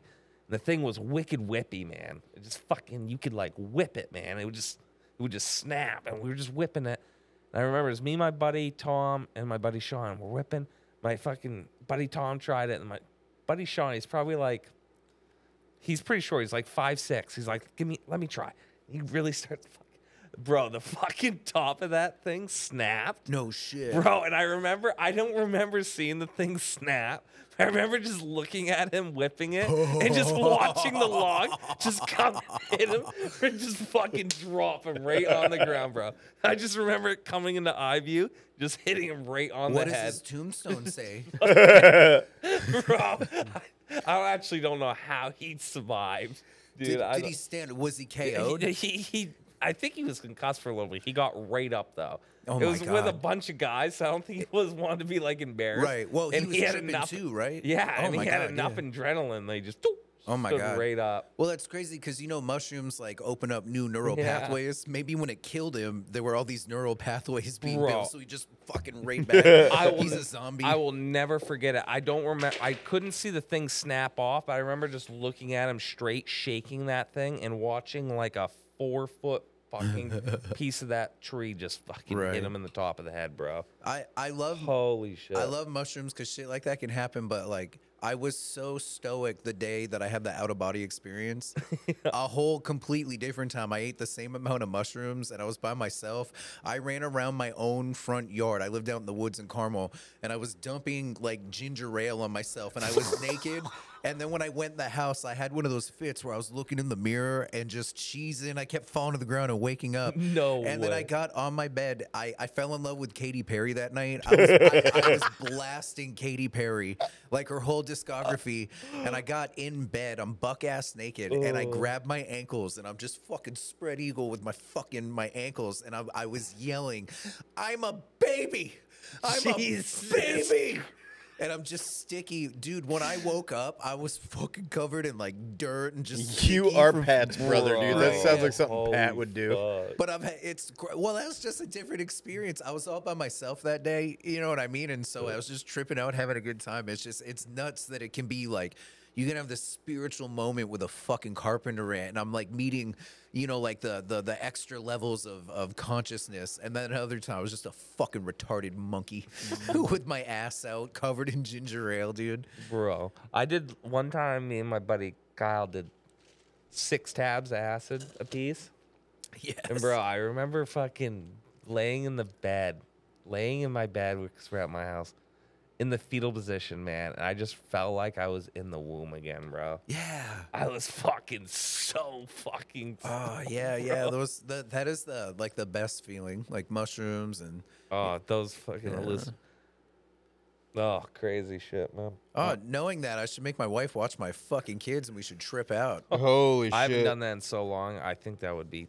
Speaker 6: And the thing was wicked whippy, man. It just fucking, you could like whip it, man. It would just, it would just snap. And we were just whipping it. And I remember it was me, my buddy Tom, and my buddy Sean. We're whipping. My fucking buddy Tom tried it. And my buddy Sean, he's probably like, he's pretty sure he's like five six. He's like, give me, let me try. He really starts, fucking, bro. The fucking top of that thing snapped,
Speaker 3: No shit.
Speaker 6: bro. And I remember, I don't remember seeing the thing snap. I remember just looking at him whipping it and just watching the log just come hit him and just fucking drop him right on the ground, bro. I just remember it coming into eye view, just hitting him right on
Speaker 3: what
Speaker 6: the
Speaker 3: does
Speaker 6: head.
Speaker 3: his tombstone say?
Speaker 6: bro. I, I actually don't know how he survived, dude.
Speaker 3: did
Speaker 6: I
Speaker 3: did
Speaker 6: don't-
Speaker 3: he stand? Was he
Speaker 6: he-
Speaker 3: KO'd?
Speaker 6: He, he- I think he was concussed for a little bit. He got right up though.
Speaker 3: Oh
Speaker 6: it
Speaker 3: my
Speaker 6: was with a
Speaker 3: God.
Speaker 6: bunch of guys, so I don't think he was wanting to be like embarrassed.
Speaker 3: Right. Well, he was tripping too, right?
Speaker 6: Yeah,
Speaker 3: Oh
Speaker 6: and
Speaker 3: my
Speaker 6: he had
Speaker 3: God,
Speaker 6: enough
Speaker 3: yeah.
Speaker 6: adrenaline. They just doop,
Speaker 3: Oh my
Speaker 6: stood
Speaker 3: God.
Speaker 6: right up.
Speaker 3: Well, that's crazy because you know mushrooms like open up new neural
Speaker 6: Yeah.
Speaker 3: pathways. Maybe when it killed him, there were all these neural pathways being
Speaker 6: Bro.
Speaker 3: built, so he just fucking right back.
Speaker 6: I will,
Speaker 3: He's a zombie.
Speaker 6: I will never forget it. I don't remember. I couldn't see the thing snap off. But I remember just looking at him straight, shaking that thing, and watching like a four foot fucking piece of that tree just fucking
Speaker 3: Right.
Speaker 6: hit him in the top of the head, bro.
Speaker 3: I I love
Speaker 6: Holy shit!
Speaker 3: I love mushrooms because shit like that can happen. But like, I was so stoic the day that I had the out of body experience. A whole completely different time. I ate the same amount of mushrooms and I was by myself. I ran around my own front yard. I lived out in the woods in Carmel and I was dumping like ginger ale on myself and I was naked And then when I went in the house, I had one of those fits where I was looking in the mirror and just cheesing. I kept falling to the ground and waking up.
Speaker 6: No
Speaker 3: And then
Speaker 6: way.
Speaker 3: I got on my bed. I, I fell in love with Katy Perry that night. I was, I, I was blasting Katy Perry, like her whole discography. And I got in bed. I'm buck ass naked, and I
Speaker 6: Oh.
Speaker 3: grabbed my ankles, and I'm just fucking spread eagle with my fucking my ankles, and I, I was yelling, "I'm a baby." I'm
Speaker 6: Jesus.
Speaker 3: a baby. And I'm just sticky, dude. When I woke up, I was fucking covered in like dirt and just.
Speaker 5: You
Speaker 3: sticky
Speaker 5: are
Speaker 3: from-
Speaker 5: Pat's brother, dude. That
Speaker 3: Bro.
Speaker 5: sounds like something Pat would do.
Speaker 3: But I've had, it's gr- well, that was just a different experience. I was all by myself that day, you know what I mean? And so I was just tripping out, having a good time. It's just it's nuts that it can be like you can have this spiritual moment with a fucking carpenter ant, and I'm like meeting, you know, like the the the extra levels of of consciousness. And then another time I was just a fucking retarded monkey with my ass out, covered in ginger ale, dude.
Speaker 6: Bro, I did one time. Me and my buddy Kyle did six tabs of acid apiece.
Speaker 3: Yeah.
Speaker 6: And bro, I remember fucking laying in the bed, laying in my bed because we're at my house, in the fetal position, man. And I just felt like I was in the womb again, bro.
Speaker 3: Yeah.
Speaker 6: I was fucking so fucking.
Speaker 3: Oh yeah, yeah. Those that that is the like the best feeling, like mushrooms and.
Speaker 6: Oh, those fucking
Speaker 3: Yeah.
Speaker 6: halluc- Oh, crazy shit, man.
Speaker 3: Oh, knowing that, I should make my wife watch my fucking kids, and we should trip out.
Speaker 5: Holy
Speaker 6: I haven't
Speaker 5: shit.
Speaker 6: done that in so long. I think that would be.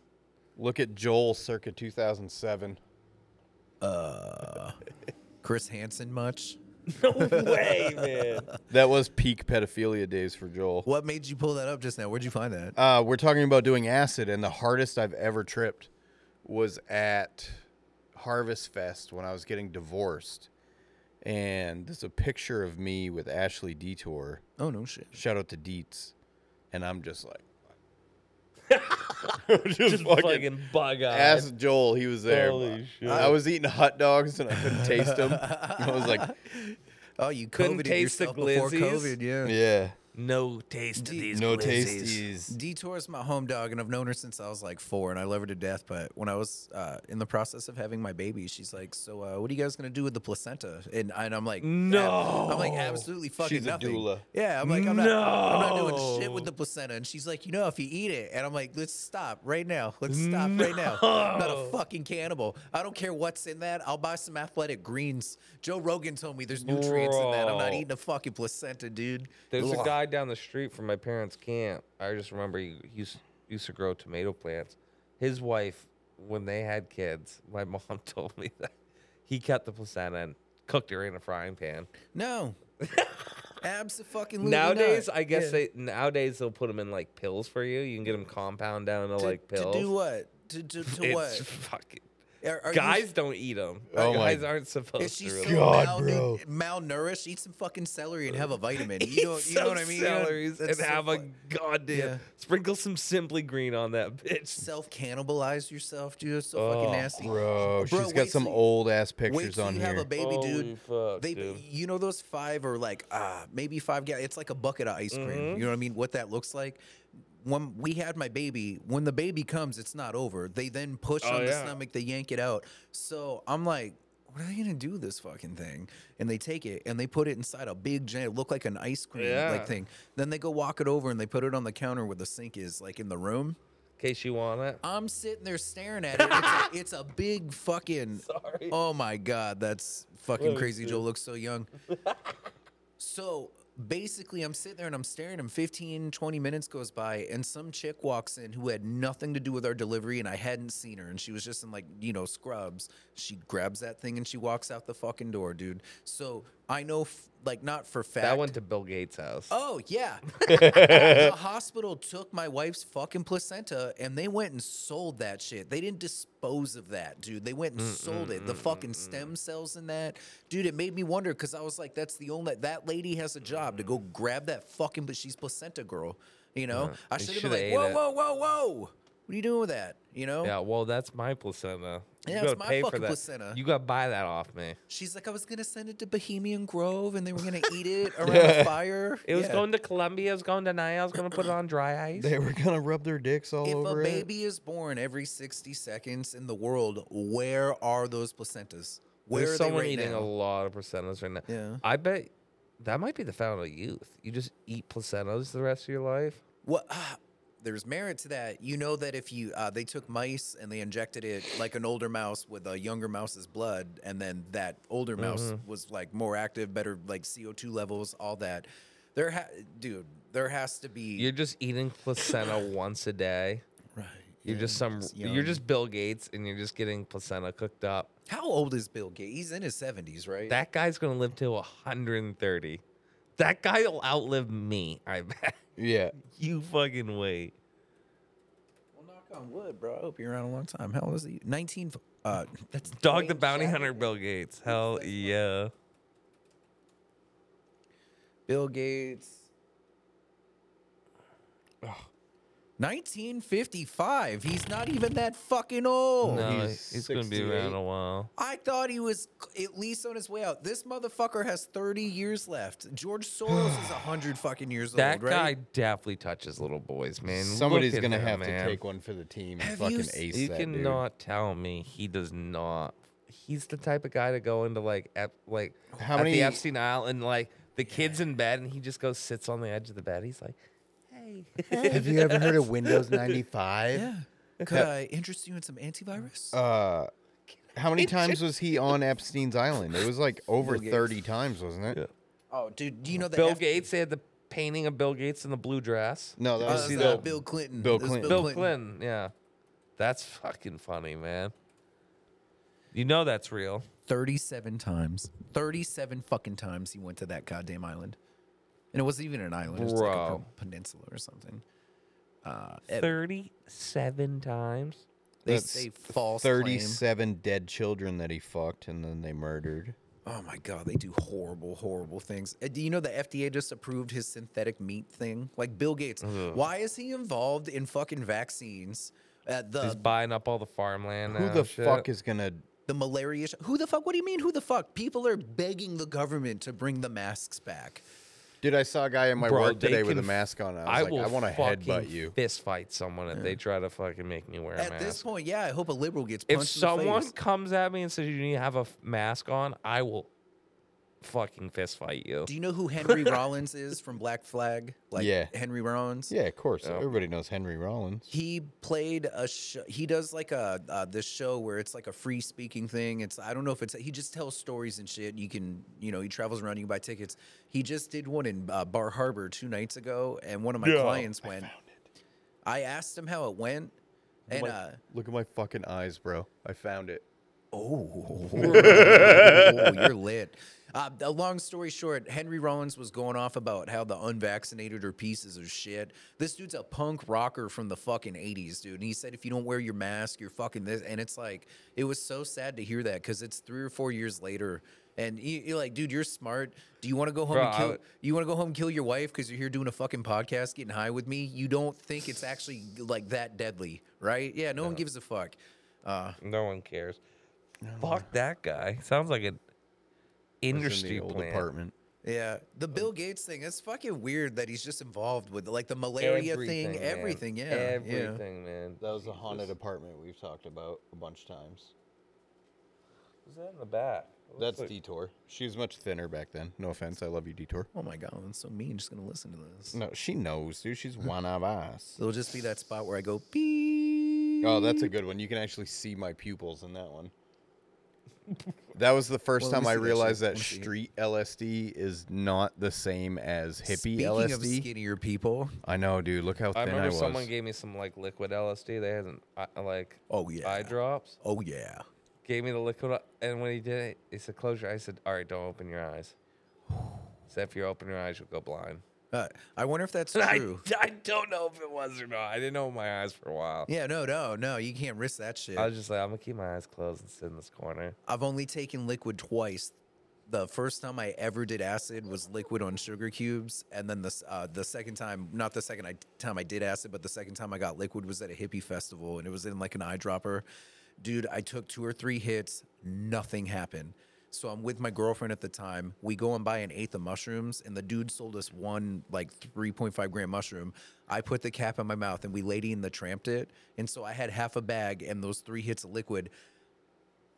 Speaker 5: Look at Joel circa 2007.
Speaker 3: Uh, Chris Hansen much?
Speaker 6: No way, man.
Speaker 5: That was peak pedophilia days for Joel.
Speaker 3: What made you pull that up just now? Where'd you find that?
Speaker 5: Uh, we're talking about doing acid, and the hardest I've ever tripped was at Harvest Fest when I was getting divorced. And there's a picture of me with Ashley Detour.
Speaker 3: Oh no shit!
Speaker 5: Shout out to Deets, and I'm just like. just, fucking,
Speaker 6: bug-eyed.
Speaker 5: Ask Joel, he was there.
Speaker 6: Holy shit.
Speaker 5: I was eating hot dogs and I couldn't taste them. I was like,
Speaker 3: Oh, you
Speaker 6: Couldn't
Speaker 3: coveted
Speaker 6: taste the
Speaker 3: yourself before
Speaker 6: glizzies?
Speaker 3: COVID, yeah.
Speaker 5: yeah.
Speaker 6: No taste of these.
Speaker 5: No
Speaker 6: glizzies.
Speaker 5: tasties.
Speaker 3: Detour's my home dog, and I've known her since I was like four, and I love her to death. But when I was uh, in the process of having my baby, she's like, "So, uh, what are you guys gonna do with the placenta?" And, and I'm like,
Speaker 6: No.
Speaker 3: I'm like, "Absolutely fucking
Speaker 5: She's a
Speaker 3: nothing."
Speaker 5: doula.
Speaker 3: Yeah, I'm like, "I'm not, I'm not doing shit
Speaker 6: No.
Speaker 3: with the placenta." And she's like, "You know, if you eat it," and I'm like, "Let's stop right now. Let's stop right now. I'm not a
Speaker 6: No.
Speaker 3: fucking cannibal. I don't care what's in that. I'll buy some athletic greens." Joe Rogan told me there's nutrients in that. I'm not
Speaker 6: Bro.
Speaker 3: eating a fucking placenta, dude.
Speaker 6: There's a
Speaker 3: Ugh.
Speaker 6: guy down the street from my parents' camp. I just remember he he used, used to grow tomato plants. His wife, when they had kids, my mom told me that he cut the placenta and cooked her in a frying pan.
Speaker 3: No. Absolutely.
Speaker 6: nowadays,
Speaker 3: not.
Speaker 6: I guess
Speaker 3: Yeah.
Speaker 6: they nowadays they'll put them in like pills for you. You can get them compound down to, like pills.
Speaker 3: To do what? To to, to
Speaker 6: It's
Speaker 3: what?
Speaker 6: fucking
Speaker 3: Are- are you
Speaker 6: guys
Speaker 3: s-
Speaker 6: don't eat them.
Speaker 5: Oh my-
Speaker 6: guys aren't supposed
Speaker 3: Is she
Speaker 6: to.
Speaker 3: so
Speaker 6: really.
Speaker 3: malnu- malnourished? Eat some fucking celery and have a vitamin. You
Speaker 6: Eat
Speaker 3: know, you know what I
Speaker 6: some
Speaker 3: mean?
Speaker 6: celeries and have a goddamn sprinkle some Simply Green on that bitch.
Speaker 3: self cannibalize yourself, dude. It's so
Speaker 6: Oh,
Speaker 3: fucking nasty.
Speaker 5: Bro, she's
Speaker 3: wait
Speaker 5: got some
Speaker 3: till you-
Speaker 5: old ass
Speaker 3: Wait
Speaker 5: pictures
Speaker 3: till
Speaker 5: on
Speaker 3: you
Speaker 5: here.
Speaker 3: have a baby,
Speaker 6: Holy
Speaker 3: dude.
Speaker 6: fuck,
Speaker 3: they,
Speaker 6: dude.
Speaker 3: you know, those five are like ah, maybe five. Ga- it's like a bucket of ice cream.
Speaker 6: Mhm.
Speaker 3: You know what I mean? What that looks like. When we had my baby, when the baby comes, it's not over. They then push
Speaker 6: Oh,
Speaker 3: on the
Speaker 6: yeah.
Speaker 3: stomach, they yank it out. So I'm like, what are they gonna do with this fucking thing? And they take it and they put it inside a big jar. It looked like an ice cream
Speaker 6: Yeah.
Speaker 3: like thing. Then they go walk it over and they put it on the counter where the sink is, like in the room.
Speaker 6: In case you want it.
Speaker 3: I'm sitting there staring at it. It's a, it's a big fucking. Oh my god, that's fucking
Speaker 6: Whoa,
Speaker 3: crazy.
Speaker 6: dude.
Speaker 3: Joe looks so young. so basically, I'm sitting there and I'm staring. at him. 15, 20 minutes goes by, and some chick walks in who had nothing to do with our delivery, and I hadn't seen her, and she was just in like you know scrubs. She grabs that thing and she walks out the fucking door, dude. So I know, f- like, not for fact.
Speaker 6: That went to Bill Gates' house.
Speaker 3: Oh yeah. the hospital took my wife's fucking placenta and they went and sold that shit. They didn't dispose of that, dude. They went and sold it. The fucking stem cells in that. Dude, it made me wonder cuz I was like that's the only that lady has a job to go grab that fucking but she's placenta girl, you know?
Speaker 6: Yeah,
Speaker 3: I
Speaker 6: they
Speaker 3: should have
Speaker 6: shoulda
Speaker 3: been like,
Speaker 6: ate
Speaker 3: "Whoa,
Speaker 6: it.
Speaker 3: whoa, whoa, whoa. What are you doing with that?" You know?
Speaker 6: Yeah, well, that's my placenta. You
Speaker 3: Yeah, it's
Speaker 6: gotta
Speaker 3: my
Speaker 6: pay for
Speaker 3: fucking
Speaker 6: that.
Speaker 3: placenta.
Speaker 6: You gotta buy that off me.
Speaker 3: She's like, "I was going to send it to Bohemian Grove and they were going to eat it around the fire."
Speaker 6: It was
Speaker 3: Yeah.
Speaker 6: going to Colombia. It was going to Naya. I was gonna put it on dry ice.
Speaker 5: They were gonna rub their dicks all
Speaker 3: If
Speaker 5: over
Speaker 3: a
Speaker 5: it.
Speaker 3: baby is born every 60 seconds in the world, where are those placentas? Where
Speaker 6: There's
Speaker 3: are
Speaker 6: someone
Speaker 3: they right
Speaker 6: eating
Speaker 3: now?
Speaker 6: a lot of placentas right now.
Speaker 3: Yeah.
Speaker 6: I bet That might be the fountain of youth. You just eat placentas the rest of your life.
Speaker 3: What? ah, there's merit to that. You know that if you uh, they took mice and they injected it like an older mouse with a younger mouse's blood, and then that older mouse
Speaker 6: Mhm.
Speaker 3: was like more active, better like CO2 levels, all that. There, ha- dude, there has to be.
Speaker 6: You're just eating placenta once a day.
Speaker 3: Right.
Speaker 6: You're just some.
Speaker 3: it's
Speaker 6: You're just Bill Gates, and you're just getting placenta cooked up.
Speaker 3: How old is Bill Gates? He's in his 70s, right?
Speaker 6: That guy's gonna live till 130. That guy will outlive me. I bet.
Speaker 22: Yeah.
Speaker 6: You fucking wait.
Speaker 3: Knock on wood, bro. I hope you're around a long time. How old is he? 19. f- Uh, that's
Speaker 6: Dog the bounty hunter, Bill Gates. Hell yeah.
Speaker 3: Bill Gates. Ugh. 1955. He's not even that fucking old.
Speaker 6: no, he's, gonna be around a while.
Speaker 3: I thought he was c- at least on his way out. This motherfucker has 30 years left. George Soros is 100 fucking years
Speaker 6: That
Speaker 3: old, right?
Speaker 6: guy definitely touches little boys, man. Look
Speaker 22: Somebody's
Speaker 6: at
Speaker 22: gonna
Speaker 6: him,
Speaker 22: have to
Speaker 6: man.
Speaker 22: take one for the team and
Speaker 3: Have
Speaker 22: fucking
Speaker 3: you
Speaker 22: ace
Speaker 3: s-
Speaker 6: You
Speaker 22: that dude.
Speaker 6: cannot tell me he does not. He's the type of guy to go into like ep, like
Speaker 22: How
Speaker 6: at
Speaker 22: many-
Speaker 6: the Epstein Isle and like the kids in bed and he just goes sits on the edge of the bed. He's like, hey.
Speaker 22: Have you ever heard of Windows 95?
Speaker 3: Yeah. Could I interest you in some antivirus?
Speaker 22: Uh, how many times was he on Epstein's Island? It was like over
Speaker 3: Bill Gates.
Speaker 22: 30 times, wasn't it?
Speaker 3: Oh, dude, do you know that?
Speaker 6: Bill
Speaker 3: F-
Speaker 6: Gates. They had the painting of Bill Gates in the blue dress.
Speaker 22: No,
Speaker 6: Did
Speaker 22: that
Speaker 6: you
Speaker 22: was
Speaker 6: see
Speaker 3: uh, Bill Clinton.
Speaker 22: Bill
Speaker 3: It was
Speaker 22: Clinton.
Speaker 6: Bill Clinton. Yeah, that's fucking funny, man. You know that's real.
Speaker 3: 37 times. 37 fucking times he went to that goddamn island. And it wasn't even an island, it was like a
Speaker 6: Bro.
Speaker 3: pen- peninsula or something. Uh, it-
Speaker 6: Thirty-seven times.
Speaker 3: they
Speaker 22: That's
Speaker 3: say false claim.
Speaker 22: 37 dead children that he fucked and then they murdered.
Speaker 3: Oh my god, they do horrible, horrible things. Uh, Do you know the FDA just approved his synthetic meat thing? Like Bill Gates,
Speaker 6: Ugh.
Speaker 3: why is he involved in fucking vaccines? At the
Speaker 6: He's buying up all the farmland.
Speaker 22: Who
Speaker 6: now
Speaker 22: the
Speaker 6: and shit.
Speaker 22: fuck is gonna?
Speaker 3: the malaria. Sh- who the fuck? What do you mean? Who the fuck? People are begging the government to bring the masks back.
Speaker 22: Dude, I saw a guy in my
Speaker 6: Bro,
Speaker 22: work
Speaker 6: they
Speaker 22: today with a
Speaker 6: can-
Speaker 22: mask on. I was like, I want to headbutt
Speaker 6: fucking
Speaker 22: you.
Speaker 6: Fist fight someone if they try to fucking make me wear a
Speaker 3: At
Speaker 6: mask.
Speaker 3: this point, yeah, I hope a liberal gets punched.
Speaker 6: if
Speaker 3: in the
Speaker 6: someone
Speaker 3: face.
Speaker 6: comes at me and says you need to have a f- mask on, I will fucking fist fight you.
Speaker 3: Do you know who Henry Rollins is from Black Flag? Like
Speaker 22: Yeah.
Speaker 3: Henry Rollins.
Speaker 22: Yeah, of course. Everybody knows Henry Rollins.
Speaker 3: He played a sh- he does like a uh, this show where it's like a free speaking thing. It's I don't know if it's he just tells stories and shit. You can you know he travels around. You can buy tickets. He just did one in uh, Bar Harbor two nights ago, and one of my
Speaker 22: Yeah.
Speaker 3: clients went. I, asked him how it went, and
Speaker 22: Look-
Speaker 3: uh,
Speaker 22: look at my fucking eyes, bro. I found it.
Speaker 3: Oh, you're lit. Uh, a long story short, Henry Rollins was going off about how the unvaccinated are pieces of shit. This dude's a punk rocker from the fucking 80s, dude. And he said, if you don't wear your mask, you're fucking this. And it's like, it was so sad to hear that because it's three or four years later. And you- you're like, dude, you're smart. Do you want to go home
Speaker 6: Bro,
Speaker 3: and
Speaker 6: I
Speaker 3: kill?
Speaker 6: would-
Speaker 3: you want to go home and kill your wife because you're here doing a fucking podcast, getting high with me? You don't think it's actually like that deadly, right? Yeah, no one gives a fuck. Uh,
Speaker 6: no one cares.
Speaker 22: Oh,
Speaker 6: Fuck that guy. Sounds like an industry
Speaker 22: old
Speaker 6: plant. Oh.
Speaker 22: apartment.
Speaker 3: Yeah, the Bill Gates thing. It's fucking weird that he's just involved with like the malaria
Speaker 6: Everything,
Speaker 3: thing,
Speaker 6: man.
Speaker 3: everything. Yeah, yeah.
Speaker 6: everything, man.
Speaker 22: That was a haunted
Speaker 6: Jesus.
Speaker 22: apartment we've talked about a bunch of times.
Speaker 6: Was that in the back? It looks
Speaker 22: That's
Speaker 6: like-
Speaker 22: Detour. She was much thinner back then. No offense. I love you, Detour.
Speaker 3: Oh my god, that's so mean. Just gonna listen to this.
Speaker 22: No, she knows, dude. She's one of us.
Speaker 3: It'll just be that spot where I go beep.
Speaker 22: Oh, that's a good one. You can actually see my pupils in that one. That was the first
Speaker 3: Well, let
Speaker 22: time
Speaker 3: me
Speaker 22: I
Speaker 3: see that shit.
Speaker 22: realized
Speaker 3: Let
Speaker 22: that
Speaker 3: me see it.
Speaker 22: street LSD is not the same as hippie
Speaker 3: Speaking
Speaker 22: LSD.
Speaker 3: of skinnier people,
Speaker 22: I know, dude. Look how
Speaker 6: I
Speaker 22: thin I,
Speaker 6: remember
Speaker 22: was.
Speaker 6: someone gave me some like liquid LSD. They had an uh, like
Speaker 3: Oh, yeah.
Speaker 6: eye drops.
Speaker 3: oh yeah,
Speaker 6: Gave me the liquid, and when he did it, he said, "Close your eyes." I said, "All right, don't open your eyes." He said, "If you open your eyes, you'll go blind."
Speaker 3: uh, I wonder if that's
Speaker 6: I,
Speaker 3: true.
Speaker 6: I don't know if it was or not. I didn't open my eyes for a while.
Speaker 3: Yeah, no, no, no. You can't risk that shit.
Speaker 6: I was just like, I'm gonna keep my eyes closed and sit in this corner.
Speaker 3: I've only taken liquid twice. The first time I ever did acid was liquid on sugar cubes, and then the s- uh, the second time, not the second I, time I did acid, but the second time I got liquid was at a hippie festival, and it was in like an eyedropper. Dude, I took two or three hits, nothing happened. So I'm with my girlfriend at the time. We go and buy an eighth of mushrooms, and the dude sold us one like 3.5 gram mushroom. I put the cap in my mouth, and we lady in the tramped it, and so I had half a bag and those three hits of liquid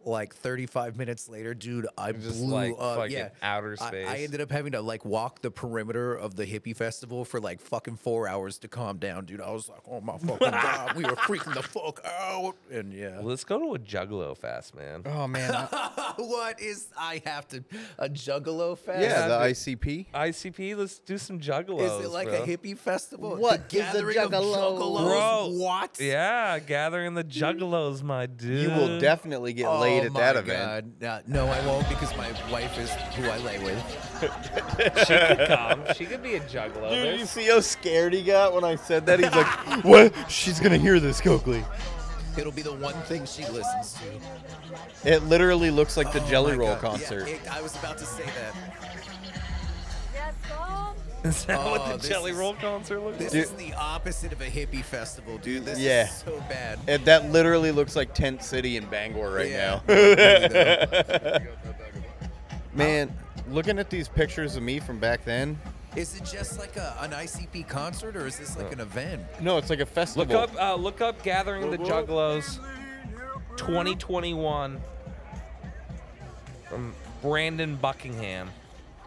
Speaker 3: Like 35 minutes later, dude, I
Speaker 6: Just
Speaker 3: blew
Speaker 6: like
Speaker 3: up.
Speaker 6: fucking
Speaker 3: yeah,
Speaker 6: outer
Speaker 3: I- I,
Speaker 6: space.
Speaker 3: ended up having to like walk the perimeter of the hippie festival for like fucking four hours to calm down, dude. I was like, oh my fucking god, we were freaking the fuck out. And yeah,
Speaker 6: let's go to a Juggalo fest, man.
Speaker 3: Oh man, what is I have to a Juggalo fest?
Speaker 24: Yeah, the ICP.
Speaker 6: ICP, let's do some Juggalos.
Speaker 3: Is it like
Speaker 6: bro.
Speaker 3: a hippie festival?
Speaker 6: What
Speaker 3: the
Speaker 6: is a
Speaker 3: gathering of
Speaker 6: Juggalo?
Speaker 3: juggalos?
Speaker 6: Bro.
Speaker 3: What?
Speaker 6: Yeah, gathering the Juggalos, my dude.
Speaker 24: You will definitely get laid at that event.
Speaker 3: Oh God. No, no, I won't because my wife is who I lay with.
Speaker 6: She could come. She could be a Juggalo.
Speaker 5: Dude, you
Speaker 6: There's-
Speaker 5: see how scared he got when I said that? He's like, "What? She's gonna hear this, Coakley."
Speaker 3: It'll be the one thing she listens to.
Speaker 5: It literally looks like the
Speaker 3: Oh
Speaker 5: Jelly
Speaker 3: my
Speaker 5: Roll
Speaker 3: God. Yeah,
Speaker 5: concert.
Speaker 3: it- I was about to say that.
Speaker 6: Is that what
Speaker 3: Oh,
Speaker 6: the
Speaker 3: this
Speaker 6: Jelly
Speaker 3: is-
Speaker 6: Roll concert looks
Speaker 3: This
Speaker 6: like?
Speaker 3: is the opposite of a hippie festival, dude. This
Speaker 5: yeah,
Speaker 3: is so bad.
Speaker 5: It, that literally looks like Tent City in Bangor right
Speaker 3: Yeah.
Speaker 5: now. Man, looking at these pictures of me from back then,
Speaker 3: Is it just like a, an ICP concert or is this like an event?
Speaker 5: no, it's like a festival.
Speaker 6: Look up, uh, look up, gathering the Juggalos, 2021, from Brandon Buckingham,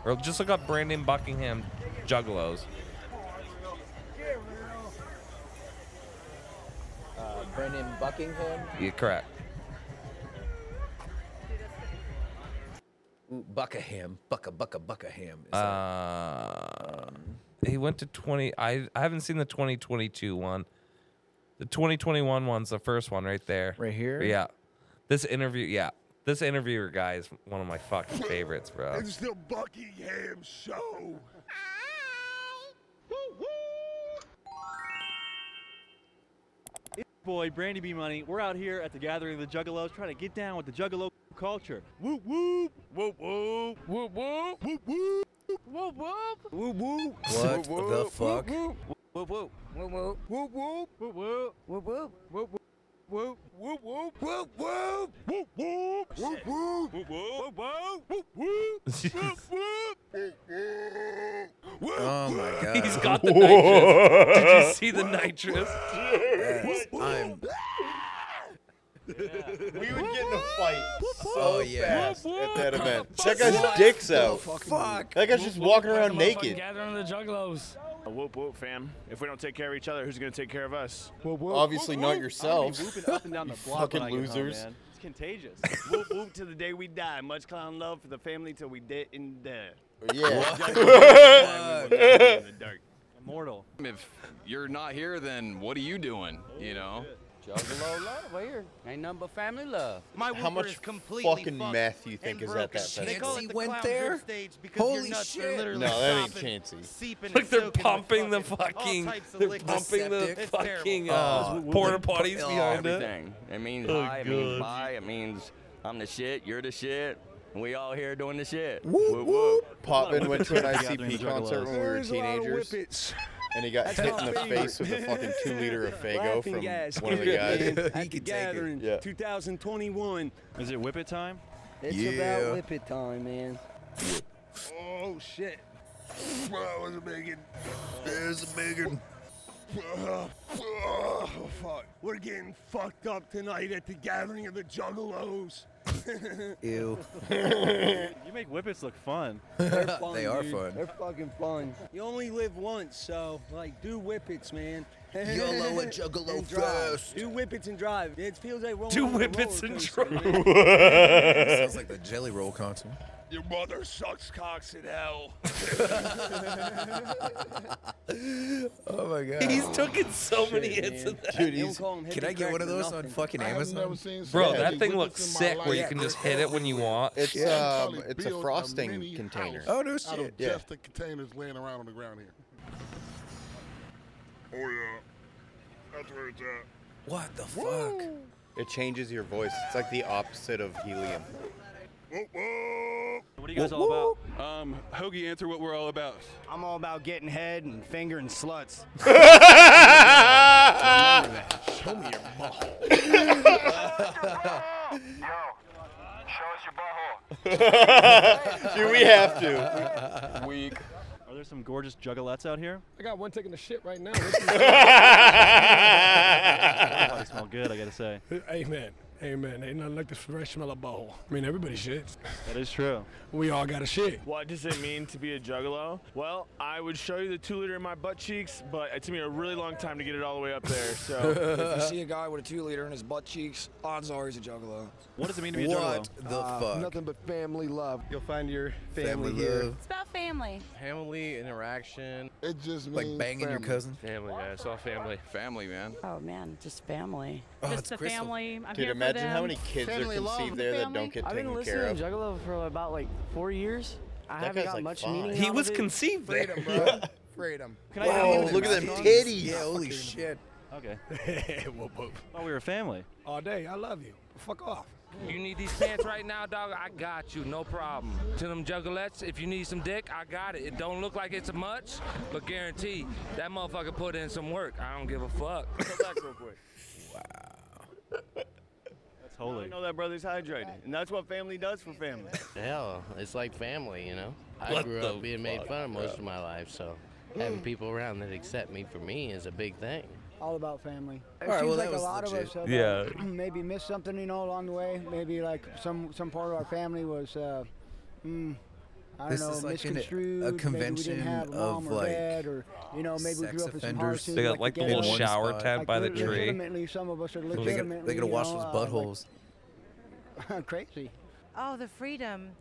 Speaker 6: or just look up Brandon Buckingham Juggalos.
Speaker 3: Uh, Brendan Buckingham.
Speaker 6: Yeah, correct.
Speaker 3: Ooh, Buckingham. Bucka, Bucka, Buckingham.
Speaker 6: Uh, he went to 20. I I haven't seen the 2022 one. The 2021 one's the first one right there.
Speaker 3: Right here?
Speaker 6: Yeah. This interview, yeah. This interviewer guy is one of my fucking favorites, bro.
Speaker 2: It's the Buckingham Show.
Speaker 25: Boy, Brandy B Money, we're out here at the gathering of the Juggalos trying to get down with the Juggalo culture. Whoop whoop, whoop whoop, whoop whoop, whoop whoop, whoop whoop, whoop whoop.
Speaker 3: What
Speaker 25: Whoop,
Speaker 3: the
Speaker 25: whoop,
Speaker 3: fuck?
Speaker 25: Whoop whoop, whoop whoop, whoop whoop, whoop whoop, whoop whoop, whoop whoop. Whoop whoop whoop whoop whoop whoop whoop whoop whoop whoop whoop whoop whoop whoop whoop
Speaker 3: Oh my god.
Speaker 6: He's got the nitrous. Did you see the nitrous?
Speaker 3: Yes, I'm
Speaker 5: we would get in a fight so
Speaker 3: Oh, yeah.
Speaker 5: fast at that event.
Speaker 3: Fuck
Speaker 5: That guy's
Speaker 3: what?
Speaker 5: dicks
Speaker 3: The
Speaker 5: out.
Speaker 3: fuck?
Speaker 5: That guy's just walking around naked.
Speaker 22: Gathering the juggalos. whoop whoop, fam. If we don't take care of each other, who's gonna take care of us?
Speaker 5: Obviously not
Speaker 22: yourselves.
Speaker 5: yourselves.
Speaker 22: whooping up and down
Speaker 5: You
Speaker 22: the block
Speaker 5: fucking
Speaker 22: when I get home,
Speaker 5: losers.
Speaker 22: man. It's contagious. whoop whoop to the day we die. Much clown love for the family till we dead and dead.
Speaker 5: Yeah.
Speaker 22: Immortal.
Speaker 21: If you're not here, then what are you doing? You know?
Speaker 9: Juggalo love right here. Ain't nothing but family love.
Speaker 21: My
Speaker 5: How
Speaker 21: Whooper
Speaker 5: much
Speaker 21: is completely
Speaker 5: fucking
Speaker 21: fucked
Speaker 5: meth you think is
Speaker 21: and
Speaker 5: at
Speaker 21: broken.
Speaker 5: that festival?
Speaker 21: They call it the clown drip stage because
Speaker 3: Holy
Speaker 21: your nuts are
Speaker 3: shit.
Speaker 21: literally
Speaker 5: No, that ain't
Speaker 21: stopping,
Speaker 5: Chancey.
Speaker 21: seeping and
Speaker 6: Like they're
Speaker 21: soaking with
Speaker 6: pumping the
Speaker 21: fucking- all
Speaker 6: fucking,
Speaker 21: types of
Speaker 6: they're
Speaker 21: liquid.
Speaker 6: pumping the
Speaker 21: It's terrible.
Speaker 6: fucking uh, porta potties behind it.
Speaker 9: everything. It means
Speaker 6: Oh,
Speaker 9: hi, it means
Speaker 6: God.
Speaker 9: bye, it means I'm the shit, you're the shit, and we all here doing the shit.
Speaker 5: Whoop, whoop. Poppin went to an
Speaker 9: Gathering
Speaker 5: ICP
Speaker 9: the juggalos.
Speaker 5: concert when we were
Speaker 9: There's a lot of
Speaker 5: teenagers. And he got
Speaker 9: That's
Speaker 5: hit
Speaker 9: my
Speaker 5: in the
Speaker 9: favorite.
Speaker 5: face with a fucking two liter of Fago
Speaker 22: Laughing
Speaker 5: from
Speaker 22: gas,
Speaker 5: one of the
Speaker 22: whip it,
Speaker 5: guys.
Speaker 22: man, At the gathering,
Speaker 5: Yeah.
Speaker 22: 2021. Is it whip it time?
Speaker 9: It's about Yeah.
Speaker 22: whip it time, man.
Speaker 2: Oh shit. Oh, it's a big one. It's a big one. Oh, oh, fuck. We're getting fucked up tonight at the gathering of the Juggalos.
Speaker 3: Ew.
Speaker 22: you make whippets look fun.
Speaker 3: They're fun, They are dude. fun. They're
Speaker 22: fucking fun. You only live once, so like do whippets, man.
Speaker 3: YOLO and Juggalo
Speaker 22: And drive.
Speaker 3: first.
Speaker 22: Do whippets and drive. It feels like rolling
Speaker 6: Do
Speaker 22: on a
Speaker 6: whippets
Speaker 22: roller
Speaker 6: and
Speaker 22: coaster,
Speaker 6: drive.
Speaker 22: man.
Speaker 3: Sounds like the Jelly Roll concert.
Speaker 2: Your mother sucks cocks in hell.
Speaker 3: Oh my god.
Speaker 6: He's taken so many hits in that.
Speaker 3: Dude, he's- can I get one of those on fucking
Speaker 2: I have
Speaker 3: Amazon?
Speaker 2: never seen
Speaker 6: Bro,
Speaker 2: Yeah.
Speaker 6: that thing
Speaker 2: Whippets
Speaker 6: looks
Speaker 2: in my
Speaker 6: sick where you
Speaker 2: life.
Speaker 6: can just hit it when you want.
Speaker 5: It's um, it's a frosting container.
Speaker 2: House Out of
Speaker 5: Yeah.
Speaker 2: Oh, just the containers laying around on the ground here. Oh yeah, that's where it's at.
Speaker 3: What the fuck?
Speaker 5: It changes your voice. It's like the opposite of helium.
Speaker 22: What
Speaker 5: are you guys all Whoop,
Speaker 22: about? Um, Hoagie, answer what we're all about. I'm all about getting head and fingering sluts.
Speaker 2: Show me your butthole.
Speaker 5: Do we have to?
Speaker 22: Weak. Are there some gorgeous juggalettes out here?
Speaker 26: I got one taking a shit right now.
Speaker 22: They smell good, I gotta say.
Speaker 26: Amen.
Speaker 25: Amen. Ain't nothing like the fresh smell of butthole. I mean, everybody shits.
Speaker 22: That is true.
Speaker 25: We all got a shit.
Speaker 22: What does it mean to be a juggalo? Well, I would show you the two liter in my butt cheeks, but it took me a really long time to get it all the way up there.
Speaker 27: if you
Speaker 22: So
Speaker 27: see a guy with a two liter in his butt cheeks, odds are he's a juggalo.
Speaker 22: What does it mean to be a What juggalo? the
Speaker 27: Uh,
Speaker 22: fuck?
Speaker 27: Nothing but family love.
Speaker 22: you'll find your
Speaker 27: Family here. love.
Speaker 13: It's about family.
Speaker 10: Family interaction.
Speaker 27: It just
Speaker 10: Like means banging your family. cousin?
Speaker 28: Family, yeah, it's all family. Family, man.
Speaker 13: Oh man, just family.
Speaker 28: Oh,
Speaker 13: just
Speaker 28: it's
Speaker 13: the
Speaker 28: Crystal.
Speaker 13: family. I'm
Speaker 5: Dude,
Speaker 13: here
Speaker 5: imagine
Speaker 13: for them.
Speaker 5: how many kids are Family love. conceived there that don't get
Speaker 10: I've been
Speaker 5: taken
Speaker 10: listening
Speaker 5: care
Speaker 10: to Juggalo for about like four years. I
Speaker 5: That
Speaker 10: haven't
Speaker 5: guy's
Speaker 10: got
Speaker 5: like
Speaker 10: much
Speaker 5: five.
Speaker 10: meaning.
Speaker 5: He
Speaker 10: out
Speaker 5: was
Speaker 10: of it.
Speaker 5: conceived there.
Speaker 10: Freedom, bro.
Speaker 27: Freedom.
Speaker 10: Can I
Speaker 5: Whoa,
Speaker 10: have
Speaker 5: look at them
Speaker 10: some
Speaker 5: titties.
Speaker 10: cheese?
Speaker 5: Yeah, holy
Speaker 10: Fucking-
Speaker 5: shit.
Speaker 10: Okay.
Speaker 22: Okay. whoop, whoop.
Speaker 10: Thought we were a family.
Speaker 27: All day. I love you. Fuck off.
Speaker 28: You need these pants right now, dog? I got you, no problem. To them juggalettes, if you need some dick, I got it. It don't look like it's much, but guarantee that motherfucker put in some work. I don't give a fuck.
Speaker 22: real quick. That's holy. I know that brother's hydrated, and that's what family does for family.
Speaker 10: Hell, it's like family, you know. I
Speaker 22: What
Speaker 10: grew
Speaker 22: the
Speaker 10: up being made
Speaker 22: fuck,
Speaker 10: fun of most
Speaker 22: bro?
Speaker 10: of my life, so having people around that accept me for me is a big thing.
Speaker 21: all about family. It
Speaker 10: All right,
Speaker 21: seems
Speaker 10: well, that
Speaker 21: like
Speaker 10: was
Speaker 21: a lot
Speaker 10: legit.
Speaker 21: of us have,
Speaker 10: Yeah.
Speaker 21: uh, maybe missed something, you know, along the way. Maybe like some some part of our family was, uh, mm, I don't
Speaker 3: This
Speaker 21: know,
Speaker 3: is like an- a
Speaker 21: misconstrued. maybe we
Speaker 3: convention
Speaker 21: didn't have a mom
Speaker 3: of,
Speaker 21: or
Speaker 3: like,
Speaker 21: dad, or you know, maybe we
Speaker 3: sex
Speaker 21: grew up in some
Speaker 3: offenders.
Speaker 21: hardship,
Speaker 3: They got,
Speaker 6: like, the
Speaker 21: together.
Speaker 6: little shower tent by the
Speaker 21: le-
Speaker 6: tree.
Speaker 21: Legitimately, some of us are
Speaker 3: They gotta,
Speaker 21: legitimately.
Speaker 3: they gotta wash
Speaker 21: you know,
Speaker 3: those
Speaker 21: uh, like,
Speaker 3: buttholes.
Speaker 21: crazy.
Speaker 29: Oh, the freedom.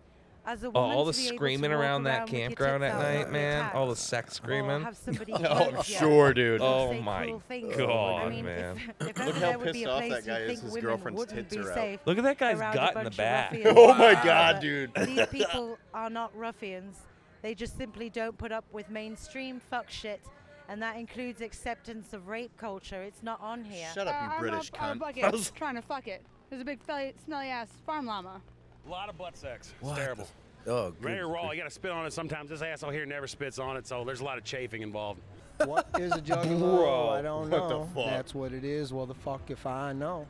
Speaker 29: As a
Speaker 6: Oh,
Speaker 29: woman
Speaker 6: all
Speaker 29: to
Speaker 6: the
Speaker 29: be able to
Speaker 6: screaming
Speaker 29: walk
Speaker 6: around that
Speaker 29: with your tits
Speaker 6: campground at
Speaker 29: out
Speaker 6: night,
Speaker 29: on
Speaker 6: man.
Speaker 29: top.
Speaker 6: All the sex screaming.
Speaker 29: have somebody
Speaker 6: oh,
Speaker 29: Oh, I'm
Speaker 5: yeah. sure, dude.
Speaker 6: Oh
Speaker 5: Say
Speaker 6: my
Speaker 29: cruel things.
Speaker 6: god,
Speaker 29: I mean,
Speaker 6: man.
Speaker 29: if- if
Speaker 5: Look
Speaker 29: ever
Speaker 5: how
Speaker 29: there would be
Speaker 5: pissed
Speaker 29: a
Speaker 5: off
Speaker 29: place
Speaker 5: that
Speaker 29: you
Speaker 5: guy is
Speaker 29: think
Speaker 5: his
Speaker 29: women
Speaker 5: girlfriend's
Speaker 29: wouldn't
Speaker 5: tits
Speaker 29: be
Speaker 5: are out.
Speaker 29: safe
Speaker 6: Look at that guy's
Speaker 29: around a
Speaker 6: gut in the
Speaker 29: bunch of
Speaker 6: back.
Speaker 29: ruffians.
Speaker 6: Oh my
Speaker 29: However,
Speaker 6: God, dude.
Speaker 29: These people are not ruffians. They just simply don't put up with mainstream fuck shit. And that includes acceptance of rape culture. It's not on here.
Speaker 5: Shut up, you
Speaker 29: Uh, I'm
Speaker 5: British
Speaker 29: up- I'm
Speaker 5: cunt.
Speaker 29: bugging.
Speaker 5: I was-
Speaker 29: trying to fuck it. There's a big felly- smelly ass farm llama.
Speaker 7: A lot of butt sex. It's
Speaker 3: What
Speaker 7: terrible.
Speaker 3: the- oh, good-
Speaker 7: Very raw. You got to spit on it sometimes. This asshole here never spits on it, so there's a lot of chafing involved.
Speaker 21: What is a juggalo?
Speaker 7: Bro,
Speaker 21: I don't
Speaker 7: what the
Speaker 21: know.
Speaker 7: fuck?
Speaker 21: That's what it is. Well, the fuck if I know.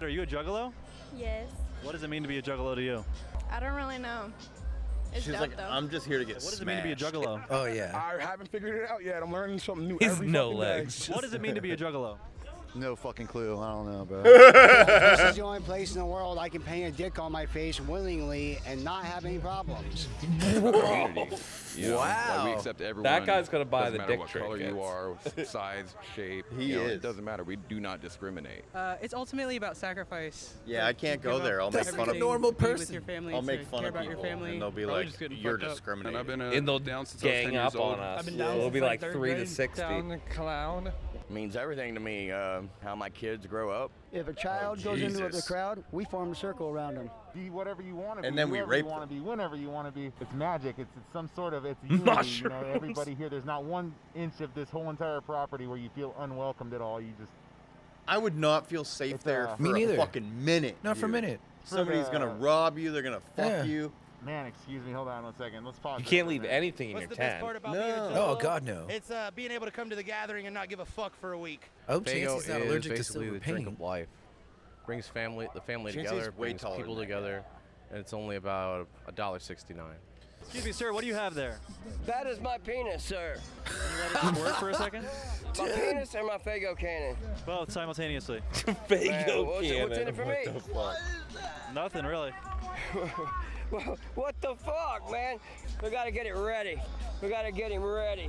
Speaker 22: Are you a juggalo?
Speaker 9: Yes.
Speaker 22: What does it mean to be a juggalo to you?
Speaker 9: I don't really know. It's
Speaker 5: She's
Speaker 9: dope
Speaker 5: like,
Speaker 9: though.
Speaker 5: I'm just here to get
Speaker 22: What does it mean to be a
Speaker 5: smashed."
Speaker 22: juggalo?
Speaker 3: Oh yeah.
Speaker 25: I haven't figured it out yet. I'm learning something new
Speaker 6: He's
Speaker 25: every
Speaker 6: no
Speaker 25: fucking
Speaker 6: legs.
Speaker 25: Day.
Speaker 22: What does it mean to be a juggalo?
Speaker 10: No fucking clue. I don't know, bro.
Speaker 21: this is the only place in the world I can paint a dick on my face willingly and not have any problems.
Speaker 28: Community, you know, Like we
Speaker 6: Wow.
Speaker 28: accept
Speaker 6: That
Speaker 28: everyone.
Speaker 6: guy's gonna buy
Speaker 28: doesn't
Speaker 6: the
Speaker 28: matter
Speaker 6: dick
Speaker 28: what color you are, size, shape.
Speaker 5: He
Speaker 28: you know,
Speaker 5: is.
Speaker 28: It doesn't matter. We do not discriminate.
Speaker 30: Uh, it's ultimately about sacrifice.
Speaker 5: Yeah, I can't go
Speaker 30: Give up
Speaker 5: there. I'll make
Speaker 30: everything
Speaker 5: fun of
Speaker 30: to be With your family,
Speaker 5: I'll
Speaker 30: to
Speaker 5: make fun
Speaker 30: care
Speaker 5: of
Speaker 30: about your
Speaker 5: people,
Speaker 30: family.
Speaker 5: and they'll be
Speaker 30: Probably
Speaker 5: like,
Speaker 30: just getting
Speaker 5: "You're
Speaker 30: fucked up.
Speaker 5: discriminating."
Speaker 30: uh,
Speaker 6: and they'll gang up on us. It'll be like three to sixty.
Speaker 30: clown.
Speaker 31: Means everything to me. Uh, how my kids grow up.
Speaker 21: If a child goes into the
Speaker 31: Jesus.
Speaker 21: crowd, we form a circle around him.
Speaker 10: Be whatever you want to be.
Speaker 31: And then we
Speaker 10: whoever
Speaker 31: rape
Speaker 10: you
Speaker 31: them.
Speaker 10: want to be, whenever you want to be. It's magic. It's, it's some sort of it's unity. You know,
Speaker 32: Mushrooms.
Speaker 10: everybody here. There's not one inch of this whole entire property where you feel unwelcomed at all. You just
Speaker 5: I would not feel safe there
Speaker 10: uh,
Speaker 5: for
Speaker 10: Me
Speaker 5: a
Speaker 10: neither.
Speaker 5: fucking minute.
Speaker 10: Not for a
Speaker 5: dude.
Speaker 10: minute. For
Speaker 5: Somebody's
Speaker 10: the-
Speaker 5: gonna rob you. They're gonna fuck
Speaker 10: Yeah.
Speaker 5: you.
Speaker 10: man, excuse me. Hold on one second. Let's pause.
Speaker 6: You
Speaker 10: this for
Speaker 6: can't
Speaker 10: a
Speaker 6: leave
Speaker 10: minute.
Speaker 6: anything in
Speaker 10: What's
Speaker 6: your
Speaker 10: the
Speaker 6: tent.
Speaker 10: best part about
Speaker 3: being a No. juggalo? Oh, God, no.
Speaker 30: It's uh, being able to come to the gathering and not give a fuck for a week.
Speaker 3: I hope
Speaker 30: Fago
Speaker 3: Chancey's not
Speaker 30: is
Speaker 3: allergic to
Speaker 30: basically
Speaker 3: silver
Speaker 30: the drink
Speaker 3: paint.
Speaker 30: of life.
Speaker 32: Brings family, the family
Speaker 30: Chances
Speaker 32: together,
Speaker 30: way
Speaker 32: brings
Speaker 30: taller
Speaker 32: people
Speaker 30: than
Speaker 32: together, and it's only about a dollar sixty-nine.
Speaker 30: Excuse me, sir. What do you have there?
Speaker 2: That is my penis, sir.
Speaker 30: Can you let it work for a second?
Speaker 2: My penis and my Fago cannon.
Speaker 30: Both simultaneously.
Speaker 32: Fago
Speaker 2: what's, it- what's in it for me?
Speaker 30: Nothing really.
Speaker 2: Wha- what the fuck, man? We gotta get it ready. We gotta get him ready.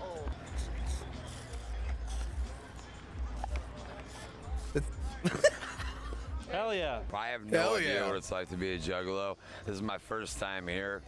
Speaker 19: Oh.
Speaker 30: Hell yeah.
Speaker 32: I have no idea what it's like to be a juggalo. This is my first time here.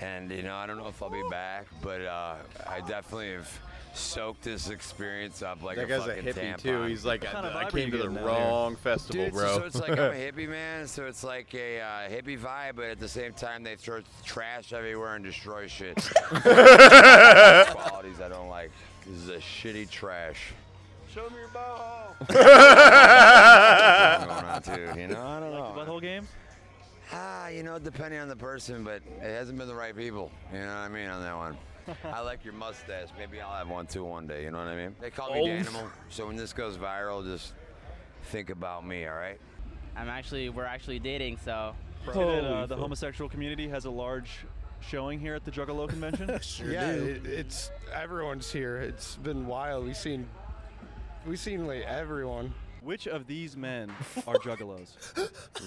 Speaker 32: And, you know, I don't know if I'll be back, but uh, I definitely have soaked this experience up like
Speaker 5: that
Speaker 32: a
Speaker 5: guy's a
Speaker 32: fucking
Speaker 5: hippie
Speaker 32: tampon.
Speaker 5: too. He's like,
Speaker 32: What kind of
Speaker 5: I, I
Speaker 32: vibe are
Speaker 5: came
Speaker 32: you
Speaker 5: to the
Speaker 32: getting out
Speaker 5: wrong
Speaker 32: here?"
Speaker 5: festival,
Speaker 32: Dude,
Speaker 5: bro.
Speaker 32: So it's like I'm a hippie man, so it's like a uh, hippie vibe, but at the same time they throw trash everywhere and destroy shit. Qualities I don't like. This is a shitty trash.
Speaker 2: Show me your butthole.
Speaker 32: Something going on too, you know, I don't know.
Speaker 30: Butthole game?
Speaker 32: Ah, you know, depending on the person, but it hasn't been the right people. You know what I mean on that one. I like your mustache. Maybe I'll have one too one day. You know what I mean? They call me
Speaker 33: Oh.
Speaker 32: the animal. So when this goes viral, just think about me. All right?
Speaker 33: I'm actually, we're actually dating, so.
Speaker 12: That, uh, the homosexual community has a large showing here at the Juggalo convention.
Speaker 25: yeah, it, it's everyone's here. It's been wild. We've seen, we've seen like everyone. Which of these men are juggalos?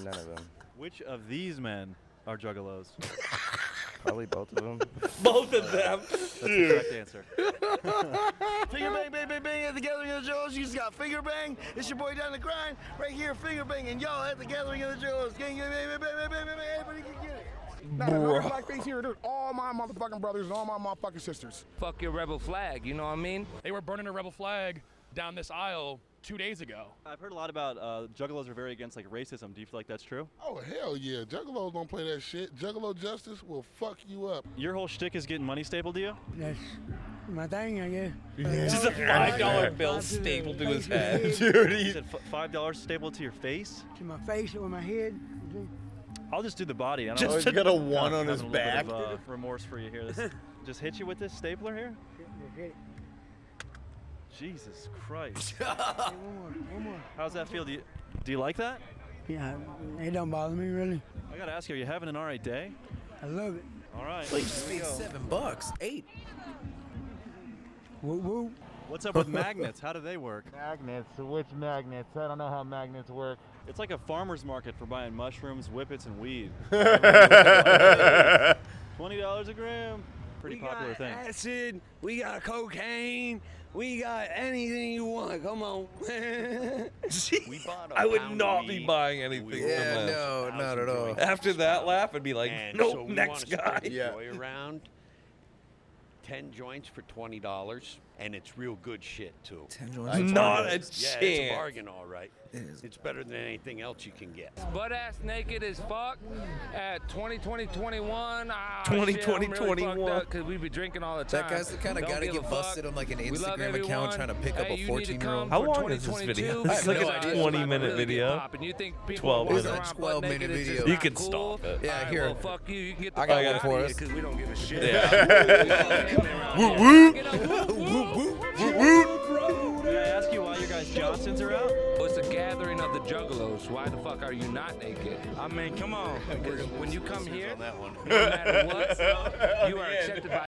Speaker 25: None of them. Which of these men are juggalos?
Speaker 2: Probably both of them.
Speaker 25: Both of them. That's the correct answer.
Speaker 34: finger bang, bang, bang, bang at the Gathering of the Jewels. You just got finger bang. It's your boy down the grind right here, finger bang, and y'all at the Gathering of the Jewels. Gang, gang, bang, bang, bang, bang, bang, bang, bang. Everybody can get it.
Speaker 22: Nah, the
Speaker 28: Bruh.
Speaker 22: real black face here, dude. All my motherfucking brothers and all my motherfucking sisters.
Speaker 28: Fuck your rebel flag, you know what I mean?
Speaker 2: They were burning a rebel flag down this aisle two days ago.
Speaker 25: I've heard a lot about uh, juggalos are very against like racism. Do you feel like that's true?
Speaker 35: Oh hell yeah, Juggalos don't play that shit. Juggalo justice will fuck you up.
Speaker 25: Your whole shtick is getting money stapled to you?
Speaker 35: Yes.
Speaker 2: My thing, I guess.
Speaker 25: Just a
Speaker 2: $5 bill stapled to his head.
Speaker 25: Dude, he said f- five dollars stapled to your face.
Speaker 2: To my face or my head.
Speaker 25: I'll just do the body. I don't
Speaker 2: Just to-
Speaker 25: know.
Speaker 2: got a
Speaker 25: I'm
Speaker 2: one on
Speaker 25: having
Speaker 2: his
Speaker 25: a little bit
Speaker 2: back.
Speaker 25: of, uh, remorse for you here. This, just hit you with this stapler here. Jesus Christ. How's that feel? Do you, do you like that?
Speaker 2: Yeah, it don't bother me really.
Speaker 25: I gotta ask you, are you having an alright day?
Speaker 2: I love it.
Speaker 25: All right.
Speaker 2: Like, just made seven bucks,
Speaker 36: eight.
Speaker 25: Woo woo. What's up with magnets? How do they work? Magnets? Which magnets? I don't know how magnets work. It's like a farmer's market for buying mushrooms, whippets, and weed. Twenty dollars a gram. Pretty popular
Speaker 2: got
Speaker 25: thing.
Speaker 2: Acid, we got cocaine, we got anything you want. Come on.
Speaker 34: We bought
Speaker 6: I would not be buying anything
Speaker 2: Yeah,
Speaker 6: from them.
Speaker 2: no, not at all.
Speaker 6: After that laugh, I'd be like,
Speaker 2: And
Speaker 6: nope,
Speaker 2: so we
Speaker 6: next
Speaker 2: wanna
Speaker 6: guy.
Speaker 2: spread the joy around. Ten joints for twenty dollars, and it's real good shit too. Ten
Speaker 6: joints for Not $20.
Speaker 2: Yeah,
Speaker 6: a
Speaker 2: it's
Speaker 6: chance.
Speaker 2: a bargain, all right. It's better than anything else you can get.
Speaker 28: Butt ass naked as fuck at 20, 20, 21. Ah,
Speaker 2: 20,
Speaker 28: shit, I'm
Speaker 2: 20,
Speaker 28: really fucked
Speaker 2: 21. up
Speaker 28: Cause we be drinking all the time.
Speaker 2: That guy's the kinda Don't guy to give get a busted fuck. on, like, an We love Instagram account everyone. trying to pick up Hey, a you need to 14-year-old. come
Speaker 6: How
Speaker 2: for
Speaker 6: long is this
Speaker 2: 2022.
Speaker 6: video?
Speaker 2: I
Speaker 6: It's
Speaker 2: have
Speaker 6: like
Speaker 2: no idea.
Speaker 6: a 20
Speaker 2: It's not
Speaker 6: minute
Speaker 2: really get
Speaker 6: video.
Speaker 2: poppin'. You think people
Speaker 6: 12
Speaker 2: walking
Speaker 6: minute.
Speaker 2: around butt naked is just
Speaker 6: You
Speaker 2: not
Speaker 6: can
Speaker 2: cool?
Speaker 6: stop it.
Speaker 2: All right, well, fuck you. You can get the
Speaker 6: I got
Speaker 2: fuck
Speaker 6: one
Speaker 2: out
Speaker 6: for
Speaker 2: of
Speaker 6: us.
Speaker 2: here 'cause we don't give a shit.
Speaker 25: Yeah.
Speaker 2: Woo
Speaker 25: Can I ask you why your guys Johnsons are out?
Speaker 28: Well, it's a gathering of the juggalos. Why the fuck are you not naked? I mean, come on. 'Cause when you come here, no matter what, you are accepted by